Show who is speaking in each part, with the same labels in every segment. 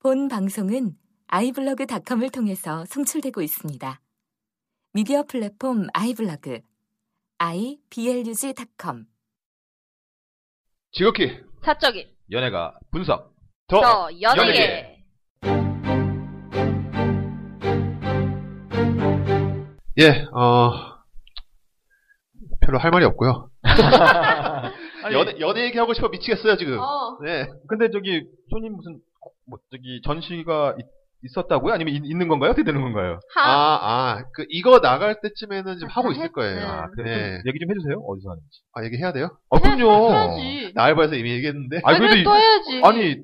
Speaker 1: 본 방송은 아이블로그닷컴을 통해서 송출되고 있습니다. 미디어 플랫폼 아이블로그 iblog.com
Speaker 2: 지극히
Speaker 3: 사적인
Speaker 2: 연예가 분석 더,
Speaker 3: 더
Speaker 2: 어, 연예계.
Speaker 3: 연예계
Speaker 4: 예, 어, 별로 할 말이 없고요.
Speaker 2: 아니,
Speaker 4: 연애, 연애 얘기하고 싶어 미치겠어요, 지금.
Speaker 3: 어
Speaker 4: 네.
Speaker 2: 근데 저기 손님 무슨 뭐 저기 전시가 있, 있었다고요? 아니면 있, 있는 건가요? 어떻게 되는 건가요?
Speaker 3: 하.
Speaker 4: 아, 아, 그, 이거 나갈 때쯤에는 지금 하고 있을
Speaker 3: 네.
Speaker 4: 거예요.
Speaker 2: 아, 그래요?
Speaker 4: 네.
Speaker 2: 좀 얘기 좀 해주세요. 어디서 하는지.
Speaker 4: 아, 얘기해야 돼요?
Speaker 2: 아, 그럼요.
Speaker 3: 해야지
Speaker 4: 나알바에서 이미 얘기했는데.
Speaker 2: 아, 그래도
Speaker 3: 아니
Speaker 2: 이-
Speaker 3: 또 네, 해야지 네.
Speaker 2: 아니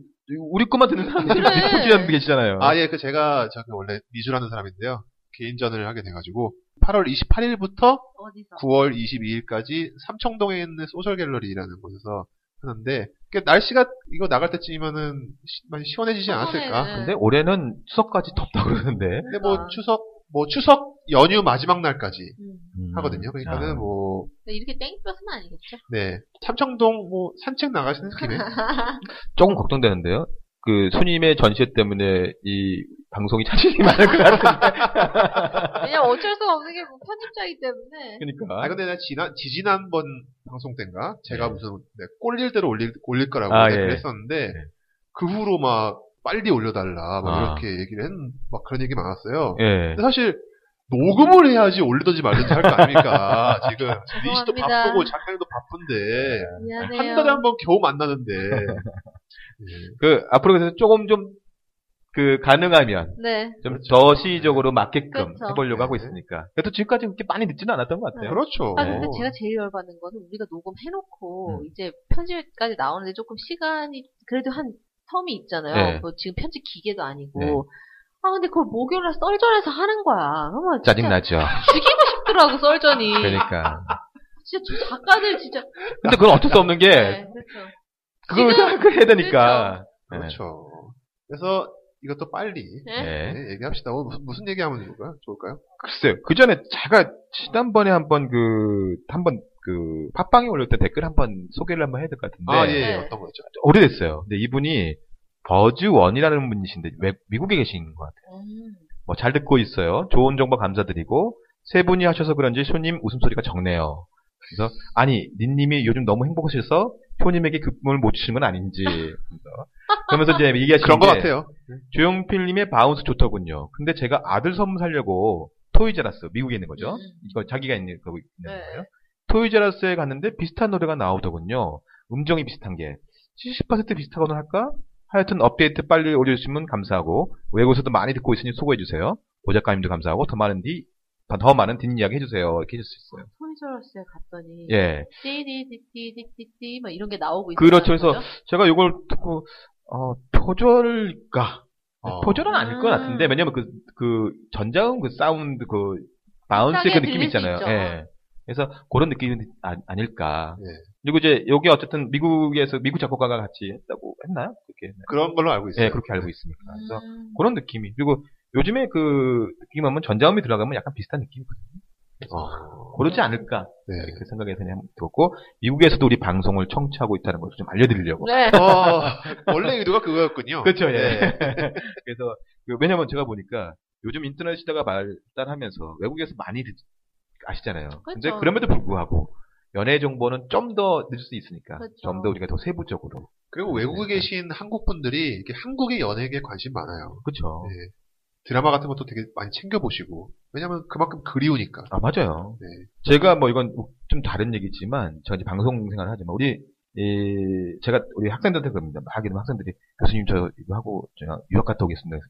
Speaker 2: 우리 것만 듣는 사람들이
Speaker 3: 그래.
Speaker 2: 뒷토지라는 분 계시잖아요.
Speaker 4: 아, 예, 그 제가 저기 원래 미주라는 사람인데요. 개인전을 하게 돼가지고, 8월 28일부터
Speaker 3: 어디서
Speaker 4: 9월 22일까지 삼청동에 있는 소셜 갤러리라는 곳에서 하는데, 그 날씨가 이거 나갈 때쯤이면은 시- 많이 시원해지지 않았을까?
Speaker 3: 처음에는.
Speaker 2: 근데 올해는 추석까지 덥다 그러는데
Speaker 4: 근데 뭐
Speaker 3: 그러니까.
Speaker 4: 추석 뭐 추석 연휴 마지막 날까지
Speaker 3: 음.
Speaker 2: 음.
Speaker 4: 하거든요. 그러니까는
Speaker 2: 아.
Speaker 4: 뭐
Speaker 3: 근데 이렇게 땡볕은 아니겠죠
Speaker 4: 네. 삼청동 뭐 산책 나가시는 김에
Speaker 2: 조금 걱정되는데요. 그 손님의 전시회 때문에 이 방송이 차질이 많을 것 같은데.
Speaker 3: 왜냐면 어쩔 수 없는 게뭐 편집자이기 때문에
Speaker 2: 그러니까.
Speaker 4: 아 근데 나 지난 지지난번 방송 때인가 제가
Speaker 2: 네.
Speaker 4: 무슨 네, 꼴릴대로 올릴 올릴 거라고
Speaker 2: 아,
Speaker 4: 네,
Speaker 2: 예.
Speaker 4: 그랬었는데
Speaker 2: 네.
Speaker 4: 그 후로 막 빨리 올려달라 막
Speaker 2: 아.
Speaker 4: 이렇게 얘기를 했막 그런 얘기 많았어요.
Speaker 2: 예.
Speaker 4: 근데 사실 녹음을 해야지 올리든지 말든지 할 거 아닙니까? 지금 니 씨도
Speaker 3: 죄송합니다. 네, 어.
Speaker 4: 바쁘고 작가님도 바쁜데
Speaker 3: 미안해요
Speaker 4: 한 달에 한 번 겨우 만나는데 네.
Speaker 2: 그 앞으로 그래서 조금 좀 그 가능하면
Speaker 3: 네
Speaker 2: 좀
Speaker 4: 그렇죠.
Speaker 2: 더 시적으로 맞게끔
Speaker 3: 그렇죠.
Speaker 2: 해보려고 하고
Speaker 4: 네.
Speaker 2: 있으니까. 그래도 지금까지 그렇게 많이 늦지는 않았던 것 같아요.
Speaker 4: 그렇죠.
Speaker 3: 아, 근데 제가 제일 열받는 거는 우리가 녹음해놓고
Speaker 2: 어. 음.
Speaker 3: 이제 편집까지 나오는데 조금 시간이 그래도 한 텀이 있잖아요.
Speaker 2: 네.
Speaker 3: 뭐 지금 편집 기계도 아니고.
Speaker 2: 네.
Speaker 3: 아, 근데 그걸 목요일날 썰전에서 하는 거야. 그러면 진짜
Speaker 2: 짜증나죠.
Speaker 4: 네.
Speaker 3: 죽이고 싶더라고, 썰전이.
Speaker 2: 그러니까.
Speaker 3: 진짜 저 작가들 진짜.
Speaker 2: 근데 그건 어쩔 수 없는 게
Speaker 3: 네, 그렇죠.
Speaker 2: 그걸 생각을 해야 되니까.
Speaker 4: 그렇죠. 그래서 이것도 빨리
Speaker 3: 네?
Speaker 2: 네. 네.
Speaker 4: 네, 얘기합시다. 오늘 무슨, 무슨 얘기하면 좋을까요? 좋을까요?
Speaker 2: 글쎄요. 그 전에 제가 지난번에 한번 그, 한번 그, 팟빵에 올렸던 댓글 한번 소개를 한번 해야 될 것 같은데.
Speaker 4: 아, 예,
Speaker 3: 네.
Speaker 4: 어떤 거죠?
Speaker 2: 오래됐어요. 근데 이분이 버즈원이라는 분이신데, 외- 미국에 계신 것 같아요.
Speaker 3: 음.
Speaker 2: 뭐, 잘 듣고 있어요. 좋은 정보 감사드리고, 세 분이 하셔서 그런지 쇼님 웃음소리가 적네요. 그래서, 아니, 니님이 요즘 너무 행복하셔서 쇼님에게 급문을 못 주신 건 아닌지. 그래서 그러면서 이제 얘기하시는
Speaker 4: 그런 것
Speaker 2: 게
Speaker 4: 같아요.
Speaker 2: 조용필님의 바운스 좋더군요. 근데 제가 아들 선물 사려고 토이제라스 미국에 있는 거죠.
Speaker 3: 음.
Speaker 2: 이거 자기가 있는 거고 있는
Speaker 3: 네.
Speaker 2: 거예요. 토이제라스에 갔는데 비슷한 노래가 나오더군요. 음정이 비슷한 게 70% 비슷하거나 할까? 하여튼 업데이트 빨리 올려주시면 감사하고 외국에서도 많이 듣고 있으니 수고해 주세요. 오 작가님도 감사하고 더 많은 뒤, 더 많은 뒷이야기 해주세요. 이렇게 해줄 수 있어요.
Speaker 3: 토이저러스에 갔더니.
Speaker 2: 예,
Speaker 3: 띠디디디디디디 막 이런 게 나오고 있어요.
Speaker 2: 그렇죠. 그래서 제가 이걸 듣고 어, 표절가
Speaker 4: 어.
Speaker 2: 표절은 아닐 것
Speaker 3: 음.
Speaker 2: 같은데 왜냐면 그 그 전자음 그 사운드 그 바운스 그
Speaker 3: 비슷하게
Speaker 2: 느낌
Speaker 3: 들릴
Speaker 2: 있잖아요.
Speaker 3: 수 있죠.
Speaker 2: 예. 그래서 그런 느낌이 아, 아닐까.
Speaker 4: 예.
Speaker 2: 그리고 이제 여기 어쨌든 미국에서 미국 작곡가가 같이 했다고 했나요? 그렇게 했나요?
Speaker 4: 그런 걸로 알고 있어요.
Speaker 2: 예, 그렇게 알고 있으니까. 그래서
Speaker 3: 음.
Speaker 2: 그런 느낌이. 그리고 요즘에 그 느낌 하면 전자음이 들어가면 약간 비슷한 느낌이거든요.
Speaker 4: 어.
Speaker 2: 그러지 않을까
Speaker 4: 네.
Speaker 2: 이렇게 생각해서 그냥 들었고 미국에서도 우리 방송을 청취하고 있다는 걸 좀 알려드리려고.
Speaker 3: 네.
Speaker 4: 어, 원래 의도가 그거였군요.
Speaker 2: 그렇죠, 예.
Speaker 4: 네.
Speaker 2: 그래서 그 왜냐면 제가 보니까 요즘 인터넷 시대가 발달하면서 외국에서 많이 듣- 아시잖아요. 근데
Speaker 3: 그렇죠.
Speaker 2: 그럼에도 불구하고 연애 정보는 좀 더 늦을 수 있으니까
Speaker 3: 그렇죠.
Speaker 2: 좀 더 우리가 더 세부적으로.
Speaker 4: 그리고 외국에 계신 한국 분들이 이렇게 한국의 연예계에 관심 많아요.
Speaker 2: 그렇죠.
Speaker 4: 네. 드라마 같은 것도 되게 많이 챙겨보시고. 왜냐면 그만큼 그리우니까.
Speaker 2: 아 맞아요.
Speaker 4: 네.
Speaker 2: 제가 뭐 이건 좀 다른 얘기지만 제가 이제 방송 생활을 하지만 우리 이 제가 우리 학생들한테 그럽니다. 막 이런 학생들이 교수님 저 이거 하고 제가 유학 갔다 오겠습니다.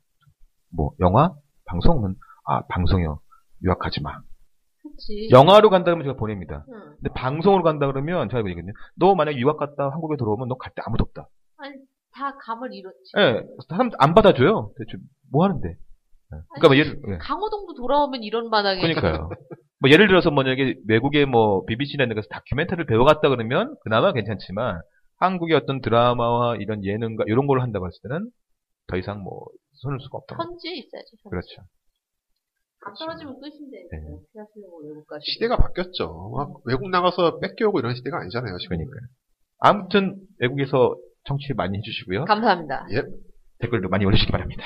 Speaker 2: 뭐 영화 방송은 아 방송이요. 유학 가지 마.
Speaker 3: 그치.
Speaker 2: 영화로 간다면 제가 보냅니다.
Speaker 3: 응.
Speaker 2: 근데 방송으로 간다 그러면 제가 얘기거든요. 너 만약 유학 갔다 한국에 들어오면 너 갈 때 아무도 없다.
Speaker 3: 다 감을 잃었지.
Speaker 2: 예, 사람 안 받아줘요. 대체 뭐 하는데? 예. 그러니까 뭐 예를
Speaker 3: 네.
Speaker 2: 예.
Speaker 3: 강호동도 돌아오면 이런 마당에.
Speaker 2: 그러니까요. 뭐 예를 들어서 만약에 외국에 뭐 BBC나 이런 데서 다큐멘터리를 배워갔다 그러면 그나마 괜찮지만 한국의 어떤 드라마와 이런 예능과 이런 걸 한다고 했을 때는 더 이상 뭐 손을 수가 없다.
Speaker 3: 편지 있어야지. 편지.
Speaker 2: 그렇죠.
Speaker 3: 안 떨어지면 끝인데. 뭐
Speaker 2: 네.
Speaker 3: 어떻게 하시려고 외국 가시
Speaker 4: 시대가 바뀌었죠. 막 외국 나가서 뺏겨오고 이런 시대가 아니잖아요. 지금.
Speaker 2: 그러니까 아무튼 외국에서 청취 많이 해주시고요.
Speaker 3: 감사합니다.
Speaker 4: 예.
Speaker 2: 댓글도 많이 올려주시기 바랍니다.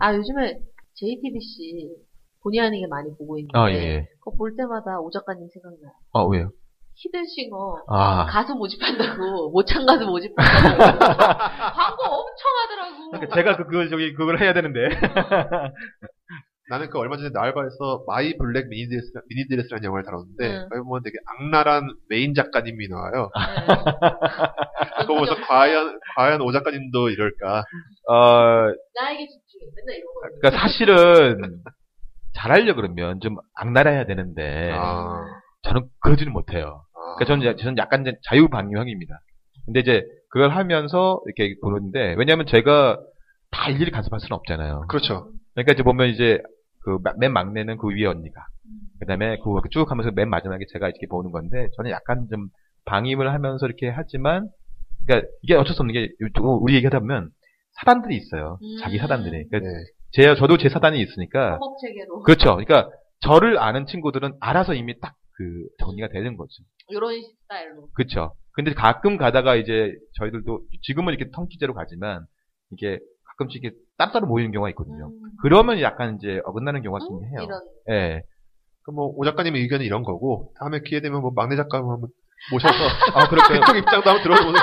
Speaker 3: 아, 요즘에 JTBC 본의 아니게 많이 보고 있는데
Speaker 2: 아, 예, 예.
Speaker 3: 그거 볼 때마다 오 작가님 생각나요.
Speaker 2: 아, 왜요?
Speaker 3: 히든싱어
Speaker 2: 아.
Speaker 3: 가수 모집한다고 모창 가수 모집한다고 광고 엄청 하더라고.
Speaker 2: 그러니까 제가 그, 그, 저기, 그걸 해야 되는데.
Speaker 4: 나는 그 얼마 전에 나알바에서 마이 블랙 미니드레스, 미니드레스라는 영화를 다뤘는데
Speaker 3: 응.
Speaker 4: 거기 보면 되게 악랄한 메인 작가님이 나와요.
Speaker 3: 네.
Speaker 4: 그거 보면서 과연 과연 오 작가님도 이럴까?
Speaker 2: 어,
Speaker 3: 나에게 집중해. 맨날 이런 거.
Speaker 2: 그러니까 사실은, 잘하려 그러면 좀 악랄해야 되는데,
Speaker 4: 아,
Speaker 2: 저는 그러지는 못해요.
Speaker 4: 아.
Speaker 2: 그러니까 저는, 이제- 저는 약간 이제 자유방위형입니다. 근데 이제, 그걸 하면서 이렇게 보는데, 왜냐면 하 제가 다 일일이 간섭할 수는 없잖아요.
Speaker 4: 그렇죠.
Speaker 2: 그러니까 이제 보면 이제, 그 맨 막내는 그 위에 언니가, 그 다음에 그쭉 하면서 맨 마지막에 제가 이렇게 보는 건데, 저는 약간 좀 방임을 하면서 이렇게 하지만, 그러니까 이게 어쩔 수 없는 게, 요- 우리 얘기하다 보면, 사단들이 있어요. 자기
Speaker 3: 음.
Speaker 2: 사단들이.
Speaker 4: 네.
Speaker 2: 그러니까 제, 저도 제 사단이 있으니까,
Speaker 3: 방법 체계로
Speaker 2: 그렇죠. 그러니까 저를 아는 친구들은 알아서 이미 딱 그 정리가 되는 거죠.
Speaker 3: 이런 스타일로.
Speaker 2: 그렇죠. 근데 가끔 가다가 이제 저희들도 지금은 이렇게 턴키제로 가지만 이게 가끔씩 이렇게 따로따로 모이는 경우가 있거든요.
Speaker 3: 음.
Speaker 2: 그러면 약간 이제 어긋나는 경우가 좀 해요.
Speaker 3: 이런
Speaker 2: 예.
Speaker 4: 그뭐오 작가님의 의견은 이런 거고 다음에 기회 되면 뭐 막내 작가 한번 모셔서
Speaker 2: 아, 그렇죠.
Speaker 4: 그쪽 입장도 한번 들어보는.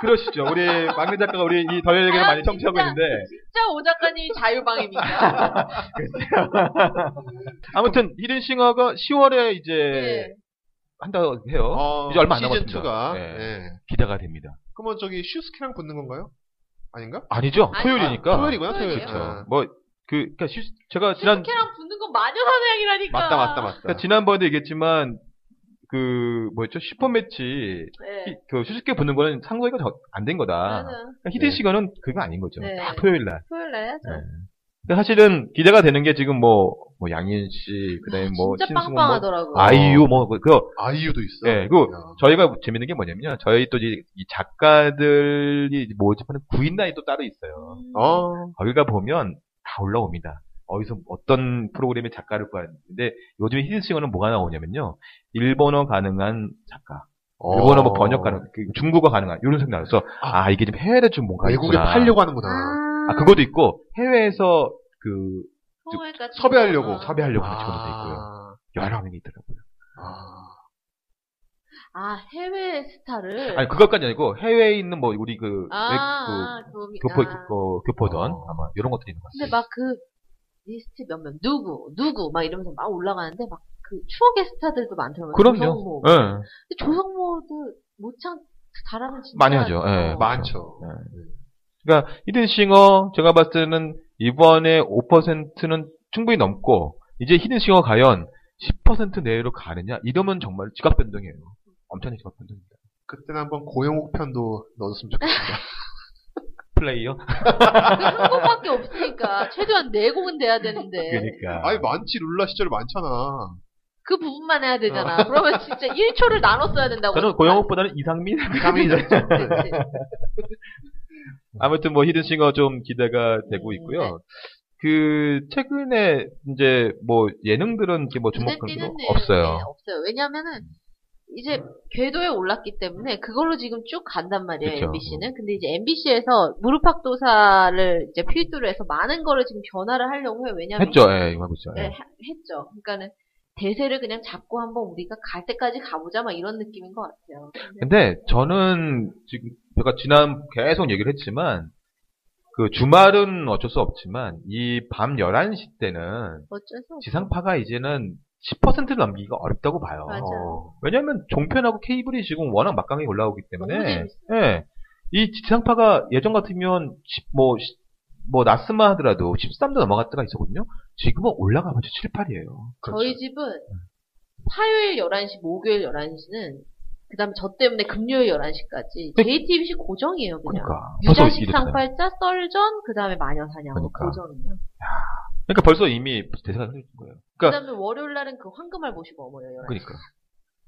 Speaker 2: 그러시죠. 우리 막내 작가가 우리 이 더열 얘기를 많이 청취하고
Speaker 3: 아, 진짜.
Speaker 2: 있는데.
Speaker 3: 진짜 오 작가님이 자유방입니다.
Speaker 2: 아무튼, 히든 싱어가 10월에 이제
Speaker 3: 네.
Speaker 2: 한다고 해요.
Speaker 4: 어,
Speaker 2: 이제 얼마 안
Speaker 4: 시즌
Speaker 2: 남았습니다.
Speaker 4: 2가.
Speaker 2: 예. 기대가 됩니다.
Speaker 4: 그러면 저기 슈스케랑 붙는 건가요? 아닌가?
Speaker 2: 아니죠.
Speaker 3: 아니,
Speaker 2: 토요일이니까.
Speaker 4: 아, 토요일이구나, 토요일.
Speaker 3: 토요일이에요.
Speaker 2: 그렇죠.
Speaker 4: 아.
Speaker 2: 뭐, 그, 그니까, 제가 지난,
Speaker 3: 슈스케랑 붙는 건 마녀사냥이라니까.
Speaker 4: 맞다, 맞다, 맞다.
Speaker 2: 그러니까 지난번에도 얘기했지만, 그, 뭐였죠? 슈퍼매치,
Speaker 3: 네.
Speaker 2: 그, 수줍게 붙는 거는 상소가 안 된 거다.
Speaker 3: 맞아요.
Speaker 2: 그러니까 히든시거는 그거 아닌 거죠.
Speaker 3: 네. 그렇죠.
Speaker 2: 딱 토요일 날.
Speaker 3: 토요일날 해야죠.
Speaker 2: 네. 근데 사실은 기대가 되는 게 지금 뭐, 뭐, 양인 씨, 그 다음에 뭐,
Speaker 3: 아, 진짜
Speaker 2: 신승훈, 뭐,
Speaker 3: 빵빵하더라고요.
Speaker 2: 아이유, 뭐, 그, 거
Speaker 4: 아이유도 있어.
Speaker 2: 예, 그거
Speaker 4: 야.
Speaker 2: 저희가 재밌는 게 뭐냐면요. 저희 또 이, 이 작가들이 모집하는 구인단이 또 따로 있어요.
Speaker 3: 음.
Speaker 4: 어.
Speaker 2: 거기가 보면 다 올라옵니다. 어디서 어떤 프로그램의 작가를 구하는데 요즘 히든싱어는 뭐가 나오냐면요. 일본어 가능한 작가, 일본어 뭐 번역 가능, 그 중국어 가능한 이런 생각 나서 아 이게 좀 해외에 좀 뭔가
Speaker 4: 외국에
Speaker 2: 있구나.
Speaker 4: 팔려고 하는구나.
Speaker 2: 아
Speaker 3: 아,
Speaker 2: 그것도 있고 해외에서 그
Speaker 3: 토요일까지
Speaker 4: 섭외하려고,
Speaker 3: 있구나.
Speaker 2: 섭외하려고 아. 하는 친구들도 있고요. 여러 명이 있더라고요.
Speaker 4: 아.
Speaker 3: 아, 해외 스타를.
Speaker 2: 아니 그것까지 아니고 해외에 있는 뭐 우리 그,
Speaker 3: 아, 그,
Speaker 2: 그 교포
Speaker 3: 아.
Speaker 2: 그 교포던
Speaker 4: 어.
Speaker 2: 아마 이런 것들이 있는 것
Speaker 3: 근데
Speaker 2: 같아요.
Speaker 3: 막 그 리스트 몇 명, 누구, 누구, 막 이러면서 막 올라가는데 막 그 추억의 스타들도 많더라고요.
Speaker 2: 그럼요.
Speaker 3: 조성모.
Speaker 2: 예.
Speaker 3: 근데 조성모도 모창 잘하는 진짜
Speaker 2: 많이 하죠. 예.
Speaker 3: 어.
Speaker 4: 많죠.
Speaker 2: 그러니까 히든싱어 제가 봤을 때는 이번에 5%는 충분히 넘고 이제 히든싱어 과연 10% 내외로 가느냐 이러면 정말 지각 변동이에요. 엄청난 지각 변동입니다.
Speaker 4: 그때는 한번 고영욱 편도 넣어줬으면
Speaker 2: 네.
Speaker 4: 좋겠습니다.
Speaker 2: 플레이어?
Speaker 3: 한 곡밖에 없으니까 최소한 네 곡은 돼야 되는데
Speaker 2: 그러니까.
Speaker 4: 아니 많지 룰라 시절 많잖아.
Speaker 3: 그 부분만 해야 되잖아. 그러면 진짜 1초를 나눠 써야 된다고.
Speaker 2: 어.
Speaker 3: 아,
Speaker 2: 저는 고영욱보다는 이상민?
Speaker 4: 이상민이
Speaker 3: 그렇지.
Speaker 2: 아무튼 뭐 히든싱어 좀 기대가 되고
Speaker 3: 네.
Speaker 2: 있고요. 그 최근에 이제 뭐 예능들은 이렇게 뭐
Speaker 3: 눈에
Speaker 2: 주목하는 게
Speaker 3: 띄는 일
Speaker 2: 없어요. 음.
Speaker 3: 없어요. 왜냐면은 이제 궤도에 올랐기 때문에 그걸로 지금 쭉 간단 말이에요.
Speaker 2: 그쵸.
Speaker 3: MBC는. 근데 이제 MBC에서 무릎팍도사를 이제 필두로 해서 많은 거를 지금 변화를 하려고 해요. 왜냐면
Speaker 2: 했죠, 예, 이거 하고 있죠.
Speaker 3: 네,
Speaker 2: 예.
Speaker 3: 하- 했죠. 그러니까는 대세를 그냥 잡고 한번 우리가 갈 때까지 가보자 막 이런 느낌인 것 같아요.
Speaker 2: 근데 저는 지금 제가 지난 계속 얘기를 했지만 그 주말은 어쩔 수 없지만 이 밤 11시 때는
Speaker 3: 어쩔 수 없어.
Speaker 2: 지상파가 이제는 10%를 넘기기가 어렵다고 봐요.
Speaker 3: 맞아요.
Speaker 2: 왜냐면 하 종편하고 케이블이 지금 워낙 막강하게 올라오기 때문에
Speaker 3: 너무 재밌어요.
Speaker 2: 예. 이 지상파가 예전 같으면 10, 뭐, 시- 뭐, 나스만 하더라도 13도 넘어갈 때가 있었거든요. 지금은 올라가면 7, 8이에요.
Speaker 3: 저희 집은 화요일 11시, 목요일 11시는 그다음에 저 때문에 금요일 11시까지
Speaker 2: 네.
Speaker 3: JTBC 고정이에요, 그냥.
Speaker 2: 그러니까. 벌써
Speaker 3: 유자식
Speaker 2: 이랬잖아요.
Speaker 3: 상팔자, 썰전, 그 다음에 마녀사냥,
Speaker 2: 그러니까.
Speaker 3: 고정이요.
Speaker 2: 그러니까 벌써 이미 대세가 생긴 거예요.
Speaker 3: 그
Speaker 2: 그러니까,
Speaker 3: 다음에 월요일날은 그 황금알 모시고 어머요. 열한 시.
Speaker 2: 그러니까.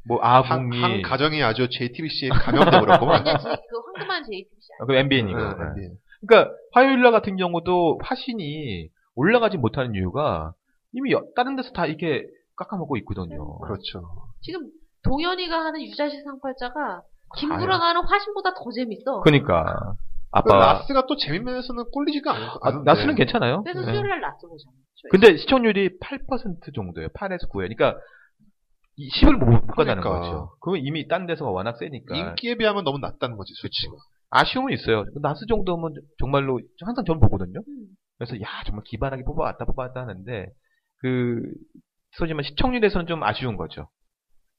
Speaker 2: 뭐, 아궁이.
Speaker 4: 한, 한 네. 가정이 아주 JTBC에 감염돼 버렸구만.
Speaker 3: 완전 제- 그 황금알 JTBC
Speaker 2: 아, 그 MBN이고.
Speaker 4: 응, 예.
Speaker 2: 그러니까 화요일 날 같은 경우도 화신이 올라가지 못하는 이유가 이미 여- 다른 데서 다 이렇게 깎아먹고 있거든요.
Speaker 4: 그렇죠.
Speaker 3: 아니야. 지금 동현이가 하는 유자식 상팔자가 김구라가 하는 화신보다 더 재밌어.
Speaker 2: 그러니까
Speaker 4: 그
Speaker 2: 아빠.
Speaker 4: 라스가 네. 또 재미면에서는 꼴리지가 않-
Speaker 2: 아,
Speaker 4: 않은데.
Speaker 2: 나스는 괜찮아요.
Speaker 3: 그래서
Speaker 2: 네.
Speaker 3: 수요일 날 낮에 보잖아요. 저희.
Speaker 2: 근데 시청률이 8% 정도예요. 8에서 9에. 그러니까 10을 못, 못 간다는
Speaker 4: 그러니까.
Speaker 2: 거죠. 그건 이미 딴 데서가 워낙 세니까.
Speaker 4: 네. 인기에 비하면 너무 낮다는 거지. 수치가.
Speaker 2: 아쉬움은 있어요. 나스 정도면 정말로 항상 저는 보거든요.
Speaker 3: 음.
Speaker 2: 그래서 야 정말 기발하게 뽑아왔다 뽑아왔다 하는데 그 소지만 시청률에서는 좀 아쉬운 거죠.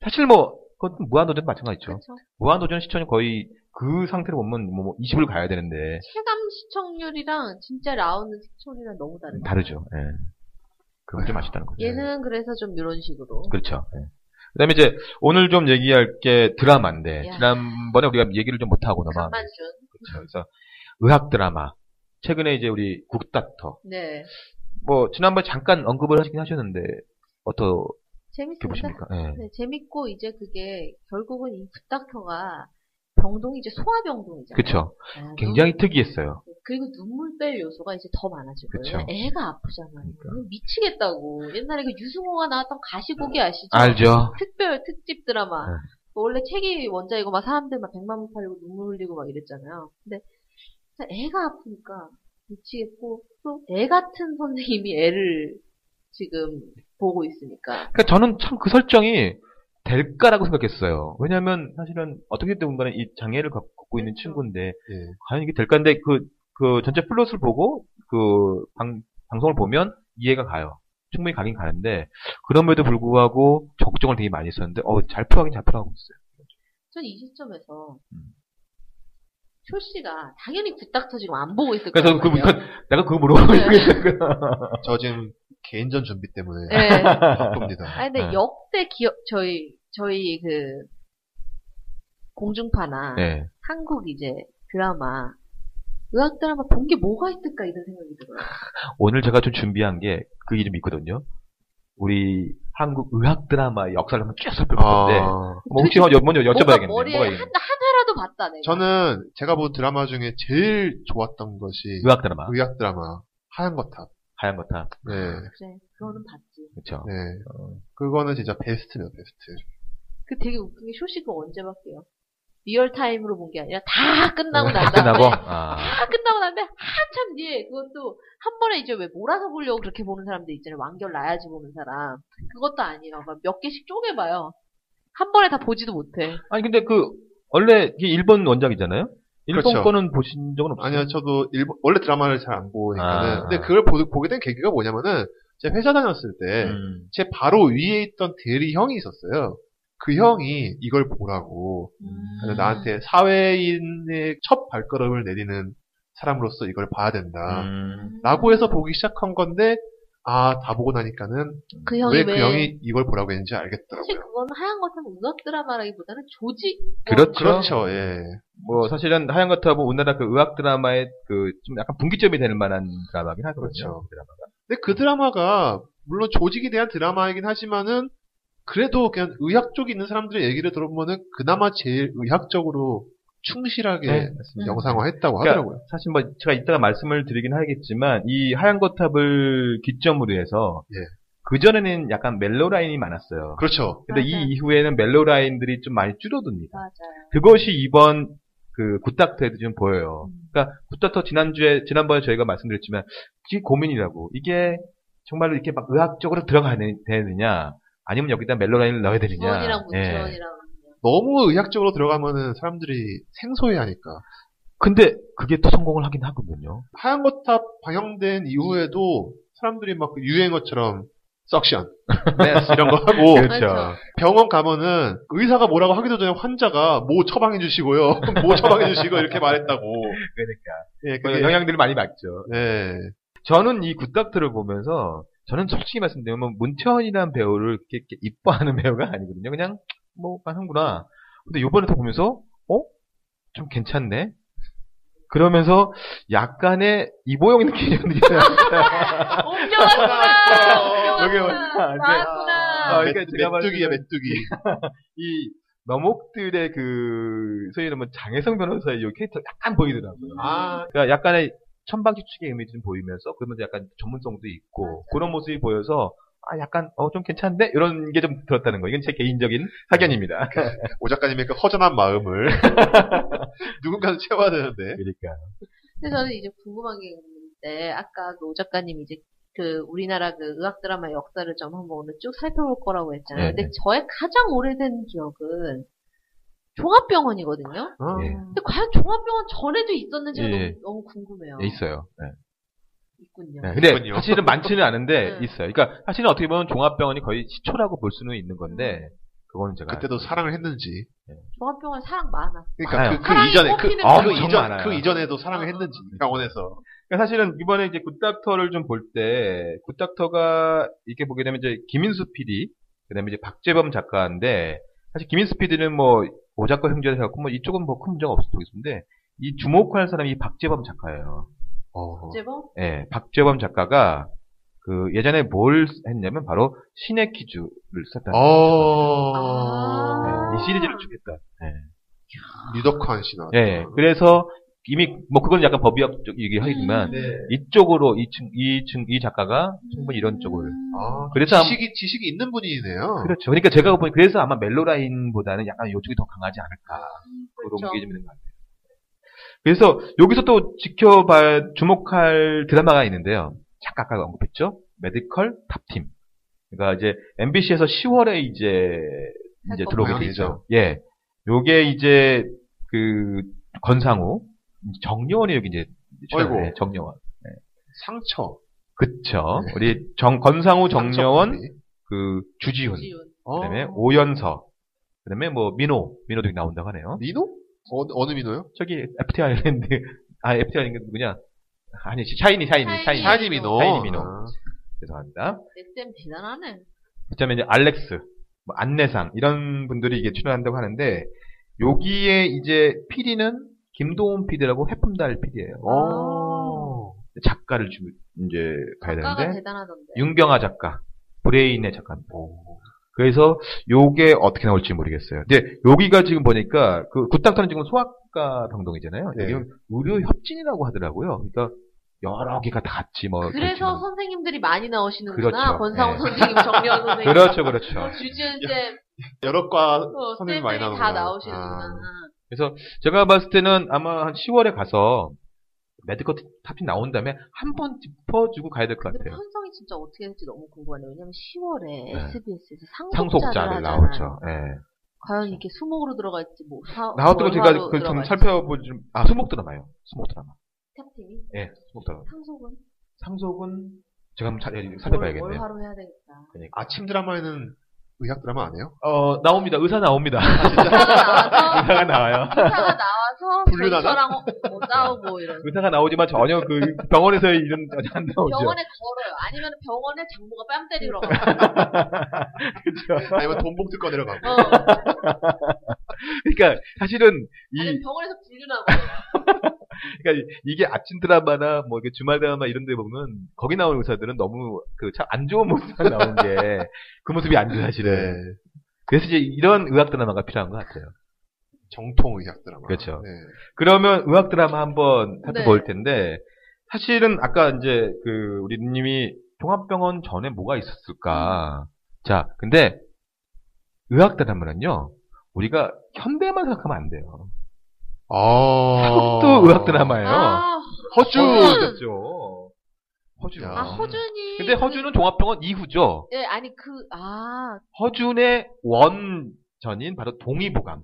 Speaker 2: 사실 뭐 그건 무한도전 마찬가지죠.
Speaker 3: 그렇죠.
Speaker 2: 무한도전 시청률 거의 그 상태로 보면 뭐 20을 가야 되는데
Speaker 3: 체감 시청률이랑 진짜 나오는 시청률이랑 너무 다르죠.
Speaker 2: 다르죠. 예. 그건 좀 아쉽다는 거죠.
Speaker 3: 얘는 그래서 좀 이런 식으로.
Speaker 2: 네. 그렇죠. 예. 그다음에 이제 오늘 좀 얘기할 게 드라마인데
Speaker 3: 야.
Speaker 2: 지난번에 우리가 얘기를 좀 못 하고 넘어.
Speaker 3: 간만준.
Speaker 2: 그렇죠. 그래서 의학 드라마. 최근에 이제 우리 국닥터
Speaker 3: 네.
Speaker 2: 뭐 지난번에 잠깐 언급을 하시긴 하셨는데 어떻게
Speaker 3: 재밌습니다.
Speaker 2: 보십니까? 예.
Speaker 3: 네, 재밌고 이제 그게 결국은 이 굿닥터가 병동이 이제 소아병동이잖아요.
Speaker 2: 그렇죠.
Speaker 3: 아,
Speaker 2: 굉장히 특이했어요.
Speaker 3: 눈- 그리고 눈물 뺄 요소가 이제 더 많아지고요.
Speaker 2: 그쵸.
Speaker 3: 애가 아프잖아요. 어,
Speaker 2: 그러니까.
Speaker 3: 미치겠다고. 옛날에 그 유승호가 나왔던 가시고기 아시죠?
Speaker 2: 알죠.
Speaker 3: 특별 특집 드라마. 뭐
Speaker 2: 네. 원래
Speaker 3: 원래 책이 원작이고 막 사람들 막 백만 원 팔리고 눈물 흘리고 막 이랬잖아요. 근데 진짜 애가 아프니까 미치겠고 또 애 같은 선생님이 애를 지금 보고 있으니까
Speaker 2: 그러니까 저는 참 그 설정이 될까라고 생각했어요. 왜냐하면 사실은 어떻게든 뭔가는 이 장애를 갖- 갖고 있는
Speaker 3: 그렇죠.
Speaker 2: 친구인데
Speaker 4: 예.
Speaker 2: 과연 이게 될까인데 그, 그 전체 플롯을 보고 그 방, 방송을 보면 이해가 가요. 충분히 가긴 가는데 그럼에도 불구하고 적정을 되게 많이 했었는데 어 잘 풀어가긴 잘 풀어가고 있어요.
Speaker 3: 전 이 시점에서
Speaker 2: 음.
Speaker 3: 효 씨가 당연히 굿닥터 지금 안 보고 있을
Speaker 2: 그래서
Speaker 3: 거예요.
Speaker 2: 그 물건- 내가 그거 물어보고 있었구나.
Speaker 4: 저 지금 개인전 준비 때문에
Speaker 3: 네.
Speaker 4: 바쁩니다.
Speaker 3: 아 근데
Speaker 2: 네.
Speaker 3: 역대 기업 저희 저희 그 공중파나
Speaker 2: 네.
Speaker 3: 한국 이제 드라마 의학 드라마 본 게 뭐가 있을까 이런 생각이 들어요.
Speaker 2: 오늘 제가 좀 준비한 게 그 이름이 있거든요. 우리 한국 의학 드라마의 역사를 한번 쭉 살펴볼 건데,
Speaker 4: 아,
Speaker 2: 뭐 혹시 먼저 먼저
Speaker 3: 뭔가
Speaker 2: 여쭤봐야겠네요.
Speaker 3: 머리에
Speaker 2: 뭐가
Speaker 3: 한,
Speaker 2: 있는지.
Speaker 3: 하나라도 봤다 내가.
Speaker 4: 저는 제가 본 드라마 중에 제일 좋았던 것이
Speaker 2: 의학 드라마, 아.
Speaker 4: 의학 드라마 하얀 거탑.
Speaker 2: 하얀 거탑.
Speaker 4: 네,
Speaker 3: 그래 그거는 봤지.
Speaker 2: 그렇죠.
Speaker 4: 네. 그거는 진짜 베스트네요, 베스트.
Speaker 3: 그 되게 웃긴 게 쇼시 그거 언제 봤게요? 리얼 타임으로 본 게 아니라 다 끝나고 난 다음에
Speaker 2: 끝나고, 아,
Speaker 3: 다 끝나고 난 다음에 한참 뒤에 그것도 한 번에 이제 왜 몰아서 보려고 그렇게 보는 사람들 있잖아요. 완결 나야지 보는 사람. 그것도 아니에요. 막몇 개씩 쪼개봐요. 한 번에 다 보지도 못해.
Speaker 2: 아니 근데 그 원래 이게 일본 원작이잖아요. 일본
Speaker 4: 그렇죠.
Speaker 2: 거는 보신 적은 없어요.
Speaker 4: 아니요, 저도 일본, 원래 드라마를 잘 안 보니까는.
Speaker 2: 아.
Speaker 4: 근데 그걸 보, 보게 된 계기가 뭐냐면은, 제가 회사 다녔을 때,
Speaker 2: 음.
Speaker 4: 제 바로 위에 있던 대리 형이 있었어요. 그 형이 이걸 보라고,
Speaker 2: 음.
Speaker 4: 그래서 나한테 사회인의 첫 발걸음을 내리는 사람으로서 이걸 봐야 된다.
Speaker 2: 음.
Speaker 4: 라고 해서 보기 시작한 건데, 아, 다 보고 나니까는,
Speaker 3: 그 형이
Speaker 4: 왜
Speaker 3: 왜,
Speaker 4: 그 형이 이걸 보라고 했는지
Speaker 3: 사실
Speaker 4: 알겠더라고요.
Speaker 3: 그건 하얀 것은 음악 드라마라기보다는 조직
Speaker 2: 그렇죠.
Speaker 4: 그렇죠, 예.
Speaker 2: 뭐 사실은 하얀 거탑은 우리나라 그 의학 드라마의 그 좀 약간 분기점이 될 만한 드라마긴 하거든요.
Speaker 4: 그렇죠.
Speaker 2: 드라마가.
Speaker 4: 근데 그 드라마가 물론 조직에 대한 드라마이긴 하지만은 그래도 그냥 의학 쪽에 있는 사람들의 얘기를 들어보면은 그나마 제일 의학적으로 충실하게
Speaker 2: 네, 맞습니다.
Speaker 4: 영상화했다고
Speaker 2: 그러니까
Speaker 4: 하더라고요.
Speaker 2: 사실 뭐 제가 이따가 말씀을 드리긴 하겠지만 이 하얀 거탑을 기점으로 해서
Speaker 4: 예.
Speaker 2: 그 전에는 약간 멜로 라인이 많았어요.
Speaker 4: 그렇죠.
Speaker 2: 근데
Speaker 3: 맞아요.
Speaker 2: 이 이후에는 멜로 라인들이 좀 많이 줄어듭니다.
Speaker 3: 맞아요.
Speaker 2: 그것이 이번 그 굿닥터에도 좀 보여요.
Speaker 3: 음.
Speaker 2: 그러니까 굿닥터 지난주에 지난번에 저희가 말씀드렸지만 이게 고민이라고 이게 정말로 이렇게 막 의학적으로 들어가야 되- 되느냐 아니면 여기다 멜로 라인을 넣어야 되느냐.
Speaker 3: 구원이랑
Speaker 2: 예.
Speaker 3: 문지원이랑
Speaker 4: 너무 의학적으로 들어가면은 사람들이 생소해하니까
Speaker 2: 근데 그게 또 성공을 하긴 하거든요.
Speaker 4: 하얀 거탑 방영된 이후에도 사람들이 막그 유행어처럼 석션 네, 이런 거 하고
Speaker 3: 그렇죠.
Speaker 4: 병원 가면은 의사가 뭐라고 하기도 전에 환자가 뭐 처방해 주시고요 뭐 처방해 주시고 이렇게 말했다고
Speaker 2: 그러니까
Speaker 4: 예,
Speaker 2: 뭐
Speaker 4: 그게-
Speaker 2: 영향들을 많이 받죠.
Speaker 4: 예.
Speaker 2: 저는 이 굿닥터를 보면서 저는 솔직히 말씀드리면 뭐 문태원이라는 배우를 이렇게, 이렇게 이뻐하는 배우가 아니거든요. 그냥 뭐 하는구나. 근데 요번에 또 보면서 어? 좀 괜찮네. 그러면서 약간의 이보영 느낌이 있어요.
Speaker 3: 옮겨왔구나.
Speaker 2: 여기
Speaker 3: 옮겨왔구나.
Speaker 2: 왔다.
Speaker 3: 나왔구나.
Speaker 2: 아,
Speaker 4: 아,
Speaker 2: 그러니까 제가 봤을
Speaker 4: 메뚜기야
Speaker 2: 때는-
Speaker 4: 메뚜기.
Speaker 2: 이 너목들의 그 소위 말하면 장혜성 변호사의 요 캐릭터 약간 보이더라고요.
Speaker 4: 아,
Speaker 2: 그러니까 약간의 천방지축의 의미도 좀 보이면서 그러면서 약간 전문성도 있고 그런 모습이 보여서 아, 약간, 어, 좀 괜찮은데? 이런 게 좀 들었다는 거. 이건 제 개인적인
Speaker 4: 아,
Speaker 2: 사견입니다.
Speaker 4: 오 작가님의 그 허전한 마음을 누군가는 채워야 되는데.
Speaker 2: 그러니까.
Speaker 3: 근데 저는 이제 궁금한 게 있는데 아까 그오 작가님이 이제 그 우리나라 그 의학 드라마 역사를 좀 한번 오늘 쭉 살펴볼 거라고 했잖아요.
Speaker 2: 네,
Speaker 3: 근데
Speaker 2: 네.
Speaker 3: 저의 가장 오래된 기억은 종합병원이거든요.
Speaker 4: 어,
Speaker 2: 예.
Speaker 3: 근데 과연 종합병원 전에도 있었는지가
Speaker 2: 예.
Speaker 3: 너무, 너무 궁금해요.
Speaker 2: 네, 있어요. 네.
Speaker 3: 군요
Speaker 2: 네, 근데
Speaker 4: 그렇군요.
Speaker 2: 사실은 많지는 않은데
Speaker 3: 네.
Speaker 2: 있어요. 그러니까 사실은 어떻게 보면 종합병원이 거의 시초라고 볼 수는 있는 건데 그거는 제가
Speaker 4: 네. 그때도 사랑을 했는지.
Speaker 3: 종합병원 사랑 많아.
Speaker 4: 그러니까 그, 그
Speaker 3: 사랑이
Speaker 4: 이전에 그,
Speaker 3: 꽃피는
Speaker 4: 그
Speaker 2: 아, 정말
Speaker 4: 이전
Speaker 2: 많아요.
Speaker 4: 그 이전에도 사랑을 했는지 병원에서.
Speaker 2: 그러니까 사실은 이번에 이제 굿닥터를 좀 볼 때 굿닥터가 이렇게 보게 되면 이제 김인수 PD 그다음에 이제 박재범 작가인데 사실 김인수 PD는 뭐 오작가 형제라 해갖고 뭐 이쪽은 뭐 큰 문제가 없을 수 있는데 이 주목할 사람이 이 박재범 작가예요.
Speaker 4: 어.
Speaker 3: 제법
Speaker 2: 예, 박재범 작가가 그 예전에 뭘 했냐면 바로 신의 퀴즈를 썼다.
Speaker 4: 아. 어.
Speaker 3: 아.
Speaker 2: 이 시리즈를 주겠다. 예.
Speaker 4: 네. 유덕환 씨나.
Speaker 2: 예, 그래서 이미 뭐 그건 약간 법의학 쪽 얘기하지만
Speaker 3: 음.
Speaker 2: 이쪽으로 이층 이층 이 작가가 충분히 이런 쪽을
Speaker 3: 음,
Speaker 4: 아,
Speaker 2: 그래서 아마-
Speaker 4: 지식이 지식이 있는 분이네요.
Speaker 2: 그렇죠. 그러니까 제가 보니 그래서 아마 멜로라인보다는 약간 이쪽이 더 강하지 않을까
Speaker 3: 음,
Speaker 2: 그런
Speaker 3: 그렇죠.
Speaker 2: 게 좀 있는 것 같아요. 그래서 여기서 또 지켜봐 주목할 드라마가 있는데요. 잠깐 아까 언급했죠. 메디컬 탑팀. 그러니까 이제 MBC에서 10월에 이제 이제
Speaker 3: 할
Speaker 2: 들어오게
Speaker 4: 거고요.
Speaker 2: 돼 있죠. 예, 요게 이제 그 권상우 정여원이 여기 이제 출연을
Speaker 4: 아이고.
Speaker 2: 해요. 정여원.
Speaker 4: 상처.
Speaker 2: 그쵸.
Speaker 4: 네.
Speaker 2: 우리 정 권상우
Speaker 4: 상처
Speaker 2: 정여원
Speaker 4: 분이.
Speaker 2: 그 주지훈.
Speaker 3: 지훈.
Speaker 4: 어.
Speaker 2: 그다음에 오연서, 그다음에 뭐 민호, 민호도 여기 나온다고 하네요.
Speaker 4: 민호? 어, 어느 민호요?
Speaker 2: 저기 FT 아일랜드, 아 FT 아일랜드 누구냐? 아니 샤이니 샤이니 샤이니.
Speaker 3: 샤이니.
Speaker 4: 샤니 민호.
Speaker 2: 샤이니 민호.
Speaker 4: 아.
Speaker 2: 죄송합니다.
Speaker 3: 내쌤 대단하네.
Speaker 2: 그다음에 이제 알렉스, 뭐 안내상 이런 분들이 이게 출연한다고 하는데 여기에 이제 PD는 김도훈 PD라고 해품달 PD예요.
Speaker 4: 어.
Speaker 2: 작가를 주, 이제 가야
Speaker 3: 아. 작가가
Speaker 2: 되는데
Speaker 3: 대단하던데.
Speaker 2: 윤경아 작가, 브레인의 작가입니다. 그래서 요게 어떻게 나올지 모르겠어요. 근데 여기가 지금 보니까 그 굿닥터는 지금 소아과 병동이잖아요.
Speaker 4: 네.
Speaker 2: 여기는 의료 협진이라고 하더라고요. 그러니까 여러 개가 다 같이 뭐
Speaker 3: 그래서
Speaker 2: 결치는-
Speaker 3: 선생님들이 많이 나오시는구나.
Speaker 2: 그렇죠.
Speaker 3: 권상우
Speaker 2: 예.
Speaker 3: 선생님, 정면 선생님.
Speaker 2: 그렇죠, 그렇죠.
Speaker 3: 주지은 쌤,
Speaker 4: 여러 과
Speaker 3: 어,
Speaker 4: 선생님 많이
Speaker 3: 쌤들이
Speaker 4: 나오는구나.
Speaker 3: 다 나오시는구나.
Speaker 2: 아, 그래서 제가 봤을 때는 아마 한 10월에 가서 메디컬 탑이 나온 다음에 한 번 짚어주고 가야 될 것
Speaker 3: 근데
Speaker 2: 같아요.
Speaker 3: 편성이 진짜 어떻게 될지 너무 궁금하네요. 왜냐면 10월에
Speaker 2: 네.
Speaker 3: SBS에서
Speaker 2: 상속자를
Speaker 3: 상속자를 하잖아요.
Speaker 2: 나오죠. 예.
Speaker 3: 과연 이게 수목으로 들어갈지 뭐 사,
Speaker 2: 나왔던 거 제가
Speaker 3: 월화로
Speaker 2: 그좀
Speaker 3: 들어갈지.
Speaker 2: 살펴보지 좀- 아 수목 드라마요. 수목 드라마.
Speaker 3: 탭팀이
Speaker 2: 예, 수목 드라마.
Speaker 3: 상속은
Speaker 2: 상속은 제가 한번 예, 살-
Speaker 3: 월,
Speaker 2: 살펴봐야겠네요.
Speaker 3: 월화로 해야 되겠다.
Speaker 4: 아침 드라마에는 의학 드라마 안 해요?
Speaker 2: 어 나옵니다. 의사 나옵니다.
Speaker 3: 의사가 나와서
Speaker 2: 의사가 나와요.
Speaker 3: 의사가 나와서
Speaker 4: 분류나나?
Speaker 3: 전처랑 못 나오고 이런.
Speaker 2: 의사가 나오지만 전혀 그 병원에서 이런 전혀 안 나오죠.
Speaker 3: 병원에 걸어요. 아니면 병원에 장모가 뺨 때리러 어, 가요.
Speaker 2: 그렇죠.
Speaker 4: 아니면 돈봉투 꺼내러 가고.
Speaker 3: 어.
Speaker 2: 그러니까 사실은
Speaker 3: 아니면
Speaker 2: 이
Speaker 3: 병원에서 분류나
Speaker 2: 그러니까 이게 아침 드라마나 뭐 이게 주말 드라마 이런 데 보면 거기 나오는 의사들은 너무 그 참 안 좋은 모습만 나오는 게 그 모습이 안 좋아 사실은.
Speaker 4: 네.
Speaker 2: 그래서 이제 이런 의학 드라마가 필요한 것 같아요.
Speaker 4: 정통 의학 드라마.
Speaker 2: 그렇죠.
Speaker 4: 네.
Speaker 2: 그러면 의학 드라마 한번 살펴볼
Speaker 3: 네.
Speaker 2: 텐데 사실은 아까 이제 그 우리 님이 종합병원 전에 뭐가 있었을까? 자, 근데 의학 드라마는요 우리가 현대만 생각하면 안 돼요.
Speaker 4: 아.
Speaker 2: 한국도 의학 드라마예요.
Speaker 3: 아,
Speaker 4: 허준.
Speaker 3: 허준.
Speaker 2: 허주였죠. 허주.
Speaker 4: 야.
Speaker 3: 아 허준이. 그,
Speaker 2: 근데 허준은 종합병원 이후죠.
Speaker 3: 예, 아니 그 아,
Speaker 2: 허준의 원전인 바로 동의보감.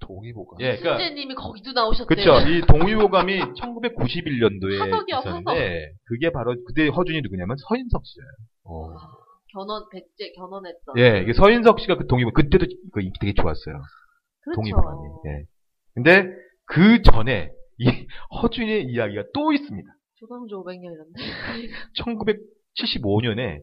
Speaker 4: 동의보감.
Speaker 2: 예, 그러니까
Speaker 3: 신재님이 거기도 나오셨대요.
Speaker 2: 그쵸. 이 동의보감이 1991년도에
Speaker 3: 화석이요,
Speaker 2: 있었는데 그게 바로 그때 허준이 누구냐면 서인석 씨예요.
Speaker 4: 어.
Speaker 3: 아, 견원 백제 견원했던.
Speaker 2: 예, 이게 서인석 씨가 그 동의보감 그때도 그 인기 되게 좋았어요.
Speaker 3: 그렇죠.
Speaker 2: 동의보감이. 예. 근데 그 전에 이 허준의 이야기가 또 있습니다.
Speaker 3: 조선조 500년이란데.
Speaker 2: 1975년에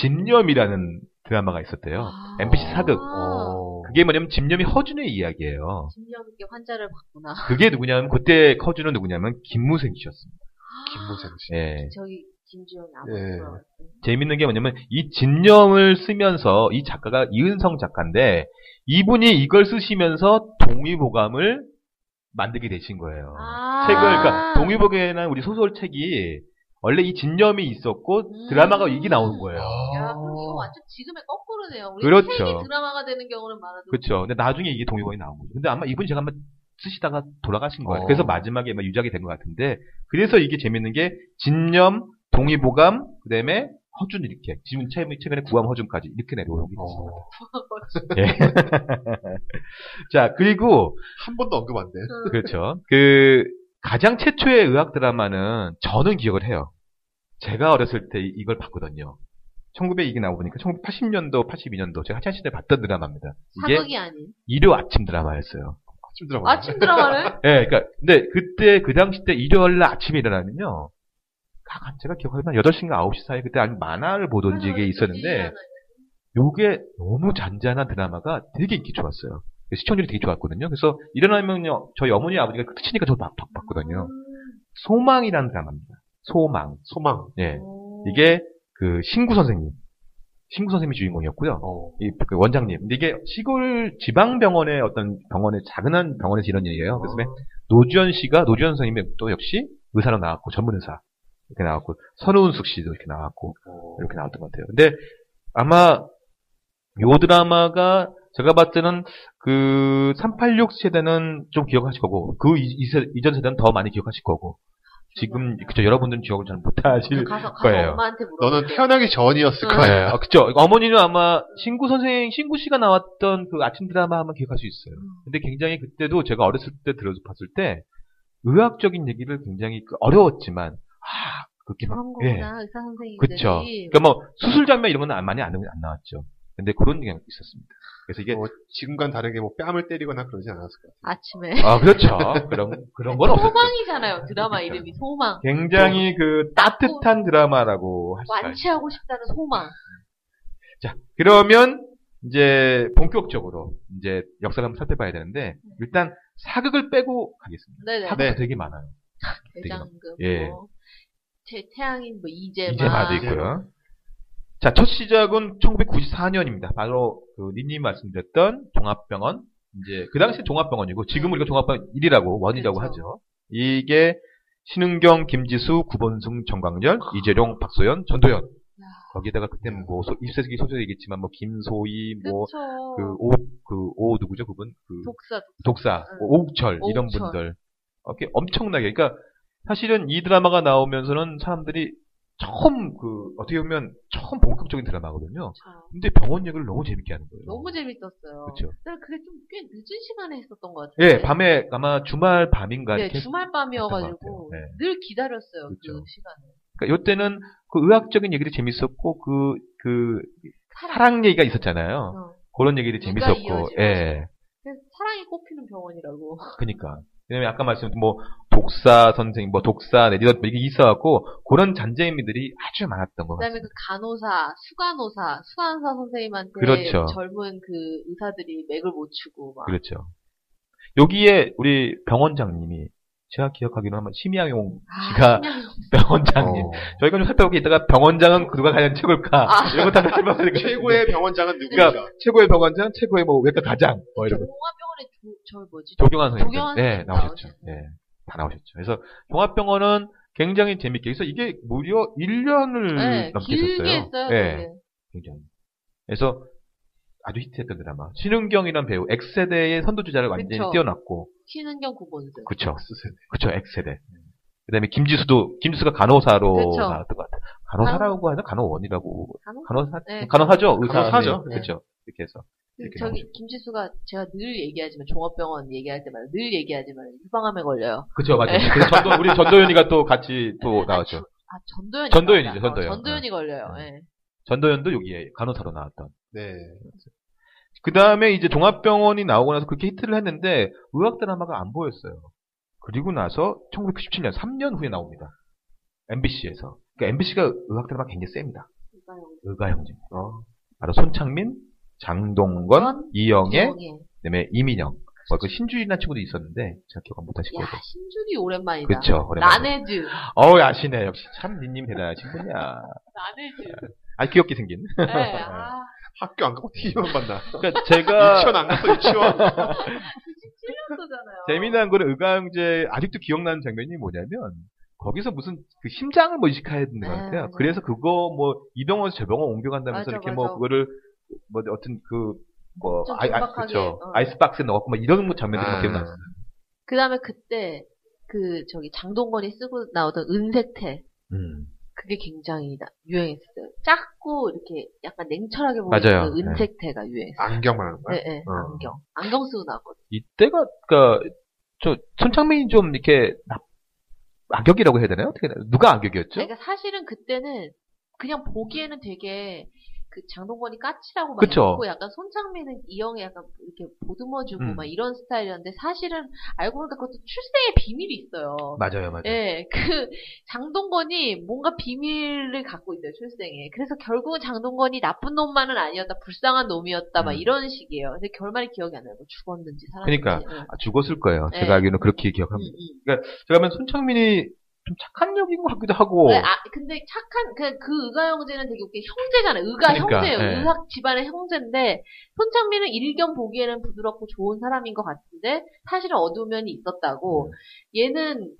Speaker 2: 집념이라는 드라마가
Speaker 3: 아.
Speaker 2: 있었대요. MBC 사극.
Speaker 4: 어.
Speaker 2: 그게 뭐냐면 집념이 허준의 이야기예요.
Speaker 3: 집념 있게 환자를 봤구나.
Speaker 2: 그게 누구냐면 그때 허준은 누구냐면 김무생 씨였습니다.
Speaker 4: 김무생 씨.
Speaker 2: 예.
Speaker 3: 아, 저기 김주영이
Speaker 4: 예.
Speaker 3: 아버지가
Speaker 2: 재밌는 게 뭐냐면 이 집념을 쓰면서 이 작가가 이은성 작가인데 이분이 이걸 쓰시면서 동의보감을 만들게 되신 거예요.
Speaker 3: 아.
Speaker 2: 책을 그러니까 동의보감이라는 우리 소설책이 원래 이 집념이 있었고
Speaker 3: 음.
Speaker 2: 드라마가 이게 나온 거예요.
Speaker 4: 아.
Speaker 3: 야. 거야. 그럼 이거 완전 지금의 거꾸로네요. 우리
Speaker 2: 어. 그렇죠.
Speaker 3: 이 드라마가 되는 경우는 많아도
Speaker 2: 그렇죠. 근데 나중에 이게 동의권이 나온 거죠. 근데 아마 이분 제가 아마 쓰시다가 돌아가신 거예요. 그래서
Speaker 4: 어.
Speaker 2: 마지막에 아마 유작이 된 것 같은데 그래서 이게 재밌는 게 진념, 동의보감, 그다음에 허준 이렇게 지금 최- 최근에 구함 허준까지 이렇게 내려오게
Speaker 4: 어.
Speaker 2: 됐습니다. 자 그리고
Speaker 4: 한 번도 언급 안 돼.
Speaker 2: 그렇죠. 그 가장 최초의 의학 드라마는 저는 기억을 해요. 제가 어렸을 때 이- 이걸 봤거든요. 1900 이게 나오니까 1980년도, 82년도 제가 학창 시절 봤던 드라마입니다. 이게
Speaker 3: 사극이 아닌
Speaker 2: 일요 아침 드라마였어요.
Speaker 4: 아침 드라마.
Speaker 3: 아침 드라마네.
Speaker 2: 예, 그러니까 근데 그때 그 당시 때 일요일 날 아침에 일어나면요. 아, 제가 기억하기로는 8시인가 9시 사이에 그때 아니 만화를 보던지 이게 있었는데 요게 너무 잔잔한 드라마가 되게 인기 좋았어요. 시청률이 되게 좋았거든요. 그래서 일어나면요. 저희 어머니 아버지가 그 트치니까 저도 막, 막 봤거든요. 소망이라는 드라마입니다. 소망.
Speaker 4: 소망.
Speaker 2: 예. 이게 그 신구 선생님. 신구 선생님이 주인공이었고요.
Speaker 4: 어.
Speaker 2: 이, 그 원장님. 근데 이게 시골 지방병원의 어떤 병원의 작은 병원에서 이런 일이에요. 그래서 맨
Speaker 4: 어.
Speaker 2: 노주현 씨가 노주현 선생님이 또 역시 의사로 나왔고 전문 의사 이렇게 나왔고 선우은숙 씨도 이렇게 나왔고
Speaker 4: 어.
Speaker 2: 이렇게 나왔던 것 같아요. 근데 아마 요 드라마가 제가 봤을 때는 그 386 세대는 좀 기억하실 거고 그 이- 이 세- 이전 세대는 더 많이 기억하실 거고 지금 그쵸 여러분들은 기억을 잘 못하실
Speaker 3: 그 가서 가서
Speaker 2: 거예요.
Speaker 3: 엄마한테 물어.
Speaker 4: 너는 태어나기 전이었을
Speaker 3: 응.
Speaker 4: 거예요.
Speaker 2: 아, 그쵸. 어머니는 아마 신구 선생, 신구 씨가 나왔던 그 아침 드라마 한번 기억할 수 있어요.
Speaker 3: 음,
Speaker 2: 근데 굉장히 그때도 제가 어렸을 때 들어서 봤을 때 의학적인 얘기를 굉장히 그 어려웠지만, 아, 그렇게 막,
Speaker 3: 그런 거구나 의사 선생님들이.
Speaker 2: 그쵸. 그러니까 뭐 수술 장면 이런 건 안- 많이 안, 안 나왔죠. 근데 그런 게 있었습니다. 그래서 이게,
Speaker 4: 뭐 지금과는 다르게 뭐 뺨을 때리거나 그러진 않았을 거예요.
Speaker 3: 아침에
Speaker 2: 아, 그렇죠. 그런, 그런 건 없었죠. 그러니까.
Speaker 3: 소망이잖아요. 드라마 이름이 소망.
Speaker 2: 굉장히 그 따뜻한 드라마라고 할수 있어요.
Speaker 3: 완치하고 싶다는 소망.
Speaker 2: 그러면 이제 본격적으로 이제 역사를 한번 살펴봐야 되는데 일단 사극을 빼고 가겠습니다.
Speaker 3: 네네.
Speaker 2: 사극도 되게 많아요.
Speaker 3: 대장금.
Speaker 2: 예.
Speaker 3: 뭐, 태, 태양인 뭐 이재마.
Speaker 2: 이제 마도 있고요. 자, 첫 시작은 1994년입니다. 바로 그 님님 말씀드렸던 종합병원. 이제 그 당시 종합병원이고 지금 우리가 종합병원 1이라고 원이라고
Speaker 3: 그렇죠.
Speaker 2: 하죠. 이게 신은경, 김지수, 구본승, 정광열, 이재룡, 박소연, 전도연. 거기다가 그때 뭐 소- 입세기 소설이겠지만 뭐 김소희 뭐
Speaker 3: 그쵸.
Speaker 2: 그, 오, 그, 오, 누구죠, 그분? 그,
Speaker 3: 독사.
Speaker 2: 독사, 뭐
Speaker 3: 응.
Speaker 2: 오욱철, 이런
Speaker 3: 오욱철.
Speaker 2: 분들. 이렇게 엄청나게. 그러니까, 사실은 이 드라마가 나오면서는 사람들이 처음, 그, 어떻게 보면, 처음 본격적인 드라마거든요.
Speaker 3: 독사.
Speaker 2: 근데 병원 얘기를 너무 재밌게 하는 거예요.
Speaker 3: 너무 재밌었어요.
Speaker 2: 그쵸.
Speaker 3: 근데 그게 좀 꽤 늦은 시간에 했었던 것 같아요.
Speaker 2: 예, 밤에, 아마 주말 밤인가
Speaker 3: 네,
Speaker 2: 이렇게.
Speaker 3: 주말
Speaker 2: 했던 것 같아요.
Speaker 3: 밤이어가지고
Speaker 2: 네.
Speaker 3: 늘 기다렸어요. 그
Speaker 2: 그쵸.
Speaker 3: 시간을.
Speaker 2: 그러니까 요때는 그 의학적인 얘기도 재밌었고, 그, 그, 사랑 얘기가 있었잖아요.
Speaker 3: 어.
Speaker 2: 그런 얘기도
Speaker 3: 누가
Speaker 2: 재밌었고,
Speaker 3: 이어지고
Speaker 2: 예.
Speaker 3: 그래서 사랑이 꼽히는 병원이라고.
Speaker 2: 아, 그니까. 그러니까. 왜냐면 아까 말씀드린 뭐 독사 선생, 뭐 독사 내리더 뭐 이게 있어갖고 그런 잔재미들이 아주 많았던 것
Speaker 3: 그다음에
Speaker 2: 같아요.
Speaker 3: 그 간호사, 수간호사, 수간사 선생님한테
Speaker 2: 그렇죠.
Speaker 3: 젊은 그 의사들이 맥을 못 추고 막.
Speaker 2: 그렇죠. 여기에 우리 병원장님이 제가 기억하기로 하면 심야용
Speaker 3: 아,
Speaker 2: 씨가
Speaker 3: 신기하네요.
Speaker 2: 병원장님.
Speaker 4: 어.
Speaker 2: 저희가 좀 살펴보기 있다가 병원장은 그가 과연 최고일까
Speaker 3: 아.
Speaker 2: 이런 거다 살펴봐야 되겠
Speaker 4: 최고의 병원장은 누구인가?
Speaker 2: 그러니까 최고의 병원장, 최고의 뭐 외과 가장 뭐 이런 거.
Speaker 3: 종합병원에 조, 저 뭐지?
Speaker 2: 조경환 선생님.
Speaker 3: 조경환
Speaker 2: 네,
Speaker 3: 선생님
Speaker 2: 나오셨죠.
Speaker 3: 나오셨어요.
Speaker 2: 네, 다 나오셨죠. 그래서 종합병원은 굉장히 재밌게 해서 이게 무려 1년을
Speaker 3: 네,
Speaker 2: 음, 넘게
Speaker 3: 길게
Speaker 2: 했었어요.
Speaker 3: 했어요.
Speaker 2: 네.
Speaker 3: 되게.
Speaker 2: 굉장히. 그래서 아주 히트했던 드라마. 신은경이란 배우 X세대의 선두주자를 완전히
Speaker 3: 그쵸.
Speaker 2: 띄워놨고.
Speaker 3: 신은경 구본승.
Speaker 2: 그쵸.
Speaker 4: 쓰세요.
Speaker 2: 그쵸, X세대. 그 다음에 김지수도, 김지수가 간호사로
Speaker 3: 그쵸.
Speaker 2: 나왔던 것 같아요. 간호사라고 하나? 간호원이라고.
Speaker 3: 간호?
Speaker 2: 간호사?
Speaker 3: 네.
Speaker 2: 간호사죠? 의사.
Speaker 4: 간호사죠.
Speaker 2: 네. 그쵸. 이렇게 해서. 이렇게
Speaker 3: 저기
Speaker 2: 나오셨고.
Speaker 3: 김지수가 제가 늘 얘기하지만 종합병원 얘기할 때마다 늘 얘기하지만 유방암에 걸려요.
Speaker 2: 그쵸, 맞아요. 그래서 전도, 우리 전도연이가 또 같이 또 나왔죠.
Speaker 3: 아 전도연이
Speaker 2: 전도연이죠,
Speaker 3: 맞다. 어,
Speaker 2: 전도연.
Speaker 3: 전도연이 걸려요.
Speaker 2: 네.
Speaker 3: 예.
Speaker 2: 전도연도 여기에 간호사로 나왔던.
Speaker 4: 네.
Speaker 2: 그 다음에 이제 종합병원이 나오고 나서 그렇게 히트를 했는데 의학 드라마가 안 보였어요. 그리고 나서 1997년 3년 후에 나옵니다. MBC에서. 그러니까 MBC가 의학 드라마 가 굉장히 셉니다.
Speaker 3: 유방암.
Speaker 2: 의가 형제. 바로 손창민, 장동건, 이영애,
Speaker 3: 이영애.
Speaker 2: 그다음에 이민영. 뭐그 신주인이라는 친구도 있었는데 제가 기억 못 하실
Speaker 3: 야
Speaker 2: 거고.
Speaker 3: 신준이 오랜만이다.
Speaker 2: 그쵸, 오랜만에.
Speaker 3: 나네즈.
Speaker 2: 어우 아시네 역시 참 니님 대단하신 분이야.
Speaker 3: 나네즈.
Speaker 2: 아 귀엽게 생긴.
Speaker 3: 네. 아
Speaker 4: 학교 안 가고 TV만 봤나?
Speaker 2: 그러니까 제가
Speaker 4: 유치원 안 갔어, 유치원.
Speaker 3: 97년도잖아요.
Speaker 2: 재미난 거는 의가 형제 아직도 기억나는 장면이 뭐냐면 거기서 무슨 그 심장을 뭐 이식하는 것
Speaker 3: 네,
Speaker 2: 같아요.
Speaker 3: 맞아요.
Speaker 2: 그래서 그거 뭐 이 병원에서 저 병원 옮겨간다면서
Speaker 3: 맞아,
Speaker 2: 이렇게 뭐
Speaker 3: 맞아.
Speaker 2: 그거를 뭐 어떤 그뭐
Speaker 3: 좀
Speaker 2: 아이 아,
Speaker 3: 촉박하게,
Speaker 2: 그쵸
Speaker 3: 어.
Speaker 2: 아이스박스에 넣었고 막 이런 뭐 장면들이 막
Speaker 4: 아.
Speaker 2: 기억나요.
Speaker 3: 그 다음에 그때, 그, 저기, 장동건이 쓰고 나오던 은색태.
Speaker 2: 음.
Speaker 3: 그게 굉장히 나- 유행했어요. 작고, 이렇게 약간 냉철하게 보이는
Speaker 2: 맞아요. 아,
Speaker 3: 그 은색태가 유행했어요.
Speaker 4: 안경 말하는 거야?
Speaker 3: 네, 네,
Speaker 4: 어.
Speaker 3: 안경. 안경 쓰고 나왔거든요.
Speaker 2: 이때가 그니까 저 손창민이 좀 이렇게 나- 악역이라고 해야 되나요? 어떻게 해야 되나요? 누가 악역이었죠?
Speaker 3: 그러니까 사실은 그때는 그냥 보기에는 되게 그 장동건이 까칠하고 막
Speaker 2: 그쵸.
Speaker 3: 있고 약간 손창민은 이영애 약간 이렇게 보듬어주고
Speaker 2: 음.
Speaker 3: 막 이런 스타일이었는데 사실은 알고 보니까 그것도 출생의 비밀이 있어요.
Speaker 2: 맞아요, 맞아요.
Speaker 3: 예, 그 장동건이 뭔가 비밀을 갖고 있어요 출생에. 그래서 결국은 장동건이 나쁜 놈만은 아니었다, 불쌍한 놈이었다, 막
Speaker 2: 음.
Speaker 3: 이런 식이에요. 근데 결말이 기억이 안 나요. 뭐 죽었는지 살았는지.
Speaker 2: 그러니까.
Speaker 3: 예.
Speaker 2: 아, 죽었을 거예요.
Speaker 3: 네.
Speaker 2: 제가 알기로는 그렇게
Speaker 3: 음,
Speaker 2: 기억합니다.
Speaker 3: 음.
Speaker 2: 제가 보면 손창민이 좀 착한 역인 것 같기도 하고.
Speaker 3: 네, 아, 근데 착한 그, 그 의가 형제는 되게 웃긴 형제잖아요. 의가
Speaker 2: 그러니까,
Speaker 3: 형제예요.
Speaker 2: 예.
Speaker 3: 의학 집안의 형제인데 손창민은 일견 보기에는 부드럽고 좋은 사람인 것 같은데 사실은 어두운 면이
Speaker 2: 음.
Speaker 3: 있었다고. 얘는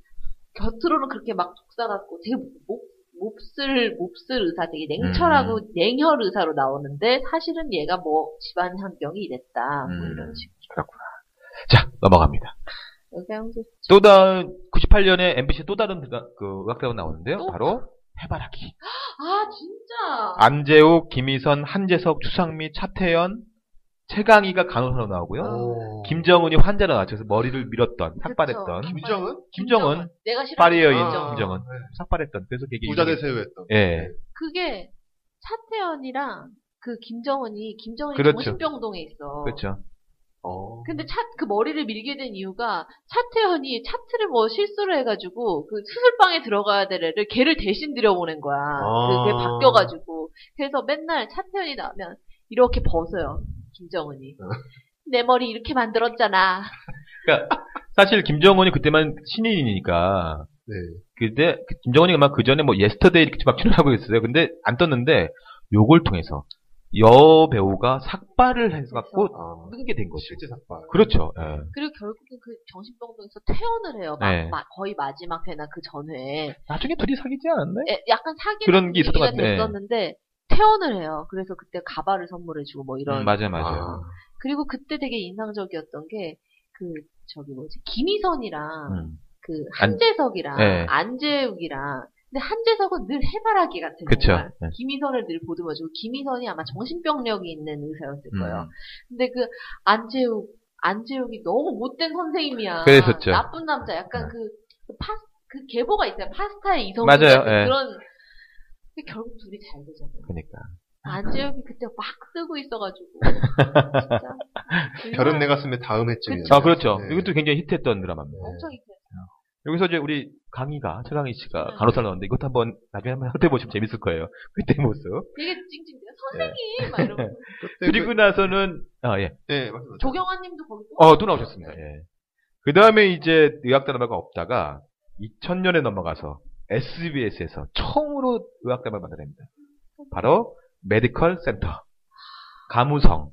Speaker 3: 곁으로는 그렇게 막 독사 같고 되게 목, 몹쓸 몹쓸 의사 되게 냉철하고
Speaker 2: 음.
Speaker 3: 냉혈 의사로 나오는데 사실은 얘가 뭐 집안 환경이 이랬다 뭐
Speaker 2: 음.
Speaker 3: 이런 식으로
Speaker 2: 그렇구나. 자, 넘어갑니다.
Speaker 3: 의가 형제
Speaker 2: 또 다른, 98년에 MBC 또 다른 드라- 그 음악대가 나오는데요.
Speaker 3: 또?
Speaker 2: 바로 해바라기.
Speaker 3: 아 진짜
Speaker 2: 안재욱, 김희선, 한재석, 추상미, 차태현, 최강희가 간호사로 나오고요.
Speaker 3: 어.
Speaker 4: 오.
Speaker 2: 김정은이 환자로 나와서 머리를 밀었던, 삭발했던.
Speaker 3: 그쵸.
Speaker 4: 김정은?
Speaker 2: 김정은,
Speaker 3: 아, 내가 싫어
Speaker 2: 파리의 여인
Speaker 4: 아,
Speaker 2: 김정은.
Speaker 4: 네.
Speaker 2: 삭발했던. 그래서 되게
Speaker 4: 부자
Speaker 2: 유명해요.
Speaker 4: 대세우했던.
Speaker 2: 예.
Speaker 3: 그게 차태현이랑 그 김정은이 김정은이
Speaker 2: 그렇죠.
Speaker 3: 정신병동에 있어.
Speaker 2: 그렇죠.
Speaker 4: 어.
Speaker 3: 근데 차 그 머리를 밀게 된 이유가 차태현이 차트를 뭐 실수를 해가지고 그 수술방에 들어가야 될 애를 걔를 대신 들여보낸 거야.
Speaker 4: 아.
Speaker 3: 그게 바뀌어가지고 그래서 맨날 차태현이 나오면 이렇게 벗어요 김정은이. 내 머리 이렇게 만들었잖아.
Speaker 2: 사실 김정은이 그때만 신인이니까
Speaker 4: 네.
Speaker 2: 그때 그 김정은이 아마 그 전에 뭐 예스터데이 이렇게 막 출연하고 있었어요. 근데 안 떴는데 요걸 통해서 여 배우가 삭발을 해서 갖고
Speaker 4: 아,
Speaker 2: 뜨게 된 거죠.
Speaker 4: 실제 삭발.
Speaker 2: 그렇죠. 예.
Speaker 3: 그리고 결국은 그 정신병동에서 퇴원을 해요. 막-
Speaker 2: 네.
Speaker 3: 막 거의 마지막 회나 그 전회에.
Speaker 2: 나중에 둘이 사귀지 않았나요?
Speaker 3: 예, 약간 사귀는
Speaker 2: 그런 게 있었던 것 네. 같아.
Speaker 3: 됐었는데 퇴원을 해요. 그래서 그때 가발을 선물해주고 뭐 이런.
Speaker 2: 음, 맞아요, 맞아요.
Speaker 4: 아,
Speaker 3: 그리고 그때 되게 인상적이었던 게 그 저기 뭐지 김희선이랑
Speaker 2: 음.
Speaker 3: 그
Speaker 2: 안-
Speaker 3: 한재석이랑
Speaker 2: 네.
Speaker 3: 안재욱이랑. 근데 한재석은 늘 해바라기 같은
Speaker 2: 그쵸.
Speaker 3: 정말.
Speaker 2: 네.
Speaker 3: 김희선을 늘 보듬어주고 김희선이 아마 정신병력이 있는 의사였을
Speaker 2: 음.
Speaker 3: 거예요. 근데 그 안재욱 안재욱이 너무 못된 선생님이야.
Speaker 2: 그랬었죠. 네.
Speaker 3: 나쁜 남자. 약간 그, 그 파, 그 계보가 있어요. 파스타의 이성.
Speaker 2: 맞아요, 예.
Speaker 3: 그런. 근데 결국 둘이 잘 되잖아요.
Speaker 2: 그러니까.
Speaker 3: 안재욱이 그때 막 쓰고 있어가지고. 진짜.
Speaker 4: 결혼 내가 쓰면 다음 해쯤이에요.
Speaker 2: 아 그렇죠.
Speaker 4: 네.
Speaker 2: 이것도 굉장히 히트했던 드라마입니다. 네.
Speaker 3: 엄청 있어요.
Speaker 2: 여기서 이제 우리 강희가 최강희 씨가
Speaker 3: 네.
Speaker 2: 간호사를 나왔는데 이것도 한번 나중에 한번 흩해 보시면 재밌을 거예요. 그때 모습.
Speaker 3: 되게 찡찡대요.
Speaker 2: 네.
Speaker 3: 선생님! 막 이러고.
Speaker 4: 네, 그때
Speaker 2: 그리고 나서는 아 예.
Speaker 4: 그- 네, 맞습니다.
Speaker 3: 조경환 님도 거기 또
Speaker 2: 어, 또 나오셨습니다. 예. 그 다음에 이제 의학드라마가 없다가 2000년에 넘어가서 SBS에서 처음으로 의학드라마를 만들어냅니다. 바로 메디컬 센터. 가무성.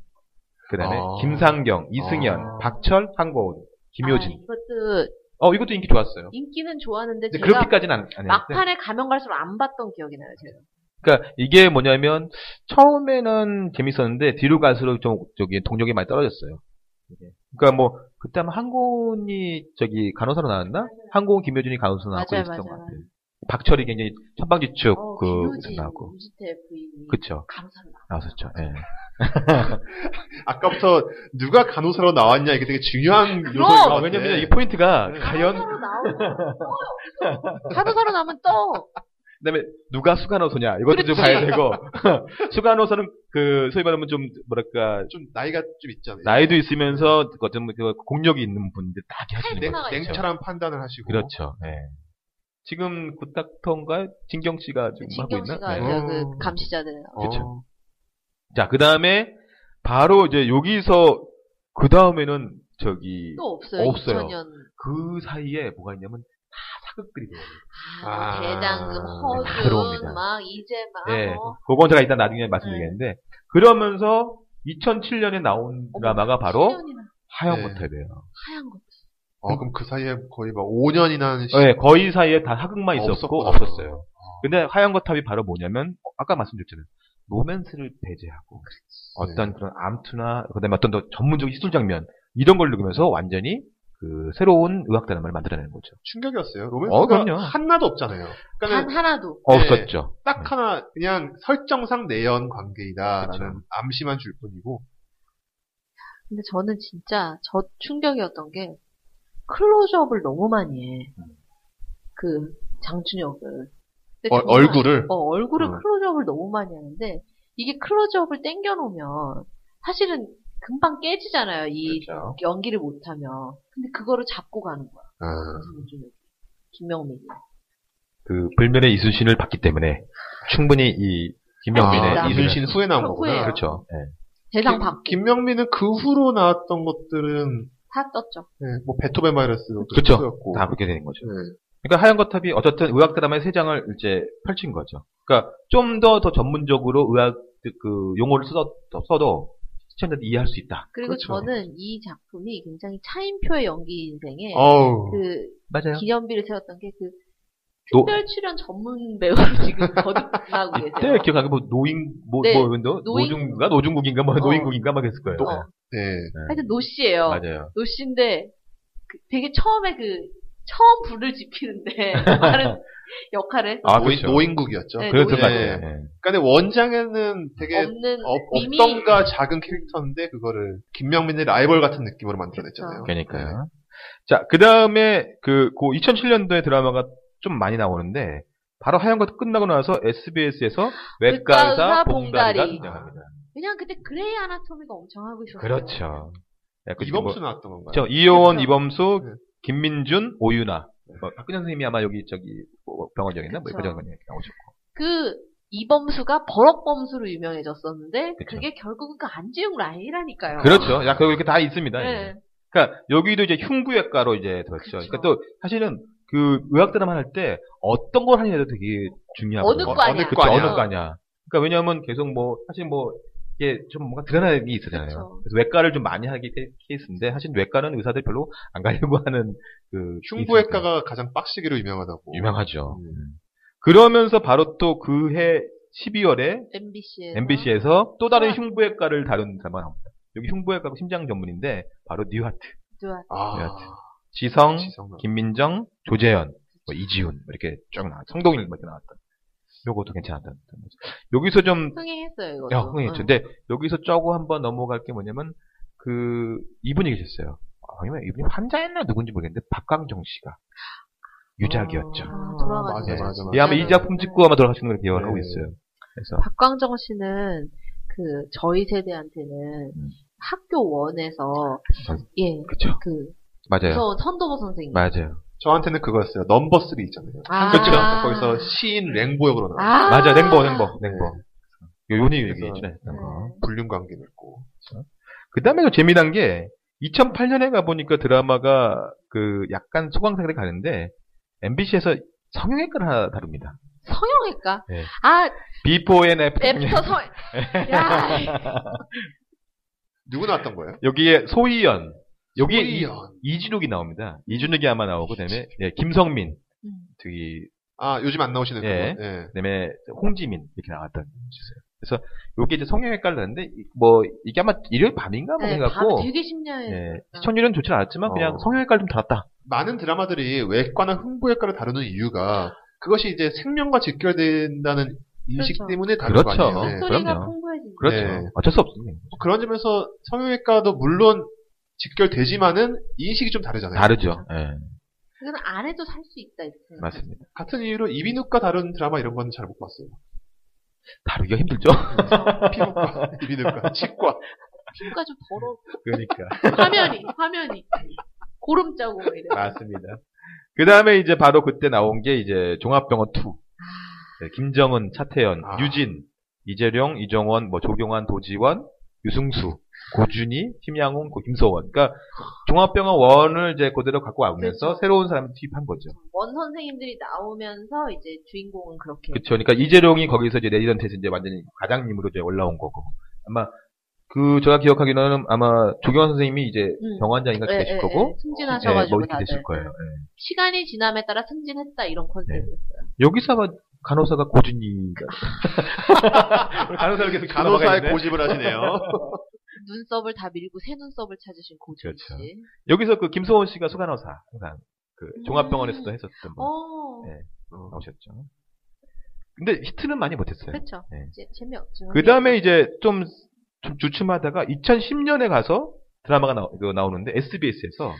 Speaker 2: 그 다음에
Speaker 4: 아.
Speaker 2: 김상경, 이승연,
Speaker 4: 아.
Speaker 2: 박철, 한고은, 김효진.
Speaker 3: 아, 이것도
Speaker 2: 어, 이것도 인기 좋았어요.
Speaker 3: 인기는 좋았는데
Speaker 2: 근데
Speaker 3: 제가
Speaker 2: 그렇게까지는 안, 안 했는데.
Speaker 3: 막판에 가면 갈수록 안 봤던 기억이 나요, 제가.
Speaker 2: 그러니까 이게 뭐냐면 처음에는 재밌었는데 뒤로 갈수록 좀 저기 동력이 많이 떨어졌어요. 그러니까 뭐 그때 아마 한고은이 저기 간호사로 나왔나? 한고은 김효준이 간호사로 나왔고
Speaker 3: 맞아요,
Speaker 2: 있었던 것
Speaker 3: 맞아요.
Speaker 2: 같아요. 박철이 굉장히 천방지축
Speaker 3: 어,
Speaker 2: 그
Speaker 3: 김효진,
Speaker 2: 나왔고
Speaker 3: 유지태 부인이
Speaker 2: 그쵸
Speaker 3: 감사를 나.
Speaker 2: 나왔었죠. 예.
Speaker 4: 아까부터 누가 간호사로 나왔냐 이게 되게 중요한 요소인 것
Speaker 2: 아,
Speaker 4: 같아.
Speaker 2: 왜냐면 이게 포인트가
Speaker 4: 네.
Speaker 2: 과연
Speaker 3: 간호사로 나오면 떠요. 간호사로 나오면 떠.
Speaker 2: 그다음에 누가 수간호사냐 이것도 좀
Speaker 3: 그렇지.
Speaker 2: 봐야 되고 수간호사는 그 소위 말하면 좀 뭐랄까
Speaker 4: 좀 나이가 좀 있잖아요.
Speaker 2: 나이도 있으면서 어떤 그 공력이 있는 분들 딱 하시는
Speaker 4: 냉,
Speaker 2: 거죠.
Speaker 3: 하나가 있죠.
Speaker 4: 냉철한 판단을 하시고.
Speaker 2: 그렇죠. 예. 지금 굿닥터인가 진경 씨가 지금 하고
Speaker 3: 진경
Speaker 2: 있나?
Speaker 3: 씨가
Speaker 2: 예.
Speaker 4: 네.
Speaker 3: 이제 그
Speaker 4: 어.
Speaker 3: 감시자들.
Speaker 2: 그쵸. 자, 그 다음에 바로 이제 여기서 그 다음에는 저기
Speaker 3: 또 없어요.
Speaker 2: 없어요.
Speaker 3: 2000년
Speaker 2: 그 사이에 뭐가 있냐면 다 사극들이 돼요.
Speaker 3: 아,
Speaker 4: 아,
Speaker 3: 대장금,
Speaker 2: 다
Speaker 3: 허준,
Speaker 2: 들어옵니다.
Speaker 3: 막 이제 막
Speaker 2: 예.
Speaker 3: 어,
Speaker 2: 그건 제가 일단 나중에 말씀드리겠는데 그러면서 2007년에 나온 드라마가 바로
Speaker 3: 수면이나
Speaker 2: 하얀
Speaker 4: 네.
Speaker 2: 모텔이에요.
Speaker 3: 하얀 것.
Speaker 4: 어, 그럼 그 사이에 거의 막 5년이나
Speaker 2: 네, 거의 사이에 다 하극만 있었고
Speaker 4: 없었구나. 네.
Speaker 2: 없었어요. 근데 하얀 거탑이 바로 뭐냐면 어, 아까 말씀드렸잖아요. 로맨스를 배제하고 어떤 그런 암투나 그다음에 어떤 더 전문적인 시술 장면 이런 걸 녹으면서 완전히 그 새로운 의학 드라마를 만들어내는 거죠.
Speaker 4: 충격이었어요.
Speaker 2: 어,
Speaker 4: 로맨스가
Speaker 2: 그럼요.
Speaker 4: 하나도 없잖아요.
Speaker 3: 단
Speaker 4: 그러니까
Speaker 3: 하나도.
Speaker 2: 없었죠.
Speaker 4: 딱 하나 그냥 설정상 내연 관계이다라는
Speaker 2: 네. 그쵸.
Speaker 4: 암시만 줄 뿐이고
Speaker 3: 근데 저는 진짜 저 충격이었던 게 클로즈업을 너무 많이 해. 그 장춘혁을. 근데 네,
Speaker 4: 어,
Speaker 3: 정말-
Speaker 4: 얼굴을
Speaker 3: 어, 얼굴을
Speaker 4: 음.
Speaker 3: 클로즈업을 너무 많이 하는데 이게 클로즈업을 땡겨놓으면 사실은 금방 깨지잖아요. 이
Speaker 2: 그렇죠.
Speaker 3: 연기를 못하면. 근데 그거를 잡고 가는 거야.
Speaker 4: 아,
Speaker 3: 장춘혁이. 김명민이.
Speaker 2: 그 불면의 이순신을 봤기 때문에 충분히 이 김명민의
Speaker 3: 아,
Speaker 2: 이순신
Speaker 4: 이순신 후에 나온
Speaker 3: 후에.
Speaker 4: 거구나.
Speaker 2: 그렇죠. 예.
Speaker 3: 대상 받고
Speaker 4: 김명민은 그 후로 나왔던 것들은
Speaker 3: 다 떴죠.
Speaker 4: 네, 뭐 베토벤 바이러스도
Speaker 2: 그쵸.
Speaker 4: 였고
Speaker 2: 다 그렇게 되는 거죠.
Speaker 4: 네.
Speaker 2: 그러니까 하얀 거탑이 어쨌든 의학 드라마의 세 장을 이제 펼친 거죠. 그러니까 좀 더 더 전문적으로 의학 그 용어를 써, 써도 시청자들이 이해할 수 있다.
Speaker 3: 그리고
Speaker 4: 그렇죠.
Speaker 3: 저는 이 작품이 굉장히 차인표의 연기 인생에
Speaker 4: 어우
Speaker 3: 그
Speaker 2: 맞아요.
Speaker 3: 기념비를 세웠던 게 그
Speaker 2: 노,
Speaker 3: 특별 출연 전문 배우로 지금 거듭나고 계세요.
Speaker 2: 이때 기억하게 뭐 노인 뭐
Speaker 3: 아. 네.
Speaker 2: 뭐 노,
Speaker 3: 노인-
Speaker 2: 노중인가 노중국인가 뭐
Speaker 3: 어.
Speaker 2: 노인국인가 막 했을 거예요.
Speaker 3: 어,
Speaker 4: 네.
Speaker 2: 네.
Speaker 3: 하여튼 노 씨예요.
Speaker 2: 맞아요.
Speaker 3: 노 씨인데 그 되게 처음에 그 처음 불을 지피는데 다른 역할을
Speaker 2: 아
Speaker 4: 노인,
Speaker 2: 그렇죠.
Speaker 4: 노인국이었죠.
Speaker 3: 네,
Speaker 2: 그랬던
Speaker 3: 노인-
Speaker 2: 것 같아요. 예.
Speaker 4: 그러니까 근데 원작에는 되게
Speaker 3: 없는
Speaker 4: 어,
Speaker 3: 이미
Speaker 4: 없던가 작은 캐릭터인데 그거를 김명민의 라이벌 같은 느낌으로 만들어냈잖아요. 네.
Speaker 2: 그러니까요. 자, 그 다음에 그, 2007년도에 드라마가 좀 많이 나오는데, 바로 하얀 것 끝나고 나서 SBS에서
Speaker 3: 외과 의사
Speaker 2: 외과의사 봉다리가
Speaker 3: 봉다리.
Speaker 2: 등장합니다.
Speaker 3: 왜냐면 그때 그레이 아나토미가 엄청 하고 있었어요.
Speaker 2: 그렇죠. 예, 그
Speaker 4: 이범수
Speaker 2: 뭐-
Speaker 4: 나왔던 건가요?
Speaker 2: 저 이효원,
Speaker 3: 그렇죠.
Speaker 2: 이범수,
Speaker 4: 네.
Speaker 2: 김민준, 오윤아. 뭐, 박근현 선생님이 아마 여기 저기 뭐 병원장이나 뭐
Speaker 3: 그렇죠.
Speaker 2: 그런 거 나오셨고.
Speaker 3: 그 이범수가 버럭범수로 유명해졌었는데
Speaker 2: 그쵸.
Speaker 3: 그게 결국은 그 안지웅 라인이라니까요.
Speaker 2: 그렇죠. 야, 그 이렇게 다 있습니다. 예.
Speaker 3: 아. 네.
Speaker 2: 그러니까 여기도 이제 흉부외과로 이제 들었죠. 그러니까
Speaker 3: 그쵸.
Speaker 2: 또 사실은 그 의학 드라마 할 때 어떤 걸 하느냐도 되게 중요하거든요.
Speaker 3: 어느 과냐.
Speaker 4: 어느
Speaker 2: 그쵸,
Speaker 4: 과냐.
Speaker 2: 어느 과냐. 그러니까 왜냐하면 계속 뭐 사실 뭐 이게 좀 뭔가 드러나는 게 있잖아요.
Speaker 3: 그쵸.
Speaker 2: 그래서 외과를 좀 많이 하기 테- 케이스인데 사실 외과는 의사들 별로 안 가려고 하는 그
Speaker 4: 흉부외과가 가장 빡시기로 유명하다고.
Speaker 2: 유명하죠.
Speaker 4: 음.
Speaker 2: 음. 그러면서 바로 또 그 해 12월에
Speaker 3: MBC에서.
Speaker 2: MBC에서 또 다른
Speaker 3: 네. 아.
Speaker 2: 흉부외과를 다룬 드라마 나옵니다. 여기 흉부외과고 심장 전문인데 바로 뉴하트,
Speaker 4: 아,
Speaker 2: 여하튼. 지성,
Speaker 4: 지성 나왔-
Speaker 2: 김민정, 조재현, 뭐 이지훈 이렇게 쭉 나왔. 성동일 뭐 이렇게 나왔던. 요것도 괜찮았던. 거죠. 여기서 좀
Speaker 3: 그렇죠. 흥행했어요, 이거.
Speaker 2: 야, 흥했죠. 네, 근데 여기서 쪼고 한번 넘어갈 게 뭐냐면 그 이분이 계셨어요. 아, 아니면 이분이 환자였나 누군지 모르겠는데 박광정 씨가 유작이었죠.
Speaker 3: 아, 돌아가셨죠.
Speaker 4: 음, 맞아, 맞아,
Speaker 2: 예,
Speaker 4: 맞아.
Speaker 2: 아마 이 작품 찍고 아마 돌아가시는 걸 기억을
Speaker 4: 네.
Speaker 2: 하고 있어요. 그래서
Speaker 3: 박광정 씨는 그 저희 세대한테는
Speaker 2: 음.
Speaker 3: 학교 원에서
Speaker 2: 아,
Speaker 3: 예.
Speaker 2: 그쵸.
Speaker 3: 그
Speaker 2: 맞아요.
Speaker 3: 무서운 선도보
Speaker 2: 네.
Speaker 3: 선생님.
Speaker 2: 맞아요.
Speaker 4: 저한테는 그거였어요. 넘버 3 있잖아요.
Speaker 3: 아.
Speaker 2: 그쵸.
Speaker 4: 거기서 시인 랭보 역으로 나왔어요.
Speaker 3: 아.
Speaker 2: 맞아. 랭보 랭보 랭보. 요 요니 얘기 네.
Speaker 4: 그래서-
Speaker 2: 출연했던
Speaker 3: 네.
Speaker 2: 거.
Speaker 4: 불륜 관계도 있고.
Speaker 2: 그다음에 또 재미난 게 2008년에 가 보니까 드라마가 그 약간 소강상에 가는데 MBC에서 성형외과를 하나 다룹니다.
Speaker 3: 성형외과.
Speaker 2: 예.
Speaker 3: 아,
Speaker 2: 비포 앤 애프터
Speaker 3: 애프터 성.
Speaker 2: 네.
Speaker 3: 야.
Speaker 4: 누구 나왔던 거예요?
Speaker 2: 여기에 소희연, 여기에 이-
Speaker 4: 소희연.
Speaker 2: 이준욱이 나옵니다. 이준욱이 아마 나오고 그다음에 예, 김성민,
Speaker 3: 음.
Speaker 2: 되게
Speaker 4: 아, 요즘 안 나오시는 분.
Speaker 2: 예.
Speaker 4: 예. 예.
Speaker 2: 그다음에 홍지민 이렇게 나왔던 주세요. 그래서 요게 이제 성형외과를 하는데 뭐 이게 아마 일요일 밤인가 뭐
Speaker 3: 네,
Speaker 2: 해갖고
Speaker 3: 밤 되게 심려해.
Speaker 2: 예, 시청률은 좋진 않았지만 그냥
Speaker 4: 어.
Speaker 2: 성형외과를 좀 달았다.
Speaker 4: 많은 드라마들이 외과나 흉부외과를 다루는 이유가 그것이 이제 생명과 직결된다는 인식
Speaker 3: 그렇죠. 때문에
Speaker 4: 때문에 다루는
Speaker 2: 그렇죠.
Speaker 4: 거 아니에요. 네.
Speaker 3: 목소리가
Speaker 2: 그럼요.
Speaker 3: 풍부해지고.
Speaker 2: 그렇죠.
Speaker 4: 네.
Speaker 2: 어쩔 수 없습니다.
Speaker 4: 그런 점에서 성형외과도 물론 직결되지만은 인식이 좀 다르잖아요.
Speaker 2: 다르죠. 예,
Speaker 3: 이건 안 해도 살 수 있다 이렇게.
Speaker 2: 맞습니다.
Speaker 4: 같은 이유로 이비인후과 다른 드라마 이런 건 잘 못 봤어요.
Speaker 2: 다루기가 힘들죠.
Speaker 4: 피부과, 이비인후과, 치과.
Speaker 3: 피부가 좀 더러워.
Speaker 2: 그러니까.
Speaker 3: 화면이, 화면이. 고름 짜고 막
Speaker 2: 아.
Speaker 3: 이래.
Speaker 2: 맞습니다. 그 다음에 이제 바로 그때 나온 게 이제 종합병원 2.
Speaker 3: 아.
Speaker 2: 네, 김정은, 차태현,
Speaker 4: 아.
Speaker 2: 유진, 이재령, 이정원, 뭐 조경환, 도지원, 유승수, 고준희, 심양홍, 고- 김서원. 그러니까 종합병원 1을 이제 그대로 갖고 와면서
Speaker 3: 그렇죠.
Speaker 2: 새로운 사람을 투입한 거죠.
Speaker 3: 원 선생님들이 나오면서 이제 주인공은 그렇게. 예,
Speaker 2: 그렇죠. 그러니까 이재룡이 거기서 이제 내리던 대신 이제 완전히 과장님으로 이제 올라온 거고. 아마 그 제가 기억하기로는 아마 조경환 선생님이 이제
Speaker 3: 음.
Speaker 2: 병원장인가
Speaker 3: 예,
Speaker 2: 되실
Speaker 3: 예,
Speaker 2: 거고
Speaker 3: 예.
Speaker 2: 예,
Speaker 3: 승진하셔가지고
Speaker 2: 뭐 이렇게
Speaker 3: 다들.
Speaker 2: 되실 거예요. 네. 예.
Speaker 3: 시간이 지남에 따라 승진했다 이런 컨셉이었어요.
Speaker 2: 여기서 아마 간호사가 고준이가 간호사를 계속
Speaker 4: 간호사의 고집을 하시네요.
Speaker 3: 눈썹을 다 밀고 새 눈썹을 찾으신 고준 씨.
Speaker 2: 그렇죠. 여기서 그 김소원 씨가 수간호사 항상 그
Speaker 3: 음.
Speaker 2: 종합병원에서도 했었던 분
Speaker 3: 어,
Speaker 2: 예. 나오셨죠. 근데 히트는 많이 못했어요.
Speaker 3: 그렇죠.
Speaker 2: 네.
Speaker 3: 이제 재미없죠.
Speaker 2: 그 다음에 이제 좀, 좀 주춤하다가 2010년에 가서 드라마가 나, 오는데 SBS에서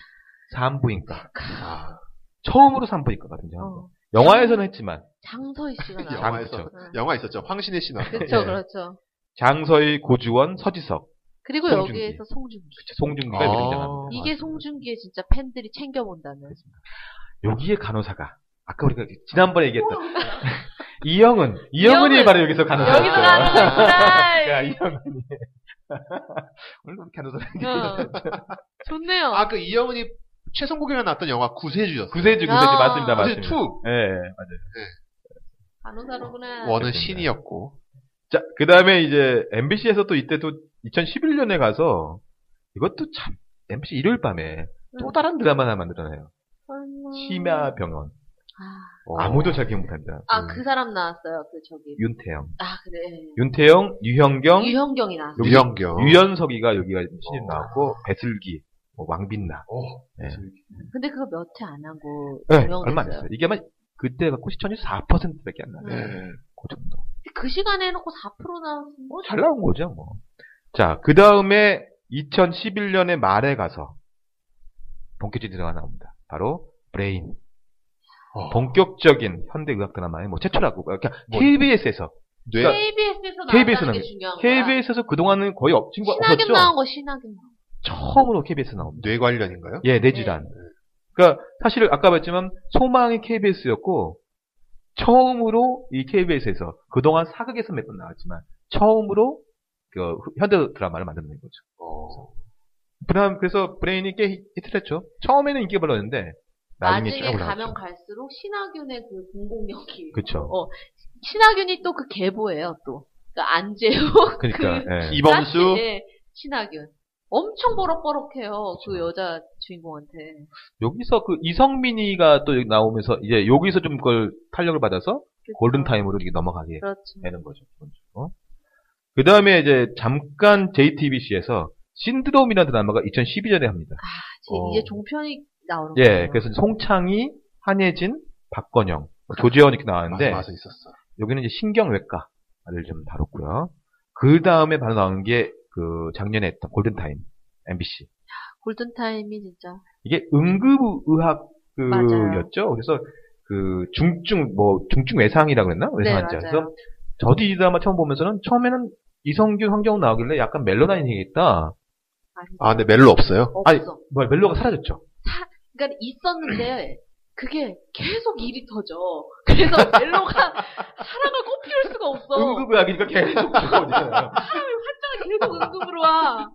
Speaker 2: 산부인과
Speaker 4: 아,
Speaker 2: 처음으로 산부인과가 등장한 거.
Speaker 3: 어,
Speaker 2: 영화에서는 했지만
Speaker 3: 장서희 씨가 나와.
Speaker 4: 영화에서
Speaker 3: 응.
Speaker 4: 영화 있었죠. 황신혜 씨 나왔죠.
Speaker 3: 그렇죠,
Speaker 2: 예.
Speaker 3: 그렇죠.
Speaker 2: 장서희, 고주원, 서지석,
Speaker 3: 그리고
Speaker 2: 송중기.
Speaker 3: 여기에서 송중기.
Speaker 2: 송중기가
Speaker 4: 아.
Speaker 2: 이렇게 등장합니다. 그렇죠.
Speaker 3: 이게 송중기의 진짜 팬들이 챙겨본다는.
Speaker 2: 여기에 간호사가 아까 우리가 지난번에 얘기했던 이영은 이영은이
Speaker 3: 이영은.
Speaker 2: 바로 여기서 간호사였어요.
Speaker 3: 여기서 간호사.
Speaker 2: 야 이영은이 오늘 간호사
Speaker 3: 응. 어. 좋네요.
Speaker 4: 아, 그 이영훈이 최성국이랑 나왔던 영화 구세주였어요.
Speaker 2: 구세주 구세주
Speaker 3: 아.
Speaker 2: 맞습니다
Speaker 4: 구세주
Speaker 2: 맞습니다.
Speaker 4: 2.
Speaker 2: 예 예, 맞아요.
Speaker 3: 간호사로구나.
Speaker 4: 원은
Speaker 2: 아, 그렇습니다.
Speaker 4: 신이었고.
Speaker 2: 자, 그 다음에 이제 MBC에서 또 이때 또 2011년에 가서 이것도 참 MBC 일요일 밤에 또 다른 드라마 하나 만들어내요. 음.
Speaker 3: 설마.
Speaker 2: 심야병원.
Speaker 3: 아,
Speaker 2: 아무도 잘 기억 못합니다.
Speaker 3: 아,
Speaker 2: 음,
Speaker 3: 그 사람 나왔어요. 그 저기.
Speaker 2: 윤태영.
Speaker 3: 아, 그래.
Speaker 2: 윤태영, 유형경,
Speaker 3: 유형경이 나왔어요.
Speaker 2: 여기-
Speaker 4: 유영경.
Speaker 2: 유연석이가 여기가 신인 나왔고 배슬기, 뭐 왕빛나.
Speaker 4: 오,
Speaker 2: 예.
Speaker 3: 근데 그거 몇 회 안 하고
Speaker 2: 네,
Speaker 3: 유명됐어요.
Speaker 2: 얼마 안 됐어요. 이게 아마 그때가 시청률 4%밖에 안 나요.
Speaker 4: 예.
Speaker 2: 그 정도.
Speaker 3: 그 시간에 해놓고 4% 나왔으면
Speaker 2: 뭐 잘 나온 거죠, 뭐. 자, 그 다음에 2011년에 말에 가서 본격적인 드라마 나옵니다. 바로 브레인.
Speaker 4: 어.
Speaker 2: 본격적인 현대의학 드라마의 뭐 최초라고. 그러니까
Speaker 4: 뭐.
Speaker 2: KBS에서.
Speaker 4: 뇌.
Speaker 2: 그러니까
Speaker 3: KBS에서
Speaker 2: KBS 는
Speaker 3: 나왔다는 게 중요한 거야.
Speaker 2: KBS에서 그동안은 거의 없, 친구
Speaker 3: 신하균
Speaker 2: 없었죠?
Speaker 3: 나온 거 신하균 나온 거.
Speaker 2: 처음으로 KBS 나옵니다.
Speaker 4: 뇌 관련인가요?
Speaker 2: 예, 내질환. 그러니까 사실 아까 봤지만 소망이 KBS였고 처음으로 이 KBS에서 그동안 사극에서 몇 번 나왔지만 처음으로 그 현대 드라마를 만들어낸 거죠.
Speaker 4: 어.
Speaker 2: 그다음 그래서 브레인이 꽤 히- 히트를 했죠. 처음에는 인기가 별로 였는데 나중에
Speaker 3: 나중에
Speaker 2: 쭉 올라갔죠.
Speaker 3: 가면 갈수록 신하균의 그 공공력이
Speaker 2: 그렇죠.
Speaker 3: 신하균이 또 그 계보예요 또 그러니까 안재호
Speaker 2: 그러니까 예.
Speaker 4: 이범수.
Speaker 3: 예, 신하균 엄청 버럭버럭해요 그
Speaker 2: 그렇죠.
Speaker 3: 여자 주인공한테
Speaker 2: 여기서 그 이성민이가 또 여기 나오면서 이제 여기서 좀 그걸 탄력을 받아서
Speaker 3: 그래서-
Speaker 2: 골든 타임으로 이렇게 넘어가게
Speaker 3: 그렇죠
Speaker 2: 되는 거죠. 기본적으로. 그 다음에 이제 잠깐 JTBC에서 신드롬이라는 드라마가 2012년에 합니다.
Speaker 3: 아, 지금
Speaker 4: 어.
Speaker 3: 이제 종편이 나오는 거예요
Speaker 2: 예, 그래서 송창희, 한예진, 박건영, 뭐 조재원 이렇게 나왔는데
Speaker 4: 아, 그 맛은 있었어.
Speaker 2: 여기는 이제 신경외과를 좀 다뤘고요. 그 다음에 바로 나온 게 그 작년에 했던 골든타임 MBC
Speaker 3: 골든타임이 진짜
Speaker 2: 이게 응급의학였죠.
Speaker 3: 맞아요.
Speaker 2: 그래서 그 중증 뭐 중증 외상이라고
Speaker 3: 네,
Speaker 2: 했나 외상 환자. 그래서 저도 이 드라마 처음 보면서는 처음에는 이성균 황정은 나오길래 약간 멜로나 인생이겠다.
Speaker 3: 아니,
Speaker 4: 아, 근데 멜로 없어요?
Speaker 3: 없어
Speaker 2: 아니, 뭐 멜로가 사라졌죠.
Speaker 3: 그러니까 있었는데 그게 계속 일이 터져 그래서 멜로가 사랑을 꽃피울 수가 없어
Speaker 2: 응급의학이니까 계속 들어오잖아요.
Speaker 3: 사람이 계속 응급으로 와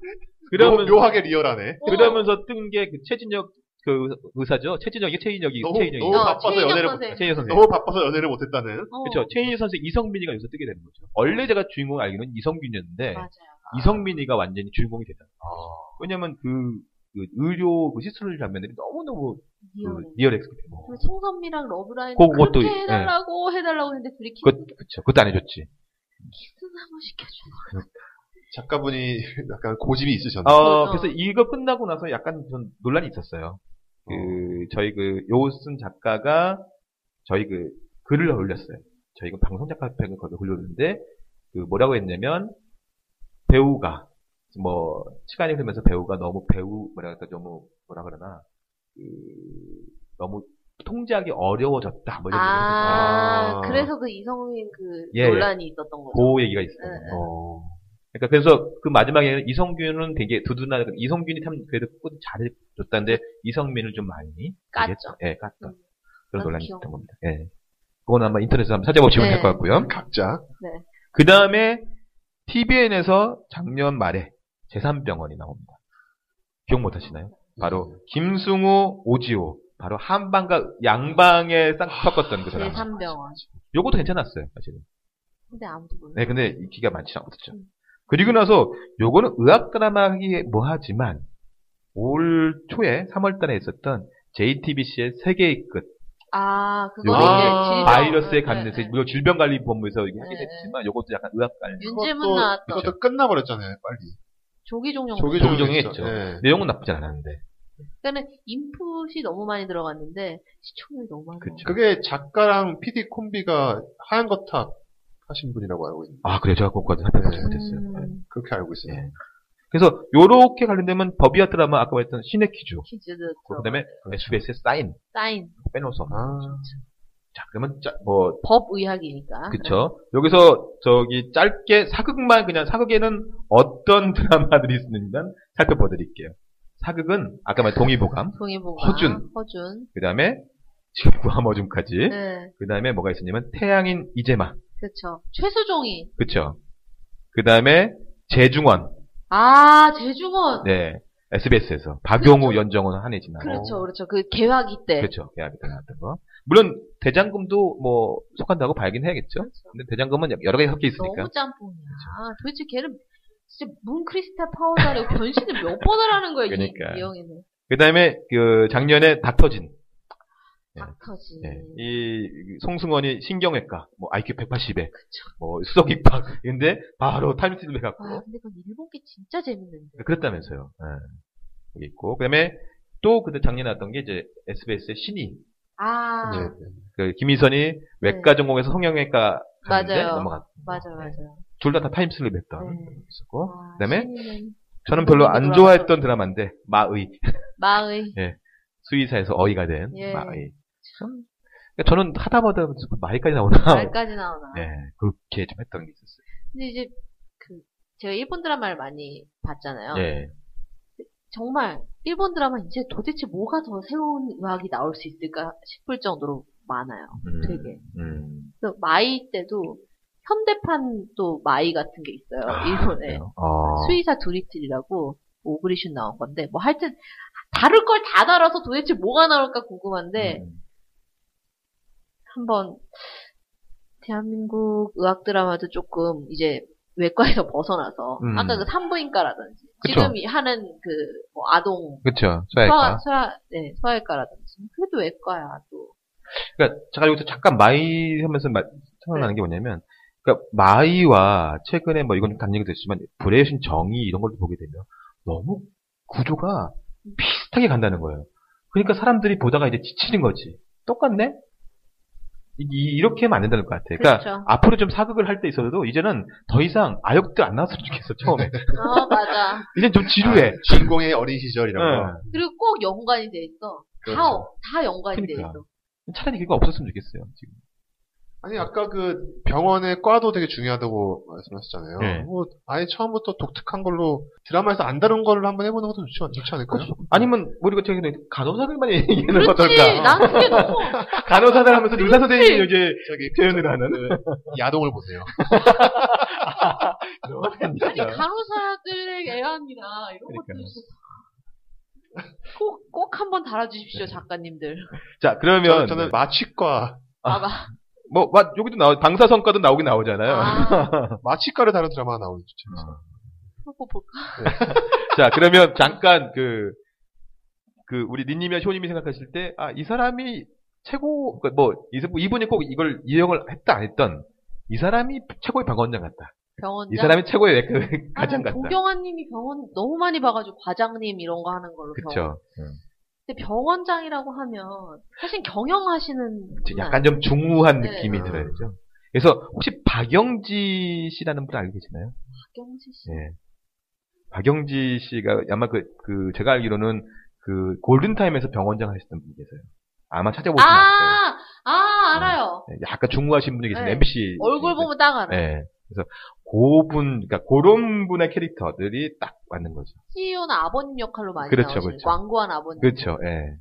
Speaker 2: 그러면
Speaker 4: 묘- 묘하게 리얼하네.
Speaker 3: 어.
Speaker 2: 그러면서 뜬 게 그 최진혁 그 의사죠. 최진혁이 최인혁이
Speaker 4: 너무-
Speaker 2: 최인혁이 네.
Speaker 4: 너무
Speaker 3: 어,
Speaker 4: 바빠서
Speaker 3: 최인영
Speaker 4: 연애를
Speaker 3: 선생.
Speaker 2: 최인혁 선생.
Speaker 4: 너무 바빠서 연애를 못했다는.
Speaker 3: 어,
Speaker 2: 그렇죠. 최인희 선생 이성민이가 여기서 뜨게 되는 거죠. 원래 제가 주인공 알기로는 이성균이었는데
Speaker 3: 맞아요
Speaker 2: 이성민이가 완전히 주인공이 되다.
Speaker 4: 아,
Speaker 2: 왜냐면 그, 그 의료 그 시술 장면들이 너무너무 그
Speaker 3: 리얼해.
Speaker 2: 리얼했기 때문에.
Speaker 3: 그리고 송선미랑 러브라인
Speaker 2: 그-
Speaker 3: 그렇게
Speaker 2: 그것도-
Speaker 3: 해달라고 해달라고 했는데 둘이 키스
Speaker 2: 그것, 그쵸. 그것도 안 해줬지.
Speaker 3: 키스나 한번 시켜줘.
Speaker 4: 작가분이 약간 고집이 있으셨네.
Speaker 2: 어,
Speaker 3: 그래서-
Speaker 2: 그래서 이거 끝나고 나서 약간 좀 논란이 있었어요. 그, 저희 그, 요슨 작가가 저희 그, 글을 올렸어요. 저희 그 방송작가협회에 거기 올렸는데, 그, 뭐라고 했냐면, 배우가, 뭐, 시간이 흐르면서 배우가 너무 배우, 뭐라 그럴까, 너무, 뭐라 그러나, 그, 너무 통제하기 어려워졌다. 뭐 이런 얘기를 했어요.
Speaker 3: 아,
Speaker 4: 아.
Speaker 3: 그래서 그 이성민 그
Speaker 2: 예,
Speaker 3: 논란이 있었던 거죠.
Speaker 2: 그 얘기가 있어요.
Speaker 3: 네.
Speaker 4: 어.
Speaker 2: 그러니까 그래서 그 마지막에는 이성균은 되게 두둔한 그러니까 이성균이 참 그래도 끝 잘해줬다는데 이성민을 좀 많이
Speaker 3: 깠죠.
Speaker 2: 되게- 예, 깠다.
Speaker 3: 음.
Speaker 2: 그런
Speaker 3: 그건
Speaker 2: 논란이
Speaker 3: 귀여워.
Speaker 2: 있던 겁니다. 예. 그건 아마 인터넷에서 한번 찾아보고 지면
Speaker 3: 네.
Speaker 2: 될 것 같고요.
Speaker 4: 각자.
Speaker 2: 그 다음에 TVN에서 작년 말에 제3병원이 나옵니다. 기억 못하시나요?
Speaker 3: 음.
Speaker 2: 바로 김승우, 오지호, 바로 한방과 양방에 쌍 섞었던 그
Speaker 3: 네,
Speaker 2: 사람.
Speaker 3: 제3병원.
Speaker 2: 요것도 괜찮았어요, 사실은.
Speaker 3: 근데 아무도 몰라. 음.
Speaker 2: 네, 근데 기가 많지 않았죠. 그리고 나서 요거는 의학 드라마 하기에 뭐하지만 올 초에 3월달에 있었던 JTBC의 세계의 끝
Speaker 3: 아, 그거
Speaker 2: 요거는
Speaker 3: 이제 질병.
Speaker 2: 바이러스에
Speaker 3: 네,
Speaker 2: 관련해서
Speaker 3: 네, 네.
Speaker 2: 물론 질병관리본부에서 얘기 하긴
Speaker 3: 네,
Speaker 2: 했지만 요것도 약간 의학 관련
Speaker 3: 윤질문 네. 나왔던
Speaker 4: 그것도 끝나버렸잖아요, 빨리.
Speaker 3: 조기종용.
Speaker 4: 조기 종용
Speaker 2: 조기종용이
Speaker 4: 했죠.
Speaker 2: 했죠. 네.
Speaker 4: 예.
Speaker 2: 내용은 나쁘지 않았는데
Speaker 3: 그러니까는 인풋이 너무 많이 들어갔는데 시청률이 너무 많아.
Speaker 2: 그쵸.
Speaker 4: 그게 작가랑 PD 콤비가 하얀 거탑 하신 분이라고 알고 있는데
Speaker 2: 아 그래요 제가 그것까지 살펴보지
Speaker 4: 네.
Speaker 2: 못했어요
Speaker 3: 음,
Speaker 4: 그렇게 알고 있어요.
Speaker 2: 예. 그래서 요렇게 관련되면 버비아 드라마 아까 말했던 신의 퀴즈
Speaker 3: 퀴즈도
Speaker 2: 그 다음에
Speaker 3: 그렇죠.
Speaker 2: SBS의 사인
Speaker 3: 사인
Speaker 2: 빼놓을 수 없는
Speaker 4: 아,
Speaker 2: 자 그러면 짜, 뭐
Speaker 3: 법의학이니까.
Speaker 2: 그쵸.
Speaker 3: 네.
Speaker 2: 여기서 저기 짧게 사극만 그냥 사극에는 어떤 드라마들이 있는지 살펴보드릴게요. 사극은 아까 말한 동의보감,
Speaker 3: 동의보감.
Speaker 2: 허준.
Speaker 3: 허준.
Speaker 2: 그 다음에 지구함어줌까지,
Speaker 3: 네,
Speaker 2: 그 다음에 뭐가 있었냐면 태양인 이재마,
Speaker 3: 그쵸. 최수종이.
Speaker 2: 그쵸. 그 다음에 재중원,
Speaker 3: 아, 재중원.
Speaker 2: 네 SBS에서 박용우,
Speaker 3: 그렇죠.
Speaker 2: 연정훈, 한혜진 나온 거.
Speaker 3: 그렇죠, 그렇죠. 그 개화기 때.
Speaker 2: 어. 그렇죠. 계약이 나왔던 거. 물론 대장금도 뭐 속한다고 봐야긴 해야겠죠.
Speaker 3: 그렇죠.
Speaker 2: 근데 대장금은 여러 개 섞여 있으니까.
Speaker 3: 너무 짬뽕이야. 도대체 걔는 진짜 문크리스탈 파워다를 변신을 몇 번을 하는 거야,
Speaker 2: 그러니까.
Speaker 3: 이, 이 형이는.
Speaker 2: 그 다음에 그 작년에 닥터진. 네.
Speaker 3: 닥터지.
Speaker 2: 예, 이 송승헌이 신경외과, 뭐 IQ 180에,
Speaker 3: 그쵸. 음.
Speaker 2: 뭐 수석 입학, 근데 바로 타임슬립 해갖고
Speaker 3: 아, 근데 그건 일본 게 진짜 재밌는데.
Speaker 2: 그랬다면서요. 예. 여기 있고 그다음에 또 그때 작년에 나왔던 게 이제 SBS의 신이,
Speaker 3: 아, 네.
Speaker 4: 네.
Speaker 2: 그 김희선이 외과 전공에서 성형외과 갔는데
Speaker 3: 맞아요.
Speaker 2: 넘어갔.
Speaker 3: 맞아요, 맞아요.
Speaker 2: 둘 다 다 타임슬립 했던
Speaker 3: 네.
Speaker 2: 있었고.
Speaker 3: 아,
Speaker 2: 네. 아, 그다음에
Speaker 3: 신인은
Speaker 2: 저는 별로
Speaker 3: 돌아가셨죠.
Speaker 2: 안 좋아했던 드라마인데 마의
Speaker 3: 마의.
Speaker 2: 수의사에서 어이가 된
Speaker 3: 예.
Speaker 2: 마의. 참, 그러니까 저는 하다 보다 보니까 마의까지 나오나.
Speaker 3: 말까지 나오나.
Speaker 2: 예, 그렇게 좀 했던 게 있었어요.
Speaker 3: 근데 이제 그 제가 일본 드라마를 많이 봤잖아요.
Speaker 2: 예.
Speaker 3: 정말 일본 드라마 이제 도대체 뭐가 더 새로운 의학이 나올 수 있을까 싶을 정도로 많아요.
Speaker 2: 음,
Speaker 3: 되게.
Speaker 2: 음.
Speaker 3: 그래서 마이 때도 현대판 또 마이 같은 게 있어요.
Speaker 2: 아,
Speaker 3: 일본에
Speaker 2: 그래요? 어.
Speaker 3: 수의사 두리틀이라고 오그리슌 나온 건데 뭐 하여튼 다룰 걸 다 달아서 도대체 뭐가 나올까 궁금한데
Speaker 2: 음.
Speaker 3: 한번 대한민국 의학 드라마도 조금 이제 외과에서 벗어나서
Speaker 2: 음.
Speaker 3: 아까 그 산부인과라든지
Speaker 2: 그쵸.
Speaker 3: 지금 이 하는 그 뭐 아동
Speaker 2: 그쵸, 그러니까
Speaker 3: 소아,
Speaker 2: 소아일까.
Speaker 3: 소아, 네, 소아일과라든지. 그래도 외과야, 또.
Speaker 2: 그러니까, 제가 여기서 잠깐 마이 하면서 마- 생각나는 게 뭐냐면, 그러니까, 마이와 최근에 뭐 이건 좀 다른 얘기 됐지만, 불의 신 정의 이런 걸 보게 되면, 너무 구조가 비슷하게 간다는 거예요. 그러니까 사람들이 보다가 이제 지치는 거지. 똑같네? 이- 이- 이렇게 하면 안 된다는 것 같아. 그러니까
Speaker 3: 그렇죠.
Speaker 2: 앞으로 좀 사극을 할 때 있어도 이제는 더 이상 아역들 안 나왔으면 좋겠어 처음에.
Speaker 3: 어, 맞아.
Speaker 2: 이제 좀 지루해. 네.
Speaker 4: 아, 주인공의 어린 시절 이런
Speaker 2: 응.
Speaker 4: 거.
Speaker 3: 그리고 꼭 연관이 돼 있어. 다,
Speaker 4: 그렇죠.
Speaker 3: 어- 다 연관이
Speaker 2: 그러니까.
Speaker 3: 돼 있어.
Speaker 2: 차라리 그거 없었으면 좋겠어요. 지금.
Speaker 4: 아니 아까 그 병원의 과도 되게 중요하다고 말씀하셨잖아요.
Speaker 2: 네.
Speaker 4: 뭐 아예 처음부터 독특한 걸로 드라마에서 안 다룬 걸로 한번 해보는 것도 좋지, 좋지 않을까요?
Speaker 2: 아니면 뭐 우리가 최근에 간호사들만 얘기하는 거
Speaker 3: 그렇지.
Speaker 2: 어떨까? 네.
Speaker 3: 난 그게 너무.
Speaker 2: 간호사들 하면서 의사 선생님이 이제
Speaker 4: 저기
Speaker 2: 표현을 하는
Speaker 4: 야동을 보세요.
Speaker 3: 아니, 간호사들의 애환이나 이런 것도
Speaker 2: 그러니까요.
Speaker 3: 있어. 꼭, 꼭 한번 달아주십시오,
Speaker 2: 네.
Speaker 3: 작가님들.
Speaker 2: 자
Speaker 4: 저는,
Speaker 2: 그러면
Speaker 4: 저는 마취과
Speaker 2: 아. 네,
Speaker 3: 봐봐.
Speaker 2: 뭐 마- 여기도 나오 방사선과도 나오긴 나오잖아요.
Speaker 3: 아,
Speaker 4: 마취과를 다룬 드라마가 나오는 죠
Speaker 3: 그거 볼까?
Speaker 2: 자 그러면 잠깐 그 그 우리 니님이나 쇼님이 생각하실 때 아 이 사람이 최고 그러니까 뭐 이- 이분이 꼭 이걸 이용을 했다 안 했던 이 사람이 최고의 병원장 같다.
Speaker 3: 병원장.
Speaker 2: 이 사람이 최고의 그, 외과 가장 같다.
Speaker 3: 도경아님이 병원 너무 많이 봐가지고 과장님 이런 거 하는 걸로 병원.
Speaker 2: 그쵸. 음.
Speaker 3: 근데 병원장이라고 하면 사실 경영하시는
Speaker 2: 이제
Speaker 3: 분
Speaker 2: 약간 좀 중후한
Speaker 3: 아. 네.
Speaker 2: 느낌이 들어야 되죠. 그래서 혹시 박영지 씨라는 분 알고 계시나요?
Speaker 3: 박경수 씨.
Speaker 2: 예. 박영지 씨가 아마 그, 그 제가 알기로는 그 골든타임에서 병원장 하셨던 분이 계세요. 아마 찾아보시면 알
Speaker 3: 아, 아, 알아요.
Speaker 2: 거예요. 네, 약간 중후하신 분이 계세요.
Speaker 3: 네.
Speaker 2: MBC.
Speaker 3: 얼굴 보면 딱 알아요.
Speaker 2: 예. 그래서 고분, 그러니까 그런 분의 캐릭터들이 딱 맞는 거죠.
Speaker 3: CEO는 아버님 역할로 많이
Speaker 2: 그렇죠,
Speaker 3: 나오시는
Speaker 2: 그렇죠.
Speaker 3: 완고한 아버님.
Speaker 2: 그렇죠. 예.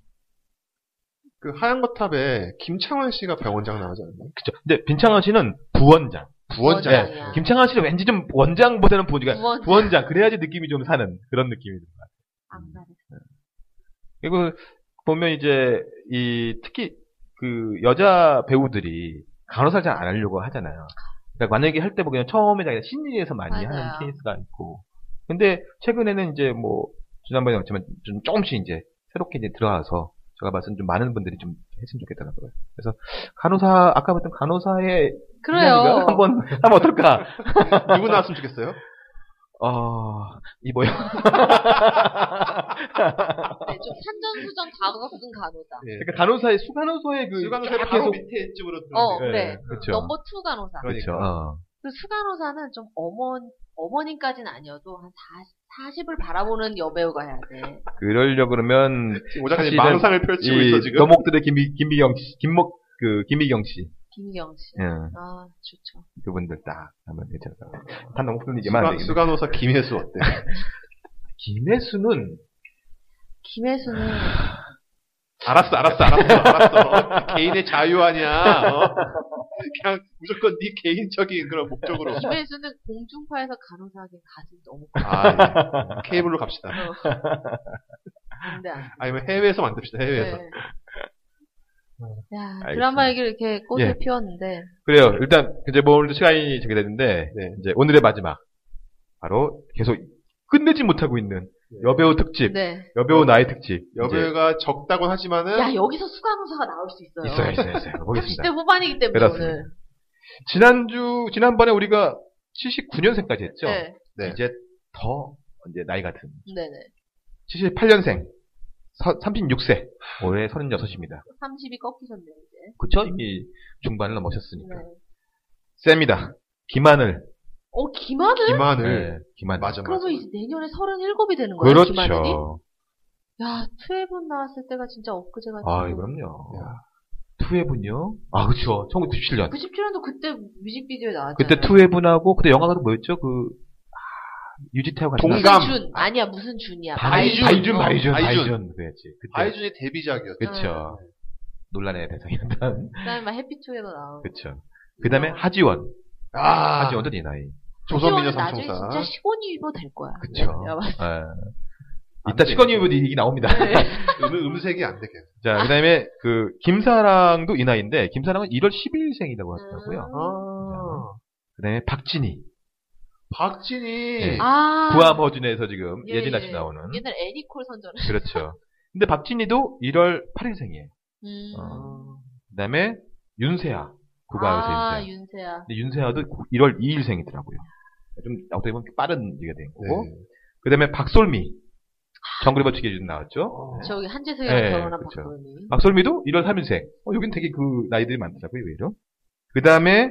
Speaker 4: 그 하얀 거탑에 김창완 씨가 병원장 나오지 않나요? 그
Speaker 2: 그렇죠. 근데 빈창원 씨는 부원장.
Speaker 4: 부원장.
Speaker 2: 네. 김창원 씨는 왠지 좀 원장보다는 부원장.
Speaker 3: 부원장.
Speaker 2: 부원장. 그래야지 느낌이 좀 사는 그런 느낌이 듭니다. 그러니까 그리고 보면 이제 이 특히 그 여자 배우들이 간호사를 잘 안 하려고 하잖아요. 그러니까 만약에 할 때 보면 처음에 자기가 신의에서 많이
Speaker 3: 맞아요.
Speaker 2: 하는 케이스가 있고. 근데 최근에는 이제 뭐 지난번에 왔지만 좀 조금씩 이제 새롭게 이제 들어와서 제가 봤을 때 좀 많은 분들이 좀 했으면 좋겠다는 거예요. 그래서 간호사 아까 봤던 간호사의
Speaker 3: 그래요.
Speaker 2: 이야기가 한번 한번 어떨까?
Speaker 4: 누구 나왔으면 좋겠어요? 예.
Speaker 2: 어, 이 뭐야?
Speaker 3: 네, 좀 산전수전 다 겪은 간호사.
Speaker 4: 예.
Speaker 2: 그러니까 간호사의 수간호사의 그쫙
Speaker 4: 수간호사
Speaker 2: 계속-
Speaker 4: 바로 밑에 집으로 들어.
Speaker 3: 어,
Speaker 2: 예,
Speaker 3: 그래.
Speaker 2: 그렇죠.
Speaker 3: 넘버 투 간호사.
Speaker 4: 그러니까.
Speaker 2: 그렇죠. 어.
Speaker 3: 그 수간호사는 좀 어머 어머님까지는 아니어도 한 40, 40을 바라보는 여배우가 해야 돼.
Speaker 2: 그러려 그러면
Speaker 4: 지금 오작가님
Speaker 2: 사실은
Speaker 4: 망상을 펼치고 있어
Speaker 2: 이
Speaker 4: 지금.
Speaker 2: 너목들의 김미 김미경 씨, 김목 그 김미경 씨,
Speaker 3: 김경 씨.
Speaker 2: 예,
Speaker 3: 아 좋죠.
Speaker 2: 그분들 딱 한번 괜찮다. 단 너목들 얘기만 안
Speaker 4: 수간,
Speaker 2: 되겠네.
Speaker 4: 수간호사 김혜수 어때?
Speaker 2: 김혜수는
Speaker 3: 김혜수는
Speaker 4: 알았어, 알았어, 알았어, 알았어. 개인의 자유 아니야. 어? 그냥 무조건 네 개인적인 그런 목적으로.
Speaker 3: 김혜수는 공중파에서 간호사하기 가슴 너무 커.
Speaker 4: 아, 예. 케이블로 갑시다.
Speaker 3: 근데 안
Speaker 4: 아니면 해외에서 만듭시다,
Speaker 2: 예.
Speaker 4: 해외에서.
Speaker 3: 네. 야, 드라마 얘기를 이렇게 꽃을
Speaker 2: 예.
Speaker 3: 피웠는데
Speaker 2: 그래요. 일단 이제 뭐 오늘도 시간이 저게 됐는데
Speaker 4: 네.
Speaker 2: 이제 오늘의 마지막 바로 계속 끝내지 못하고 있는 여배우 특집,
Speaker 3: 네.
Speaker 2: 여배우 나이 특집.
Speaker 4: 여배우가 적다곤 하지만은
Speaker 3: 야, 여기서 수간호사가 나올 수 있어요.
Speaker 2: 이제 있어요, 있어요, 있어요. 보겠습니다.
Speaker 3: 30대 후반이기 때문에
Speaker 2: 그렇습니다.
Speaker 3: 오늘.
Speaker 2: 지난주 지난번에 우리가 79년생까지 했죠.
Speaker 3: 네.
Speaker 4: 네.
Speaker 2: 이제 더 이제 나이 같은
Speaker 3: 네, 네.
Speaker 2: 78년생 36세 올해 36입니다.
Speaker 3: 30이 꺾이셨네요, 이제.
Speaker 2: 그쵸? 이미 중반을 넘으셨으니까.
Speaker 3: 네.
Speaker 2: 셉니다. 김하늘.
Speaker 3: 어, 김하늘?
Speaker 4: 김한을
Speaker 2: 네, 김하늘.
Speaker 4: 맞아, 맞아.
Speaker 3: 그러면 이제 내년에 37이 되는 거예요, 김하늘이?
Speaker 2: 그렇죠.
Speaker 3: 야, 트웨븐 나왔을 때가 진짜 엊그제 같은
Speaker 2: 아, 그럼요. 투웨분요? 아, 그쵸. 1997년.
Speaker 3: 97년도 그때 뮤직비디오에 나왔잖아요.
Speaker 2: 그때 투웨분하고, 그때 영화가 뭐였죠? 그, 아, 유지태하고 같이.
Speaker 4: 동감.
Speaker 2: 나왔던-
Speaker 3: 무슨 준? 아니야, 무슨 준이야. 어,
Speaker 2: 바이준.
Speaker 4: 바이준,
Speaker 2: 바이준, 어,
Speaker 4: 바이준.
Speaker 2: 바이준, 바이준. 아. 그래야지. 그때.
Speaker 4: 아이준의 데뷔작이었죠.
Speaker 2: 그쵸. 논란의 대상이었던.
Speaker 3: 그다음에 막 해피투게더 나오고.
Speaker 2: 그쵸. 그 다음에 하지원.
Speaker 4: 아,
Speaker 2: 하지원도 이 나이.
Speaker 4: 조선미녀
Speaker 3: 하지원은 나중에 진짜
Speaker 4: 삼총사.
Speaker 3: 시곤이로 될 거야.
Speaker 2: 그쵸.
Speaker 3: 야,
Speaker 2: 예. 아. 이따 시건이부터 이 나옵니다.
Speaker 3: 네.
Speaker 4: 음, 음색이 안 되게.
Speaker 2: 자, 그 다음에 그, 김사랑도 이 나이인데, 김사랑은 1월
Speaker 3: 음.
Speaker 2: 11일생이라고 하더라고요.
Speaker 4: 아,
Speaker 2: 그 다음에 박진희.
Speaker 4: 박진이.
Speaker 2: 네.
Speaker 3: 아.
Speaker 2: 구암허준에서 지금
Speaker 3: 예,
Speaker 2: 예진아
Speaker 3: 예.
Speaker 2: 씨 나오는.
Speaker 3: 옛날 애니콜 선전.
Speaker 2: 그렇죠. 근데 박진희도 1월 8일생이에요.
Speaker 3: 음.
Speaker 2: 어. 그 다음에 윤세아. 구가에서
Speaker 3: 아,
Speaker 2: 윤세아.
Speaker 3: 윤세야.
Speaker 2: 근데 윤세아도 1월 2일생이더라고요. 좀 어떻게 보면 빠른 얘기가 된 거고.
Speaker 4: 네.
Speaker 2: 그 다음에 박솔미. 정글의 법칙에 요즘 나왔죠.
Speaker 4: 어.
Speaker 3: 저기 한재석이랑
Speaker 2: 예,
Speaker 3: 결혼한
Speaker 2: 그쵸.
Speaker 3: 박보영이.
Speaker 2: 박솔미도 1월 3일생. 어, 여긴 되게 그 나이들이 많더라고요, 의외로. 그 다음에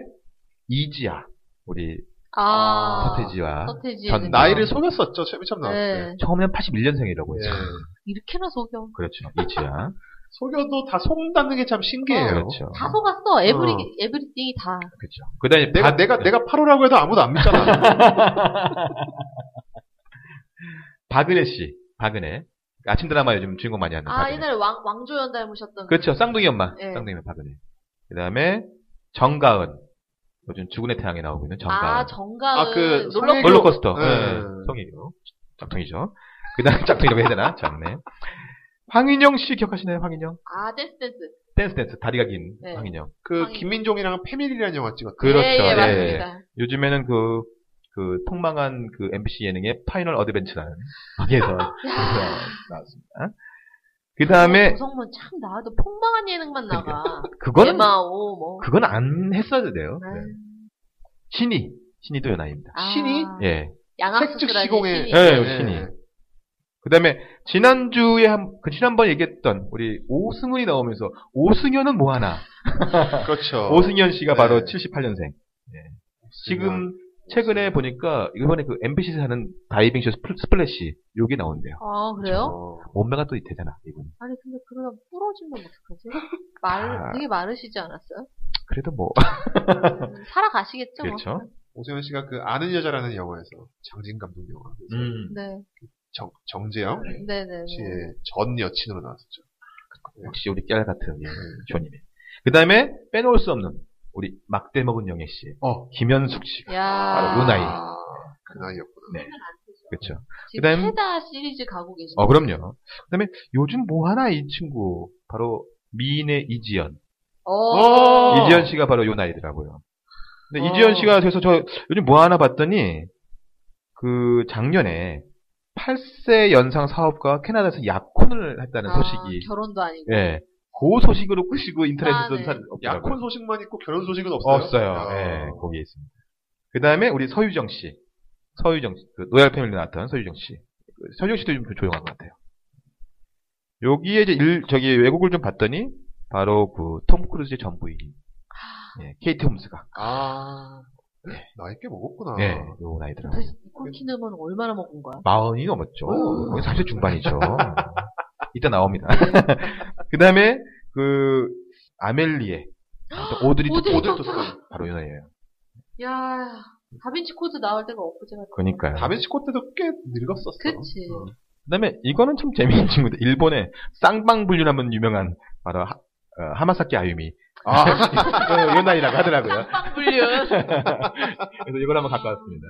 Speaker 2: 이지아. 우리
Speaker 3: 아.
Speaker 2: 서태지와.
Speaker 3: 서태지.
Speaker 2: 전-
Speaker 4: 나이를 속였었죠, 처음 처음 나왔을 때.
Speaker 3: 네.
Speaker 2: 처음에는 81년생이라고
Speaker 4: 예.
Speaker 2: 했죠.
Speaker 3: 이렇게나 속여.
Speaker 2: 그렇죠. 이지아.
Speaker 4: 속여도 다 속는다는 게 참 신기해요.
Speaker 2: 그렇죠.
Speaker 3: 다 속았어. 에브리,
Speaker 4: 어.
Speaker 3: 에브리띵이 다.
Speaker 2: 그렇죠. 그 다음에
Speaker 4: 내가 내가 내가 8호라고 해도 아무도 안 믿잖아.
Speaker 2: 박은혜 씨, 박은혜. 아침 드라마 요즘 주인공 많이 하는
Speaker 3: 아,
Speaker 2: 박은혜.
Speaker 3: 옛날에 왕, 왕조연 닮으셨던.
Speaker 2: 네, 그렇죠. 쌍둥이 엄마.
Speaker 3: 예.
Speaker 2: 쌍둥이 엄마 박은혜. 그 다음에 정가은. 요즘 죽은의 태양에 나오고 있는 정가은.
Speaker 3: 아, 정가은.
Speaker 4: 아, 그
Speaker 3: 놀러
Speaker 4: 성혜교-
Speaker 2: 롤러코스터.
Speaker 4: 예.
Speaker 2: 예. 성희교. 짝퉁이죠. 그 다음에 짝퉁이라고 해야 되나? 장네. 황인영 씨 기억하시나요? 황인영?
Speaker 3: 아, 댄스 댄스.
Speaker 2: 댄스 댄스. 다리가 긴
Speaker 3: 네.
Speaker 2: 황인영.
Speaker 4: 그
Speaker 3: 황인.
Speaker 4: 김민종이랑 패밀리라는 영화 찍었.
Speaker 2: 그렇죠.
Speaker 3: 예, 예,
Speaker 2: 예.
Speaker 3: 맞습니다.
Speaker 2: 요즘에는 그, 그 통망한 그 MBC 예능의 파이널 어드벤처라는 거기에서 나왔습니다. 그 다음에
Speaker 3: 어,
Speaker 2: 그러니까.
Speaker 3: 조성문 참 나와도 폭망한 예능만 나가.
Speaker 2: 그거는
Speaker 3: 예마오 뭐.
Speaker 2: 그건 안 했어도 돼요. 네.
Speaker 3: 아,
Speaker 2: 신이 신이도 연하입니다.
Speaker 3: 아,
Speaker 4: 신이?
Speaker 2: 예.
Speaker 3: 양학수
Speaker 4: 색즉
Speaker 3: 쓰라니
Speaker 4: 시공의-
Speaker 3: 신이.
Speaker 2: 예, 신이. 그다음에 지난주에 한, 그 지난번 얘기했던 우리 오승훈이 나오면서 오승현은 뭐 하나?
Speaker 4: 그렇죠.
Speaker 2: 오승현 씨가
Speaker 4: 네.
Speaker 2: 바로 78년생. 지금 최근에 보니까 이번에 그 MBC에서 하는 다이빙 쇼 스플- 스플래시 요게 나온대요.
Speaker 3: 아,
Speaker 2: 그렇죠.
Speaker 3: 그래요?
Speaker 4: 어.
Speaker 2: 몸매가 또 되잖아 이분.
Speaker 3: 아니, 근데 그러다 부러지면 어떡하지? 말,
Speaker 2: 아.
Speaker 3: 되게 마르시지 않았어요?
Speaker 2: 그래도 뭐
Speaker 3: 음, 살아가시겠죠? 뭐.
Speaker 2: 그렇죠.
Speaker 4: 오승현 씨가 그 아는 여자라는 영화에서 장진 감독 영화
Speaker 2: 음.
Speaker 3: 네.
Speaker 4: 정 정재영
Speaker 3: 네네.
Speaker 4: 씨의 전 여친으로 나왔었죠.
Speaker 2: 역시 우리 깨알 같은 쇼님이. 그다음에 빼놓을 수 없는 우리 막대 먹은 영애 씨,
Speaker 4: 어,
Speaker 2: 김현숙 씨.
Speaker 3: 야.
Speaker 2: 예. 바로 요 나이.
Speaker 4: 그 나이였구나.
Speaker 2: 그렇죠.
Speaker 3: 지금
Speaker 2: 그다음-
Speaker 3: 최다 시리즈 가고 계시죠
Speaker 2: 어, 그럼요. 그 다음에 요즘 뭐 하나 이 친구. 바로 미인의 이지연.
Speaker 3: 어.
Speaker 4: 어.
Speaker 2: 이지연 씨가 바로 요 나이더라고요. 근데
Speaker 3: 어.
Speaker 2: 이지현 씨가 그래서 저 요즘 뭐 하나 봤더니 그 작년에 8세 연상 사업가 캐나다에서 약혼을 했다는 소식이
Speaker 3: 아, 결혼도 아니고.
Speaker 2: 예. 그 소식으로 끄시고
Speaker 3: 아, 네.
Speaker 2: 인터넷에서 아,
Speaker 4: 약혼 소식만 있고 결혼 소식은 없어요. 아.
Speaker 2: 없어요.
Speaker 4: 야.
Speaker 2: 예, 거기에 있습니다. 그 다음에 우리 서유정 씨. 서유정 씨. 그 로얄 패밀리 나왔던 서유정 씨. 그 서유정 씨도 좀 조용한 것 같아요. 여기에 이제 일, 저기 외국을 좀 봤더니 바로 그 톰 크루즈의 전부인 예, 케이트 홈스가
Speaker 4: 아. 나이 꽤 먹었구나.
Speaker 2: 예, 요 나이더라고요.
Speaker 3: 도대체 니콜 키드먼 얼마나 먹은 거야?
Speaker 2: 마흔이 넘었죠. 거의 30 중반이죠. 이따 나옵니다. 그 다음에, 그, 아멜리에. 또 오드리
Speaker 3: 오드리
Speaker 2: 헵-
Speaker 3: 헵-
Speaker 2: 헵- 바로 이 나이에요.
Speaker 3: 야 다빈치 코드 나올 때가 엊그제 같아.
Speaker 2: 그니까요. 그
Speaker 4: 다빈치 코 때도 꽤 늙었었어.
Speaker 3: 그치.
Speaker 4: 어.
Speaker 2: 다음에, 이거는 참 재미있는 친구들. 일본의 쌍방불류라면 유명한, 바로, 하, 어, 하마사키 아유미. 어,
Speaker 4: 아,
Speaker 2: 요, 요 나이라고 하더라고요.
Speaker 3: 쌍방 불륜.
Speaker 2: 그래서 이걸 한번 갖고 왔습니다.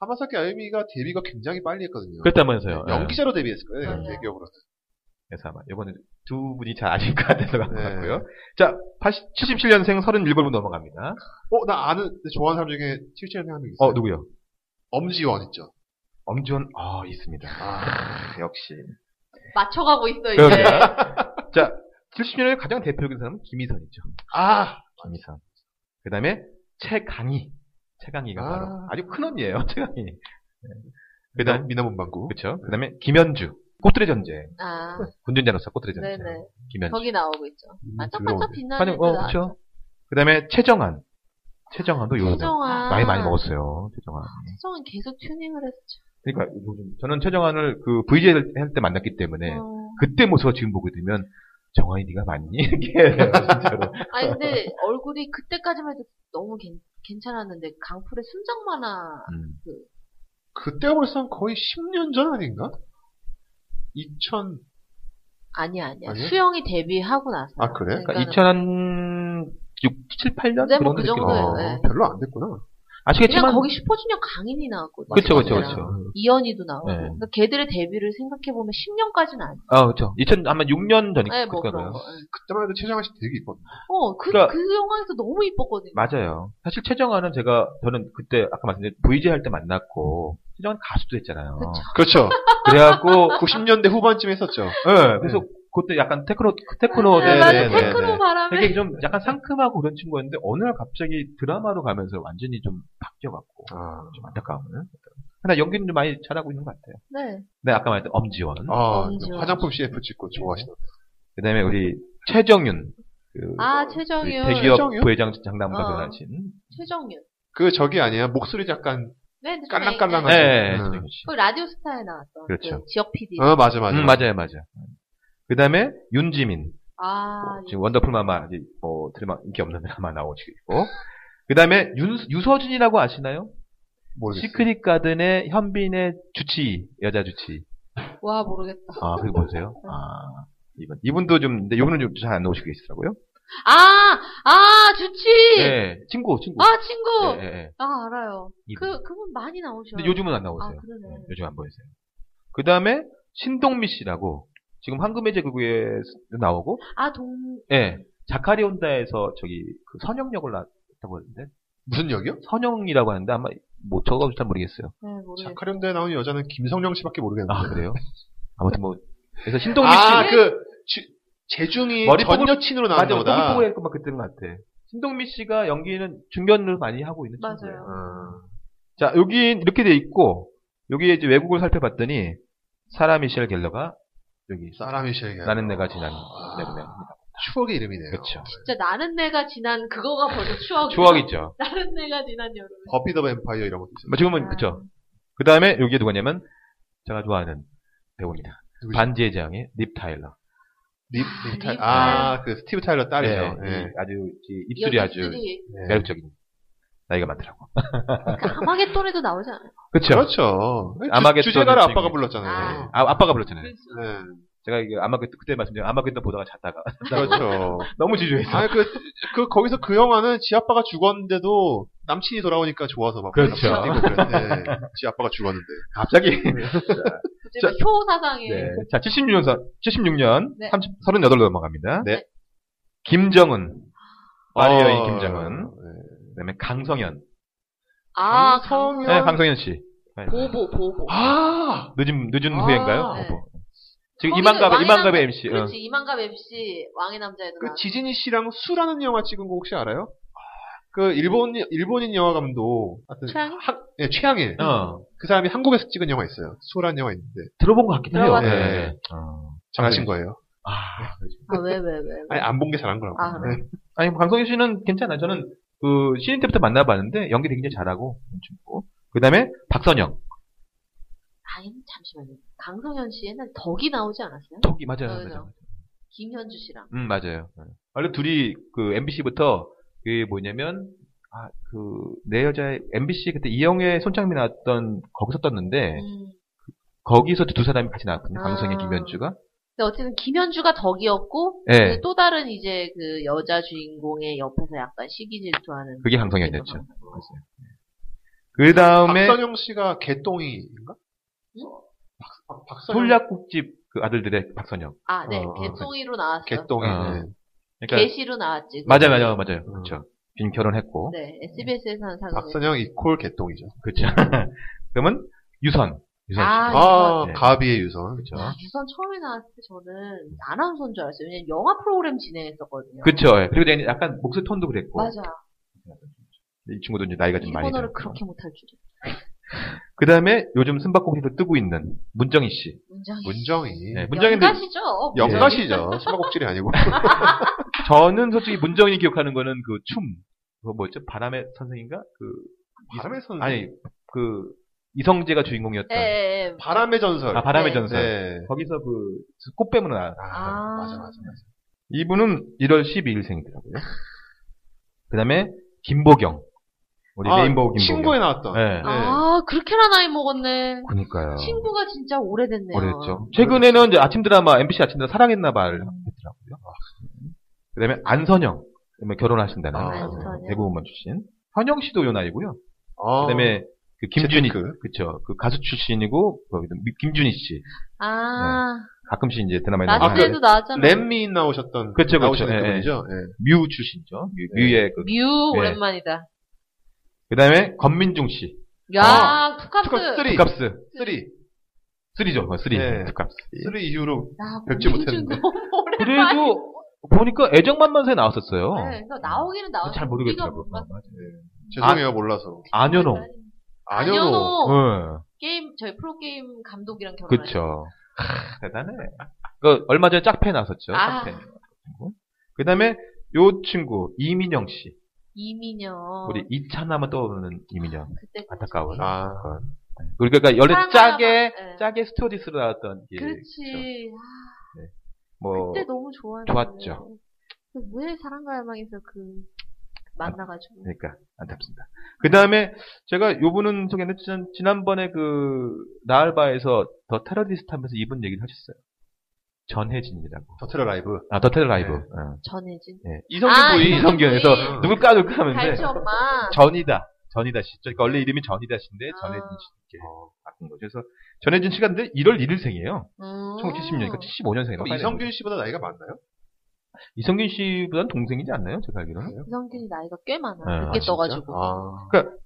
Speaker 4: 하마사키 아유미가 데뷔가 굉장히 빨리 했거든요.
Speaker 2: 그렇죠.
Speaker 4: 네,
Speaker 2: 그렇다면서요. 어,
Speaker 4: 연기자로 데뷔했을 거예요.
Speaker 3: 맞아요.
Speaker 4: 내 기억으로는.
Speaker 2: 그래서 아마, 요거는 두 분이 잘 아실 것 같아서 갖고
Speaker 4: 네.
Speaker 2: 왔고요. 자, 80, 77년생 37번 넘어갑니다.
Speaker 4: 어, 나 아는 좋아하는 사람 중에 77년 생각이 있어요.
Speaker 2: 어, 누구요?
Speaker 4: 엄지원 있죠.
Speaker 2: 엄지원, 아, 있습니다. 아, 역시.
Speaker 3: 맞춰가고 있어, 이제.
Speaker 2: 그러니까. 자, 70년의 가장 대표적인 사람은 김희선이죠.
Speaker 4: 아,
Speaker 2: 김희선. 그 다음에 최강희. 최강희가
Speaker 4: 아. 네.
Speaker 2: 바로 아주 큰 언니예요, 최강희. 그 다음,
Speaker 4: 미남, 미남문방구. 네.
Speaker 2: 그쵸. 그 다음에 김현주. 꽃들의 전쟁.
Speaker 3: 아,
Speaker 2: 군전자로서 꽃들의 전쟁.
Speaker 3: 네네.
Speaker 2: 김현주.
Speaker 3: 거기 나오고 있죠.
Speaker 4: 음,
Speaker 3: 반짝반짝 빛나는.
Speaker 2: 아니, 어, 그쵸. 그 다음에 최정한. 최정한도 요즘
Speaker 3: 최정환.
Speaker 2: 나이 많이 먹었어요, 최정한.
Speaker 3: 수정은 계속 튜닝을 해서 참.
Speaker 2: 그러니까 요즘 저는 최정한을 그 VJ 할 때 만났기 때문에
Speaker 3: 어.
Speaker 2: 그때 모습을 지금 보게 되면 정한이 네가 맞니? 이렇게 진짜로.
Speaker 3: 아니, 근데 얼굴이 그때까지만 해도 너무 괜, 괜찮았는데, 강풀의 순정만화.
Speaker 2: 음.
Speaker 4: 그때가 벌써 거의 10년 전 아닌가? 2000,
Speaker 3: 아니야, 아니야.
Speaker 4: 아니요?
Speaker 3: 수영이 데뷔하고 나서.
Speaker 4: 아, 그래?
Speaker 2: 그러니까 2006, 7, 8년
Speaker 3: 네,
Speaker 2: 그런
Speaker 3: 뭐
Speaker 2: 느낌.
Speaker 3: 그
Speaker 4: 어,
Speaker 3: 정도예요. 네.
Speaker 4: 별로 안 됐구나.
Speaker 3: 그냥
Speaker 2: 아시겠지만
Speaker 3: 거기 슈퍼주니어 강인이 나왔거든.
Speaker 2: 그쵸, 그쵸,
Speaker 3: 맞아요.
Speaker 2: 그쵸.
Speaker 3: 이연이도 나오고.
Speaker 2: 네.
Speaker 3: 그러니까 걔들의 데뷔를 생각해보면 10년까지는 아니야.
Speaker 2: 아, 그렇죠. 2000 아마 6년 전이
Speaker 3: 네, 뭐 그런
Speaker 2: 그거예요.
Speaker 3: 거.
Speaker 4: 그때만 해도 최정아 씨 되게 이뻤.
Speaker 3: 어, 그,
Speaker 2: 그러니까-
Speaker 3: 그 영화에서 너무 이뻤거든요.
Speaker 2: 맞아요. 사실 최정아는 제가 저는 그때 아까 말씀드린 VJ 할 때 만났고 최정아 가수도 했잖아요.
Speaker 3: 그쵸.
Speaker 4: 그렇죠.
Speaker 2: 래갖고
Speaker 4: 90년대 후반쯤 했었죠.
Speaker 2: 예, 그래서 그때 약간 테크노 테크노
Speaker 4: 네,
Speaker 3: 네, 맞아.
Speaker 4: 네, 네,
Speaker 3: 테크노
Speaker 4: 네.
Speaker 3: 바람에.
Speaker 2: 되게 좀 약간 상큼하고 그런 친구였는데 어느 날 갑자기 드라마로 가면서 완전히 좀 바뀌어갖고
Speaker 4: 아,
Speaker 2: 좀 안타까움은. 근데 연기는 좀 많이 잘하고 있는 것 같아요.
Speaker 3: 네.
Speaker 2: 네, 아까 말했던 엄지원.
Speaker 3: 어.
Speaker 4: 아,
Speaker 3: 엄지원.
Speaker 4: 화장품 CF 찍고
Speaker 2: 네.
Speaker 4: 좋아하시던.
Speaker 2: 그다음에 우리 최정윤. 그
Speaker 3: 아, 최정윤.
Speaker 2: 우리 대기업
Speaker 4: 최정윤?
Speaker 2: 부회장 장남과
Speaker 3: 어.
Speaker 4: 음,
Speaker 2: 변하신.
Speaker 3: 최정윤.
Speaker 4: 그 저기 아니야 맞아. 약간
Speaker 3: 네, 근데 좀
Speaker 4: 깔랑깔랑한-
Speaker 3: 애- 애-
Speaker 2: 네,
Speaker 4: 음.
Speaker 2: 최정윤 씨.
Speaker 3: 그 라디오 스타에 나왔던.
Speaker 2: 그렇죠.
Speaker 3: 그 지역 PD.
Speaker 4: 어 맞아 맞아.
Speaker 2: 음, 맞아요, 맞아요. 그 다음에 윤지민.
Speaker 3: 아,
Speaker 2: 지금 원더풀 마마, 이제 뭐, 드라마, 인기 없는 드라마 나오시고 있고. 그 다음에 윤, 유서진이라고 아시나요?
Speaker 4: 모르겠어.
Speaker 2: 시크릿 가든의 현빈의 주치, 여자 주치.
Speaker 3: 예. 와, 모르겠다.
Speaker 2: 아, 그게 뭐세요? 아, 이분. 이분도 좀, 근데 이분은 좀 잘 안 나오시고 계시더라고요.
Speaker 3: 아, 아, 주치!
Speaker 4: 예.
Speaker 2: 네, 친구, 친구.
Speaker 3: 아, 친구!
Speaker 2: 예, 예, 예.
Speaker 3: 아, 알아요.
Speaker 2: 이분.
Speaker 3: 그, 그분 많이 나오셔.
Speaker 2: 근데 요즘은 안 나오세요.
Speaker 3: 아, 그러네.
Speaker 2: 네, 요즘 안 보이세요. 그 다음에 신동미 씨라고 지금 황금의 제국에 나오고,
Speaker 3: 아, 동,
Speaker 2: 예, 자카리 온다에서 저기 그 선영 역을 맡았다고 했는데
Speaker 4: 무슨 역이요?
Speaker 2: 선영이라고 하는데 아마 뭐 저거 잘 모르겠어요.
Speaker 3: 네, 모르겠어요.
Speaker 4: 자카련대에 나오는 여자는 김성령 씨밖에 모르겠는데.
Speaker 2: 아 그래요? 아무튼 뭐 그래서 신동미 씨
Speaker 4: 아, 그, 주- 재중이
Speaker 2: 머리
Speaker 4: 전
Speaker 2: 뽀글-
Speaker 4: 여친으로 나온
Speaker 2: 맞아
Speaker 4: 거다.
Speaker 2: 뽀글뽀글 했고 막 그때는 같아. 신동미 씨가 연기는 중견을 많이 하고 있는
Speaker 3: 맞아요.
Speaker 2: 친구예요. 어.
Speaker 4: 아,
Speaker 2: 자 여기 이렇게 돼 있고 여기에 이제 외국을 살펴봤더니 사라 미셸 갤러가 여기
Speaker 4: 사람이 실게.
Speaker 2: 나는 내가 지난 내가 내
Speaker 4: 추억의 이름이네요.
Speaker 2: 그렇죠.
Speaker 3: 진짜 나는 내가 지난 그거가 벌써 추억이.
Speaker 2: 추억이죠.
Speaker 3: 나는 내가 지난 여름.
Speaker 4: 버피 더 뱀파이어 이런 것도 있어요.
Speaker 2: 뭐 지금은
Speaker 3: 아.
Speaker 2: 그쵸. 그 다음에 여기에 누가냐면 제가 좋아하는 배우입니다.
Speaker 4: 누구지?
Speaker 2: 반지의 제왕의 립 타일러.
Speaker 4: 립,
Speaker 3: 아,
Speaker 4: 립 타일-
Speaker 3: 립
Speaker 4: 아, 그 스티브 타일러 딸이죠.
Speaker 2: 예,
Speaker 4: 예.
Speaker 2: 이 아주 이 입술이
Speaker 3: 그 여기
Speaker 2: 아주
Speaker 3: 입술이.
Speaker 4: 예.
Speaker 2: 매력적인 나이가 많더라고.
Speaker 3: 아마겟돈에도 나오잖아요.
Speaker 2: 그렇죠.
Speaker 4: 그렇죠.
Speaker 2: 아마겟돈의
Speaker 4: 주, 제가를
Speaker 2: 주인공.
Speaker 4: 아빠가 불렀잖아요.
Speaker 2: 아, 아빠가 불렀잖아요.
Speaker 3: 그래서.
Speaker 4: 네.
Speaker 2: 제가 이게 아마겟 그때 말씀드린 아마겟도 보다가 잤다가
Speaker 4: 그렇죠.
Speaker 2: 너무 지루해서.
Speaker 4: 아, 그, 그, 거기서 그 영화는 지 아빠가 죽었는데도 남친이 돌아오니까 좋아서 막.
Speaker 2: 그렇죠.
Speaker 4: 남친이고 그랬는데, 지 아빠가 죽었는데.
Speaker 2: 갑자기.
Speaker 3: 그때 막 효 사상에.
Speaker 2: 네. 자, 76년 76년
Speaker 3: 예. 네.
Speaker 2: 30, 38로 넘어갑니다.
Speaker 4: 네.
Speaker 2: 김정은. 파리 여인
Speaker 4: 어,
Speaker 2: 김정은.
Speaker 4: 예.
Speaker 2: 그다음에 강성현.
Speaker 3: 아,
Speaker 4: 강성현.
Speaker 2: 네, 강성현 씨. 네.
Speaker 3: 보보, 보보.
Speaker 4: 아!
Speaker 2: 늦은 늦은
Speaker 4: 아,
Speaker 2: 후예인가요?
Speaker 3: 네.
Speaker 2: 뭐. 지금
Speaker 3: 거기는
Speaker 2: 이만갑
Speaker 3: 왕의
Speaker 2: 이만갑의
Speaker 3: 남자-
Speaker 2: MC. 어.
Speaker 3: 그렇지, 이만갑 MC, 왕의 남자에도
Speaker 4: 그
Speaker 3: 나왔
Speaker 2: 그렇죠.
Speaker 4: 지진이 씨랑 수라는 영화 찍은 거 혹시 알아요? 그 일본 일본인 영화 감독 하여튼
Speaker 3: 취향이?
Speaker 4: 한- 예, 최양일.
Speaker 2: 어.
Speaker 4: 그 사람이 한국에서 찍은 영화 있어요. 수라는 영화 있는데
Speaker 2: 들어본 것 같긴 해요.
Speaker 3: 들어봤어요.
Speaker 2: 네. 어.
Speaker 4: 잘하신 거예요.
Speaker 2: 아,
Speaker 3: 아, 왜, 왜, 왜. 왜.
Speaker 4: 아니 안 본 게 잘한 거라고.
Speaker 3: 아, 그래요?
Speaker 4: 네.
Speaker 2: 아니 뭐 강성현 씨는 괜찮아요. 저는 그 신인 때부터 만나봤는데 연기 되게 잘하고 괜찮고. 그다음에 박선영.
Speaker 3: 아, 얘는 잠시만요. 강성현 씨 옛날에 덕이 나오지 않았어요?
Speaker 2: 토끼 맞아요.
Speaker 3: 맞아요.
Speaker 2: 맞아요.
Speaker 3: 김현주 씨랑.
Speaker 2: 음 맞아요. 네. 원래 둘이 그 MBC부터 그게 뭐냐면 아 그 내 여자의 MBC 그때 이영애 손창민 나왔던 거기서 떴는데
Speaker 3: 음.
Speaker 2: 거기서 두 사람이 같이 나왔거든요.
Speaker 3: 아.
Speaker 2: 강성현 김현주가.
Speaker 3: 근데 어쨌든 김현주가 덕이었고,
Speaker 2: 네.
Speaker 3: 그또 다른 이제 그 여자 주인공의 옆에서 약간 시기 질투하는.
Speaker 2: 그게 강성현이었죠.
Speaker 3: 그래서
Speaker 2: 그 다음에
Speaker 4: 박선영 씨가 개똥이인가?
Speaker 3: 응?
Speaker 4: 박, 박선영
Speaker 2: 솔약국집 그 아들들의 박선영.
Speaker 3: 아, 네.
Speaker 4: 어,
Speaker 3: 개똥이로 나왔어. 요
Speaker 4: 개똥이.
Speaker 2: 어.
Speaker 4: 네.
Speaker 2: 그러니까
Speaker 3: 개시로 나왔지.
Speaker 2: 맞아 맞아 맞아요.
Speaker 4: 음.
Speaker 2: 그렇죠. 빈 결혼했고.
Speaker 3: 네. SBS에서 하는 사극.
Speaker 4: 박선영
Speaker 2: 네.
Speaker 4: 이콜 개똥이죠.
Speaker 2: 그렇죠. 그러면 유선. 유선 씨.
Speaker 3: 아,
Speaker 4: 아,
Speaker 2: 네.
Speaker 4: 가비의 유선.
Speaker 2: 그렇죠.
Speaker 3: 아, 유선 처음에 나왔을 때 저는 아나운서인 줄 알았어요. 왜냐면 영화 프로그램 진행했었거든요.
Speaker 2: 그렇죠. 예. 그리고 이제 약간 목소리 톤도 그랬고.
Speaker 3: 맞아.
Speaker 2: 이 친구도 이제 나이가 좀 많이.
Speaker 3: 일본어를
Speaker 2: 들었고.
Speaker 3: 그렇게 못할 줄이야.
Speaker 2: 그 다음에 요즘 숨바꼭질로 뜨고 있는 문정희 씨.
Speaker 3: 문장이.
Speaker 4: 문정이.
Speaker 2: 네, 문정인데
Speaker 3: 가시죠.
Speaker 4: 영가시죠. 수박꼭질이 아니고.
Speaker 2: 저는 솔직히 문정희 기억하는 거는 그 춤. 그거 뭐였죠? 바람의 선생인가? 그
Speaker 4: 바람의 선.
Speaker 2: 아니 그 이성재가 주인공이었던.
Speaker 3: 예, 예, 예.
Speaker 4: 바람의 전설.
Speaker 2: 아 바람의
Speaker 3: 네.
Speaker 2: 전설.
Speaker 4: 네.
Speaker 2: 거기서 그 꽃뱀으로 나.
Speaker 4: 아,
Speaker 3: 아.
Speaker 4: 맞아 맞아 맞아.
Speaker 2: 이분은 1월 12일생이더라고요. 그 다음에 김보경. 우리
Speaker 4: 아,
Speaker 2: 레인보우 김보경.
Speaker 4: 친구에 나왔던.
Speaker 2: 네.
Speaker 3: 아, 그렇게나 나이 먹었네.
Speaker 2: 그니까요.
Speaker 3: 친구가 진짜 오래됐네요.
Speaker 2: 어. 오래됐죠. 최근에는 이제 아침 드라마, MBC 아침 드라마 사랑했나봐를 했더라고요. 그 다음에 안선영. 그다음에 결혼하신다는. 어,
Speaker 4: 아,
Speaker 3: 안선영.
Speaker 2: 대구문만 출신. 현영 씨도 요 나이고요.
Speaker 4: 아.
Speaker 2: 그 다음에 그 김준희.
Speaker 4: 재테크.
Speaker 2: 그쵸. 그 가수 출신이고, 그 김준희 씨.
Speaker 3: 아,
Speaker 2: 네. 가끔씩 이제 드라마에
Speaker 3: 라스에도
Speaker 2: 그
Speaker 3: 나왔잖아.
Speaker 4: 램미인 나오셨던
Speaker 2: 그쵸, 그쵸.
Speaker 4: 나오시는
Speaker 2: 예,
Speaker 4: 그분이죠. 예.
Speaker 2: 뮤 출신이죠. 뮤,
Speaker 4: 네.
Speaker 2: 뮤의 그.
Speaker 3: 뮤,
Speaker 2: 네.
Speaker 3: 오랜만이다.
Speaker 2: 그 다음에 건민중 씨.
Speaker 3: 야,
Speaker 4: 아,
Speaker 3: 투캅스.
Speaker 4: 투캅스 쓰리.
Speaker 2: 값스.
Speaker 4: 쓰리
Speaker 2: 쓰리죠, 뭐 쓰리.
Speaker 4: 네.
Speaker 2: 값.
Speaker 4: 쓰리
Speaker 2: 아.
Speaker 4: 이후로
Speaker 3: 야,
Speaker 4: 뵙지
Speaker 3: 민준
Speaker 4: 못했는데.
Speaker 3: 너무 오랜만이야.
Speaker 2: 예. 그래도 보니까 애정만만세 나왔었어요.
Speaker 3: 네, 그래서 나오기는 나왔는데
Speaker 2: 잘 모르겠더라고. 요 아,
Speaker 4: 죄송해요 몰라서.
Speaker 2: 안현홍.
Speaker 4: 안현호.
Speaker 3: 안현호
Speaker 2: 응.
Speaker 3: 게임 저희 프로 게임 감독이랑 결혼.
Speaker 2: 네. 그쵸. 하, 대단해. 그 얼마 전에 짝패 나왔었죠.
Speaker 3: 아.
Speaker 2: 짝패. 그다음에 요 친구 이민영 씨.
Speaker 3: 이민영.
Speaker 2: 우리 이찬하면 떠오르는 이민영.
Speaker 3: 그때 그
Speaker 2: 안타까운.
Speaker 4: 아.
Speaker 2: 그러니까 원래
Speaker 3: 사랑하나
Speaker 2: 짜게
Speaker 3: 봐. 네.
Speaker 2: 짜게 스튜어디스로 나왔던 게
Speaker 3: 그렇지. 아,
Speaker 2: 뭐
Speaker 3: 그때 너무 좋았는데.
Speaker 2: 좋았죠.
Speaker 3: 왜 사랑과 열망에서 그 만나가지고.
Speaker 2: 그러니까 안타깝습니다. 그 다음에 제가 요분은 소개했는데 지난- 지난번에 그 나알바에서 더 테러리스트 하면서 이분 얘기를 하셨어요. 전혜진이라고.
Speaker 4: 더트러 라이브.
Speaker 2: 아, 더 테러 라이브.
Speaker 4: 네.
Speaker 2: 어.
Speaker 3: 전혜진.
Speaker 2: 예.
Speaker 4: 이성균
Speaker 3: 아,
Speaker 4: 부인.
Speaker 2: 이성균에서
Speaker 4: 부인.
Speaker 2: 누굴 까줄까 하는데
Speaker 3: 갈치 엄마.
Speaker 2: 전이다. 전이다 씨죠. 그러니까 원래 이름이 전이다 씨인데
Speaker 3: 아.
Speaker 2: 전혜진 씨 이렇게 바꾼 거죠. 그래서 전혜진 씨가 근데 1월 1일생이에요.
Speaker 4: 아.
Speaker 3: 음.
Speaker 2: 1970년, 그러니까 75년생이에요.
Speaker 4: 어, 이성균 씨보다 나이가 많나요?
Speaker 2: 이성균 씨보다는 동생이지 않나요? 제가 알기로는.
Speaker 3: 이성균이 나이가 꽤 많아.
Speaker 2: 네.
Speaker 3: 늦게
Speaker 2: 아,
Speaker 3: 떠가지고.
Speaker 4: 아.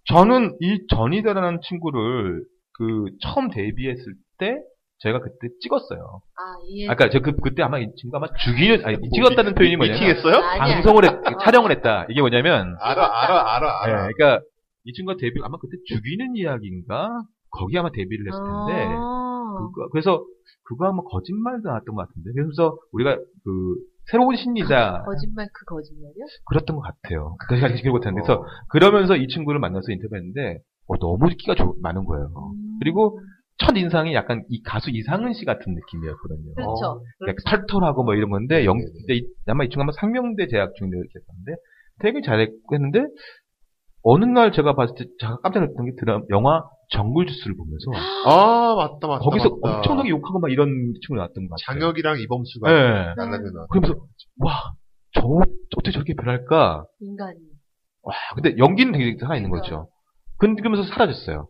Speaker 2: 저는 이 전이다라는 친구를 그 처음 데뷔했을 때 제가 그때 찍었어요.
Speaker 3: 아, 이해.
Speaker 2: 아까 저 그, 그때 아마 이 친구 아마 죽이는 아니 찍었다는 표현이 뭐냐면
Speaker 4: 뭐, 미치겠어요?
Speaker 3: 아니야.
Speaker 2: 방송을 했, 그 촬영을 했다. 이게 뭐냐면
Speaker 4: 알아 알아 알아
Speaker 2: 예,
Speaker 4: 알아.
Speaker 2: 그러니까 이 친구가 데뷔 아마 그때 죽이는 이야기인가 거기 아마 데뷔를 했을 텐데
Speaker 3: 아.
Speaker 2: 그거- 그래서 그거 아마 거짓말도 나왔던 것 같은데 그래서 우리가 그 새로운 신이다
Speaker 3: 거짓말 그 거짓말이야?
Speaker 2: 그랬던 것 같아요. 그때까지 기억 못하는데 네, 그래서 그러면서 이 친구를 만나서 인터뷰했는데 어, 너무 끼가 좋- 많은 거예요.
Speaker 3: 음.
Speaker 2: 어. 그리고 첫 인상이 약간 이 가수 이상은 씨 같은 느낌이었거든요.
Speaker 3: 그렇죠.
Speaker 4: 어.
Speaker 2: 약간
Speaker 3: 그렇죠.
Speaker 2: 털털하고 뭐 이런 건데 영
Speaker 4: 네네.
Speaker 2: 근데 이- 아마 이 친구 아마 상명대 재학 중인데 이렇게 했는데 되게 잘했고 했는데 어느 날 제가 봤을 때 제가 깜짝 놀랐던 게 드라 영화 정글 주스를 보면서
Speaker 4: 아 맞다 맞다.
Speaker 2: 거기서
Speaker 4: 맞다.
Speaker 2: 엄청나게 욕하고 막 이런 친구 나왔던 것 같아요.
Speaker 4: 장혁이랑 이범수가
Speaker 2: 예.
Speaker 4: 만나면 나.
Speaker 2: 그러면서 와, 저 어떻게 저렇게 변할까?
Speaker 3: 인간이.
Speaker 2: 와, 근데 연기는 되게 살아 있는 거죠. 근 그러면서 사라졌어요.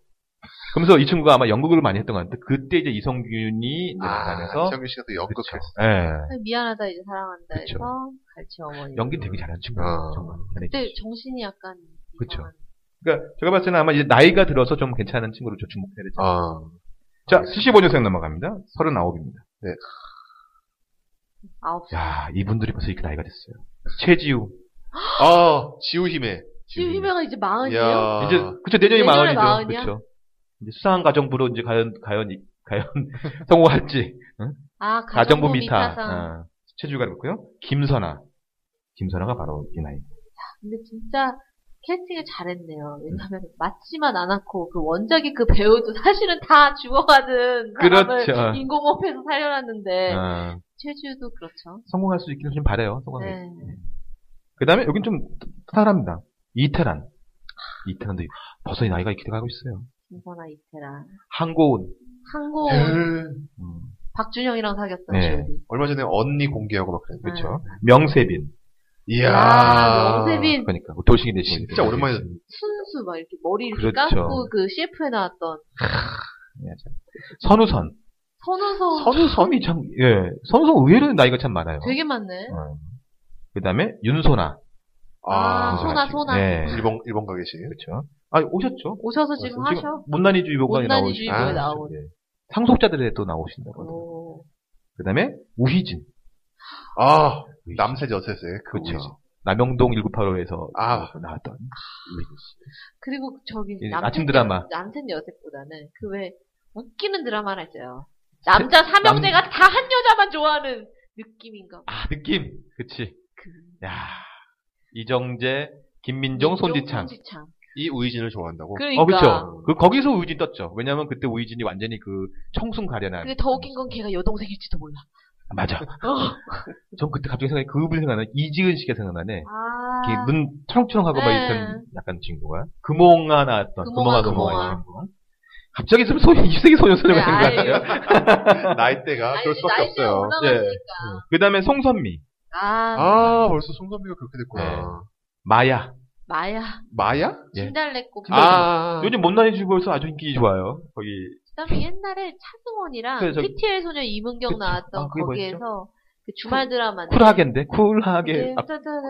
Speaker 2: 그러면서 이 친구가 아마 연극을 많이 했던 것 같은데 그때 이제 이성균이 이제
Speaker 4: 아,
Speaker 2: 나가면서
Speaker 4: 이성균 씨가 또 연극했어.
Speaker 2: 예.
Speaker 3: 아니, 미안하다 이제 사랑한다
Speaker 2: 그쵸.
Speaker 3: 해서 갈치 어머니.
Speaker 2: 연기 되게 잘하는 친구예요.
Speaker 4: 어.
Speaker 2: 정말.
Speaker 3: 그때 정신이 약간
Speaker 2: 그쵸.
Speaker 3: 이상한.
Speaker 2: 그러니까 제가 봤을 때는 아마 이제 나이가 들어서 좀 괜찮은 친구로 좀 주목해야 되죠.
Speaker 4: 아,
Speaker 2: 자, 75년생 넘어갑니다. 39입니다.
Speaker 3: 아홉 살.
Speaker 2: 야, 이분들이 벌써 이렇게 나이가 됐어요. 최지우.
Speaker 4: 아, 지우힘에.
Speaker 3: 지금 희명아 이제 마흔이에요.
Speaker 4: 이야.
Speaker 2: 이제 그쵸 내년이
Speaker 3: 내년에
Speaker 2: 마흔이죠.
Speaker 3: 마흔이야?
Speaker 2: 그쵸. 이제 수상한 가정부로 이제 과연 과연 이- 과연 성공할지
Speaker 3: 아
Speaker 2: 가정부
Speaker 3: 가정부
Speaker 2: 미타
Speaker 3: 미타상.
Speaker 2: 어, 최주가 그렇고요. 김선아. 김선아가 바로 이 나이.
Speaker 3: 근데 진짜 캐스팅을 잘했네요. 왜냐면 맞지만 않았고 그 원작의 그 배우도 사실은 다 죽어가는 사람을
Speaker 2: 그렇죠.
Speaker 3: 인공호흡해서 살려놨는데
Speaker 2: 어,
Speaker 3: 최주도 그렇죠.
Speaker 2: 성공할 수 있기를 좀 바래요. 성공할.
Speaker 3: 네.
Speaker 2: 그다음에 여긴 좀 특별합니다. 이태란. 이태란도 이- 벌써 이 나이가 이렇게 가고 있어요.
Speaker 3: 김선아 이태라.
Speaker 2: 한고은.
Speaker 3: 항공
Speaker 4: 헐.
Speaker 2: 음,
Speaker 3: 박준영이랑 사귀었던
Speaker 2: 네.
Speaker 3: 지오디.
Speaker 4: 얼마 전에 언니 공개하고 막 그랬는데.
Speaker 2: 그렇죠.
Speaker 3: 아.
Speaker 2: 명세빈.
Speaker 4: 이야.
Speaker 3: 야, 명세빈
Speaker 2: 그러니까 돌싱이 되신
Speaker 4: 진짜 오랜만에
Speaker 3: 순수 막 이렇게 머리 이렇게
Speaker 2: 그렇죠.
Speaker 3: 감고 그 CF에 나왔던
Speaker 2: 선우선.
Speaker 3: 선우성
Speaker 2: 선우선이 참, 예. 선우선 의외로 나이가 참 많아요.
Speaker 3: 되게 많네.
Speaker 2: 어. 그 다음에 윤소나.
Speaker 3: 아,
Speaker 4: 아,
Speaker 3: 소나 소나
Speaker 2: 네.
Speaker 4: 일본, 일본 가 계신.
Speaker 2: 그렇죠. 아, 오셨죠?
Speaker 3: 오셔서 지금 하셔.
Speaker 2: 못난이 주의보관이
Speaker 3: 못난이
Speaker 2: 나오시고.
Speaker 4: 주의보에
Speaker 3: 나오고.
Speaker 2: 예. 상속자들에 또 나오신다고.
Speaker 3: 오.
Speaker 2: 그 다음에 우희진.
Speaker 4: 아, 남세 저세세. 그
Speaker 2: 그쵸.
Speaker 4: 우리지.
Speaker 2: 남영동 1985에서
Speaker 4: 아.
Speaker 2: 나왔던 우희진 씨.
Speaker 3: 그리고 저기
Speaker 2: 예,
Speaker 3: 남편
Speaker 2: 아침 드라마.
Speaker 3: 남편 여색보다는 그 왜 웃기는 드라마 하나 있어요. 남자 삼형제가 다 한 여자만 좋아하는 느낌인가.
Speaker 2: 아, 느낌. 그치.
Speaker 3: 그
Speaker 2: 야 이정재, 김민종, 손지창.
Speaker 3: 손지창.
Speaker 4: 이 우이진을 좋아한다고.
Speaker 3: 그러니까.
Speaker 2: 어, 그쵸. 그, 거기서 우희진 떴죠. 왜냐면 그때 우희진이 완전히 그 청순 가련한.
Speaker 3: 근데 더 웃긴 건 걔가 여동생일지도 몰라.
Speaker 2: 아, 맞아.
Speaker 3: 어.
Speaker 2: 전 그때 갑자기 생각이 그분 생각나네. 이지은 씨가 생각나네.
Speaker 3: 아.
Speaker 2: 이렇게 예. 눈 초롱초롱하고 막
Speaker 3: 네.
Speaker 2: 이런 약간 친구가 금홍아 나왔던 금홍아
Speaker 3: 금홍아, 금홍아.
Speaker 2: 금홍아 금홍아. 갑자기 무슨 소녀 20세기 소녀소녀가
Speaker 3: 네, 아이,
Speaker 2: 생각나요.
Speaker 4: 아, 나이대가 그럴 수밖에
Speaker 3: 나이대가
Speaker 4: 없어요.
Speaker 2: 예.
Speaker 3: 올라갔으니까.
Speaker 2: 네. 그다음에 송선미,
Speaker 3: 아,
Speaker 4: 아, 벌써 송선미가 그렇게 됐구나.
Speaker 2: 마야.
Speaker 3: 마야.
Speaker 4: 마야?
Speaker 2: 예.
Speaker 3: 진달래꽃.
Speaker 4: 아,
Speaker 2: 요즘 못난이 주부에서 아주 인기 좋아요. 거기
Speaker 3: 그다음에 옛날에 차승원이랑
Speaker 2: 그래, 저기-
Speaker 3: PTL 소녀 이문경
Speaker 2: 그쵸.
Speaker 3: 나왔던
Speaker 2: 아, 그게
Speaker 3: 거기에서 그 주말 드라마.
Speaker 2: 쿨하게인데
Speaker 3: 네.
Speaker 2: 쿨하게. 아,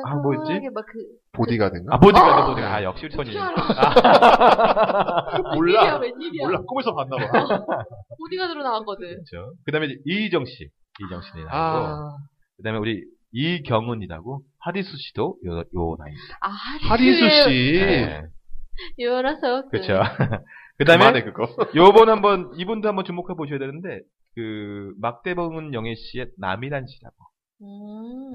Speaker 2: 아, 뭐였지?
Speaker 3: 막그
Speaker 4: 보디가든가?
Speaker 2: 아
Speaker 3: 어!
Speaker 2: 보디가드 보디가드. 아 역시 천이. 아.
Speaker 4: 몰라.
Speaker 3: 웬일이야.
Speaker 4: 몰라, 꿈에서 봤나 봐.
Speaker 3: 보디가 들어 나왔거든.
Speaker 2: 그렇죠. 그다음에 이제 이희정 씨, 이희정 씨는 나고.
Speaker 4: 아,
Speaker 2: 그다음에 우리 이경은이라고 하리수 씨도 요, 요 나이입니다.
Speaker 3: 아,
Speaker 4: 하리수 씨.
Speaker 2: 네.
Speaker 3: 요라서.
Speaker 2: 그렇죠.
Speaker 3: 네.
Speaker 2: 그다음에
Speaker 4: 그만해, 그거.
Speaker 2: 요번 한번 이분도 한번 주목해 보셔야 되는데 그 막대범은 영애 씨의 남이란 씨라고 아,
Speaker 3: 음.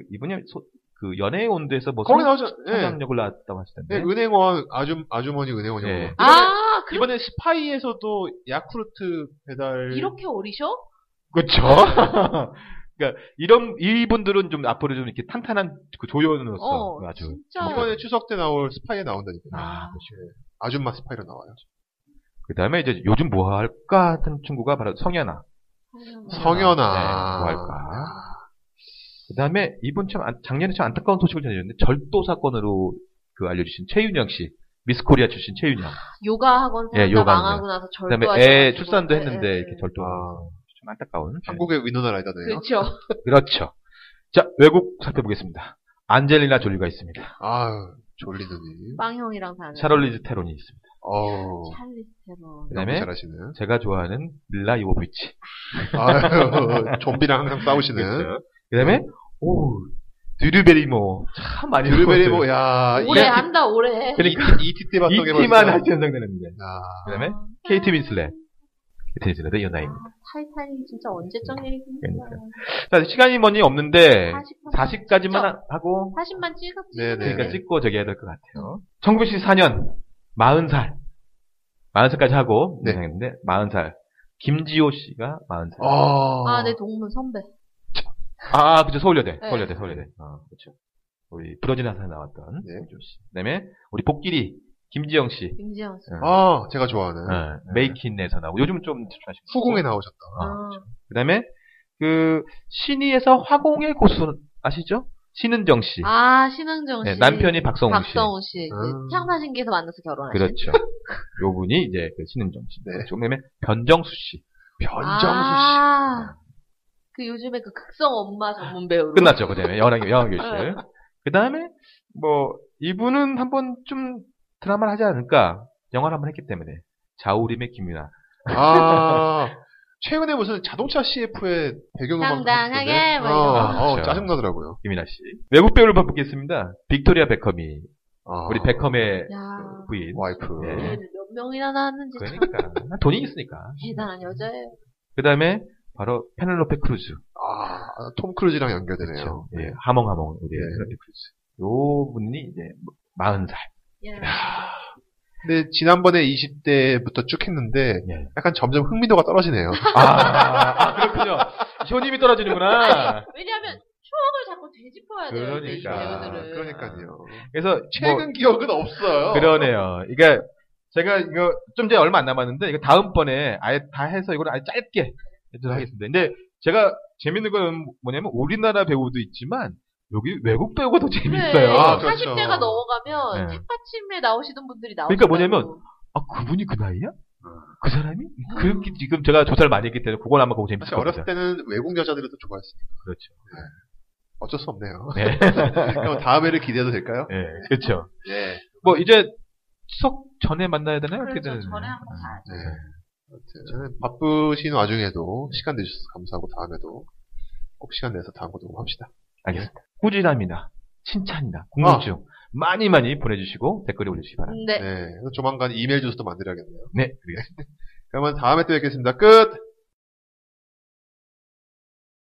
Speaker 2: 그 이분이 소- 그 연애의 온도에서 뭐
Speaker 4: 거기
Speaker 2: 성-
Speaker 4: 나오죠. 예.
Speaker 2: 성장력을 나왔다고 하시던데
Speaker 4: 예, 은행원, 아주, 아주머니 은행원이
Speaker 2: 네? 예.
Speaker 4: 예.
Speaker 3: 아, 그
Speaker 4: 이번에 스파이에서도 야쿠르트 배달.
Speaker 3: 이렇게 어리셔?
Speaker 2: 그렇죠. 그러니까 이런 이분들은 좀 앞으로 좀 이렇게 탄탄한 그 조연으로서
Speaker 3: 어,
Speaker 2: 아주 뭐
Speaker 3: 진짜.
Speaker 2: 이번에
Speaker 4: 이번에 추석 때 나올 스파이에 나온다니까.
Speaker 2: 아,
Speaker 4: 아줌마 스파이로 나와요.
Speaker 2: 그다음에 이제 요즘 뭐 할까 하는 친구가 바로 성현아. 네,
Speaker 4: 성현아.
Speaker 2: 뭐 할까? 그다음에 이분 참 안- 작년에 참 안타까운 소식을 전해줬는데 절도 사건으로 그 알려주신 최윤영 씨 미스 코리아 출신 최윤영.
Speaker 3: 요가 학원
Speaker 2: 예,
Speaker 3: 예,
Speaker 2: 요가
Speaker 3: 망하고 나서 절도
Speaker 2: 그다음에 애 출산도 했는데 이렇게 절도.
Speaker 4: 아.
Speaker 2: 좀 안타까운.
Speaker 4: 한국의 위너나 라이더네요.
Speaker 3: 그렇죠.
Speaker 2: 그렇죠. 자 외국 살펴보겠습니다. 안젤리나 졸리가 있습니다.
Speaker 4: 아유, 졸리더니.
Speaker 3: 빵형이랑 사는.
Speaker 2: 샤롤리즈 뭐. 테론이 있습니다.
Speaker 4: 어우.
Speaker 3: 찰리스테론.
Speaker 2: 그다음에
Speaker 4: 연기 잘하시는.
Speaker 2: 제가 좋아하는 밀라 요보비치.
Speaker 4: 아유, 좀비랑 항상 싸우시는.
Speaker 2: 그렇죠. 그다음에 오 드류베리모 참 많이
Speaker 4: 유리베리모, 뭐,
Speaker 2: 아,
Speaker 4: 야,
Speaker 3: 오래
Speaker 4: 이,
Speaker 3: 한다, 오래.
Speaker 2: 뭐 그러니까
Speaker 4: 이티 때 봤던 게
Speaker 2: 이티만
Speaker 4: 벌써-
Speaker 2: 할때 연상되는데.
Speaker 4: 야,
Speaker 2: 그다음에
Speaker 3: 아,
Speaker 2: 케이트 윈슬렛. 케이트 윈슬렛의 연하입니다.
Speaker 3: 타이타닉 진짜 언제적 얘기입니까?
Speaker 2: 네. 그러니까요. 네. 자, 시간이 뭐니 없는데
Speaker 3: 40,
Speaker 2: 40까지만 하고
Speaker 3: 40만 찍었지.
Speaker 4: 네네.
Speaker 2: 그러니까 찍고 저기 해야 될 것 같아요. 1914년 40살 40살까지 하고
Speaker 4: 네.
Speaker 2: 인생했는데 40살 김지호 씨가 40살.
Speaker 4: 어.
Speaker 2: 그러니까.
Speaker 3: 아, 내 동문 선배.
Speaker 2: 아, 그죠 서울여대
Speaker 3: 네.
Speaker 2: 서울여대 서울여대. 아, 그렇죠. 우리 부러진 한산에 나왔던
Speaker 4: 네.
Speaker 2: 김지호 씨. 그다음에 우리 복길이 김지영 씨.
Speaker 3: 임지영 씨.
Speaker 4: 아, 제가 좋아하는.
Speaker 2: 네. 메이킨에서 나오고 요즘은 좀 출출하시고
Speaker 4: 네. 후궁에 나오셨다.
Speaker 2: 아,
Speaker 3: 아,
Speaker 2: 그다음에 그 신의에서 화공의 고수 아시죠? 신은정 씨.
Speaker 3: 아, 신흥정 씨.
Speaker 2: 네, 남편이 박성웅 씨.
Speaker 3: 박성우 씨.
Speaker 4: 음.
Speaker 3: 그 향사신기에서 만나서 결혼하신.
Speaker 2: 그렇죠. 요 분이 이제 그 신은정 씨.
Speaker 4: 네.
Speaker 2: 그 다음에 변정수 씨.
Speaker 4: 변정수 씨.
Speaker 3: 아, 그 요즘에 그 극성 엄마 전문 배우로.
Speaker 2: 끝났죠. 그 다음에 연예교실.
Speaker 3: 네.
Speaker 2: 그 다음에 뭐 이분은 한번 좀 드라마를 하지 않을까? 영화를 한번 했기 때문에. 자우림의 김유나.
Speaker 4: 아, 최근에 무슨 자동차 CF의 배경음악.
Speaker 3: 당당하게
Speaker 4: 같은데?
Speaker 3: 뭐
Speaker 4: 어,
Speaker 3: 이런
Speaker 2: 거.
Speaker 4: 어,
Speaker 2: 그렇죠.
Speaker 4: 짜증나더라고요.
Speaker 2: 김유나 씨. 외국 배우를 바꾸겠습니다. 빅토리아 베컴이.
Speaker 4: 아,
Speaker 2: 우리 베컴의
Speaker 3: 야,
Speaker 2: 부인.
Speaker 4: 와이프.
Speaker 2: 네.
Speaker 3: 애들 몇 명이나 낳았는지 참
Speaker 2: 그러니까. 돈이 있으니까.
Speaker 3: 대단한 여자예요.
Speaker 2: 그 다음에 바로 페넬로페 크루즈.
Speaker 4: 아, 톰 크루즈랑 연결되네요.
Speaker 2: 그렇죠. 예, 하몽하몽 우리
Speaker 4: 네.
Speaker 2: 페넬로페 크루즈. 요 분이 이제 뭐 40살.
Speaker 3: 야,
Speaker 4: 근데 지난번에 20대부터 쭉 했는데
Speaker 2: 예.
Speaker 4: 약간 점점 흥미도가 떨어지네요.
Speaker 2: 아, 아, 그렇군요. 효님이 떨어지는구나.
Speaker 3: 왜냐하면 추억을 자꾸 되짚어야 돼요. 근데 이
Speaker 2: 그러니까.
Speaker 3: 네, 배우들은.
Speaker 4: 그러니까요.
Speaker 2: 그래서
Speaker 4: 최근
Speaker 2: 뭐,
Speaker 4: 기억은 없어요.
Speaker 2: 그러네요. 그러니까 제가 이거 좀 전에 얼마 안 남았는데 이거 다음번에 아예 다 해서 이걸 아예 짧게 해서 하겠습니다. 근데 제가 재밌는 건 뭐냐면 우리나라 배우도 있지만 여기 외국 배우가 더
Speaker 3: 그래,
Speaker 2: 재밌어요.
Speaker 4: 아,
Speaker 2: 아,
Speaker 4: 그렇죠.
Speaker 3: 40대가 넘어가면
Speaker 2: 네.
Speaker 3: 책받침에 나오시던 분들이 나오고
Speaker 2: 그러니까 뭐냐면, 그분이 그 나이야? 그 사람이? 그렇게 지금 제가 조사를 많이 했기 때문에 그건 아마 그거 재밌을
Speaker 4: 사실
Speaker 2: 겁니다.
Speaker 4: 어렸을 때는 외국 여자들을 더 좋아했으니까 네.
Speaker 2: 그렇죠.
Speaker 4: 어쩔 수 없네요.
Speaker 2: 네.
Speaker 4: 그럼 다음에를 기대해도 될까요?
Speaker 2: 예, 그렇죠.
Speaker 4: 네.
Speaker 2: 뭐 이제 추석 전에 만나야 되나요? 어떻게
Speaker 3: 그렇죠.
Speaker 2: 되나요?
Speaker 3: 전에 한번
Speaker 2: 음.
Speaker 3: 가야죠.
Speaker 4: 네. 아무튼 바쁘신 와중에도 시간 내주셔서 감사하고 다음에도 꼭 시간 내서 다음 것도 합시다.
Speaker 2: 알겠습니다. 꾸지람이나 칭찬이나 궁금증 많이 많이 보내주시고 댓글에 올려주시기 바랍니다.
Speaker 3: 네.
Speaker 4: 네. 조만간 이메일 주소도 만들어야겠네요.
Speaker 2: 네, 그리겠습니다.
Speaker 4: 그러면 다음에 또 뵙겠습니다. 끝!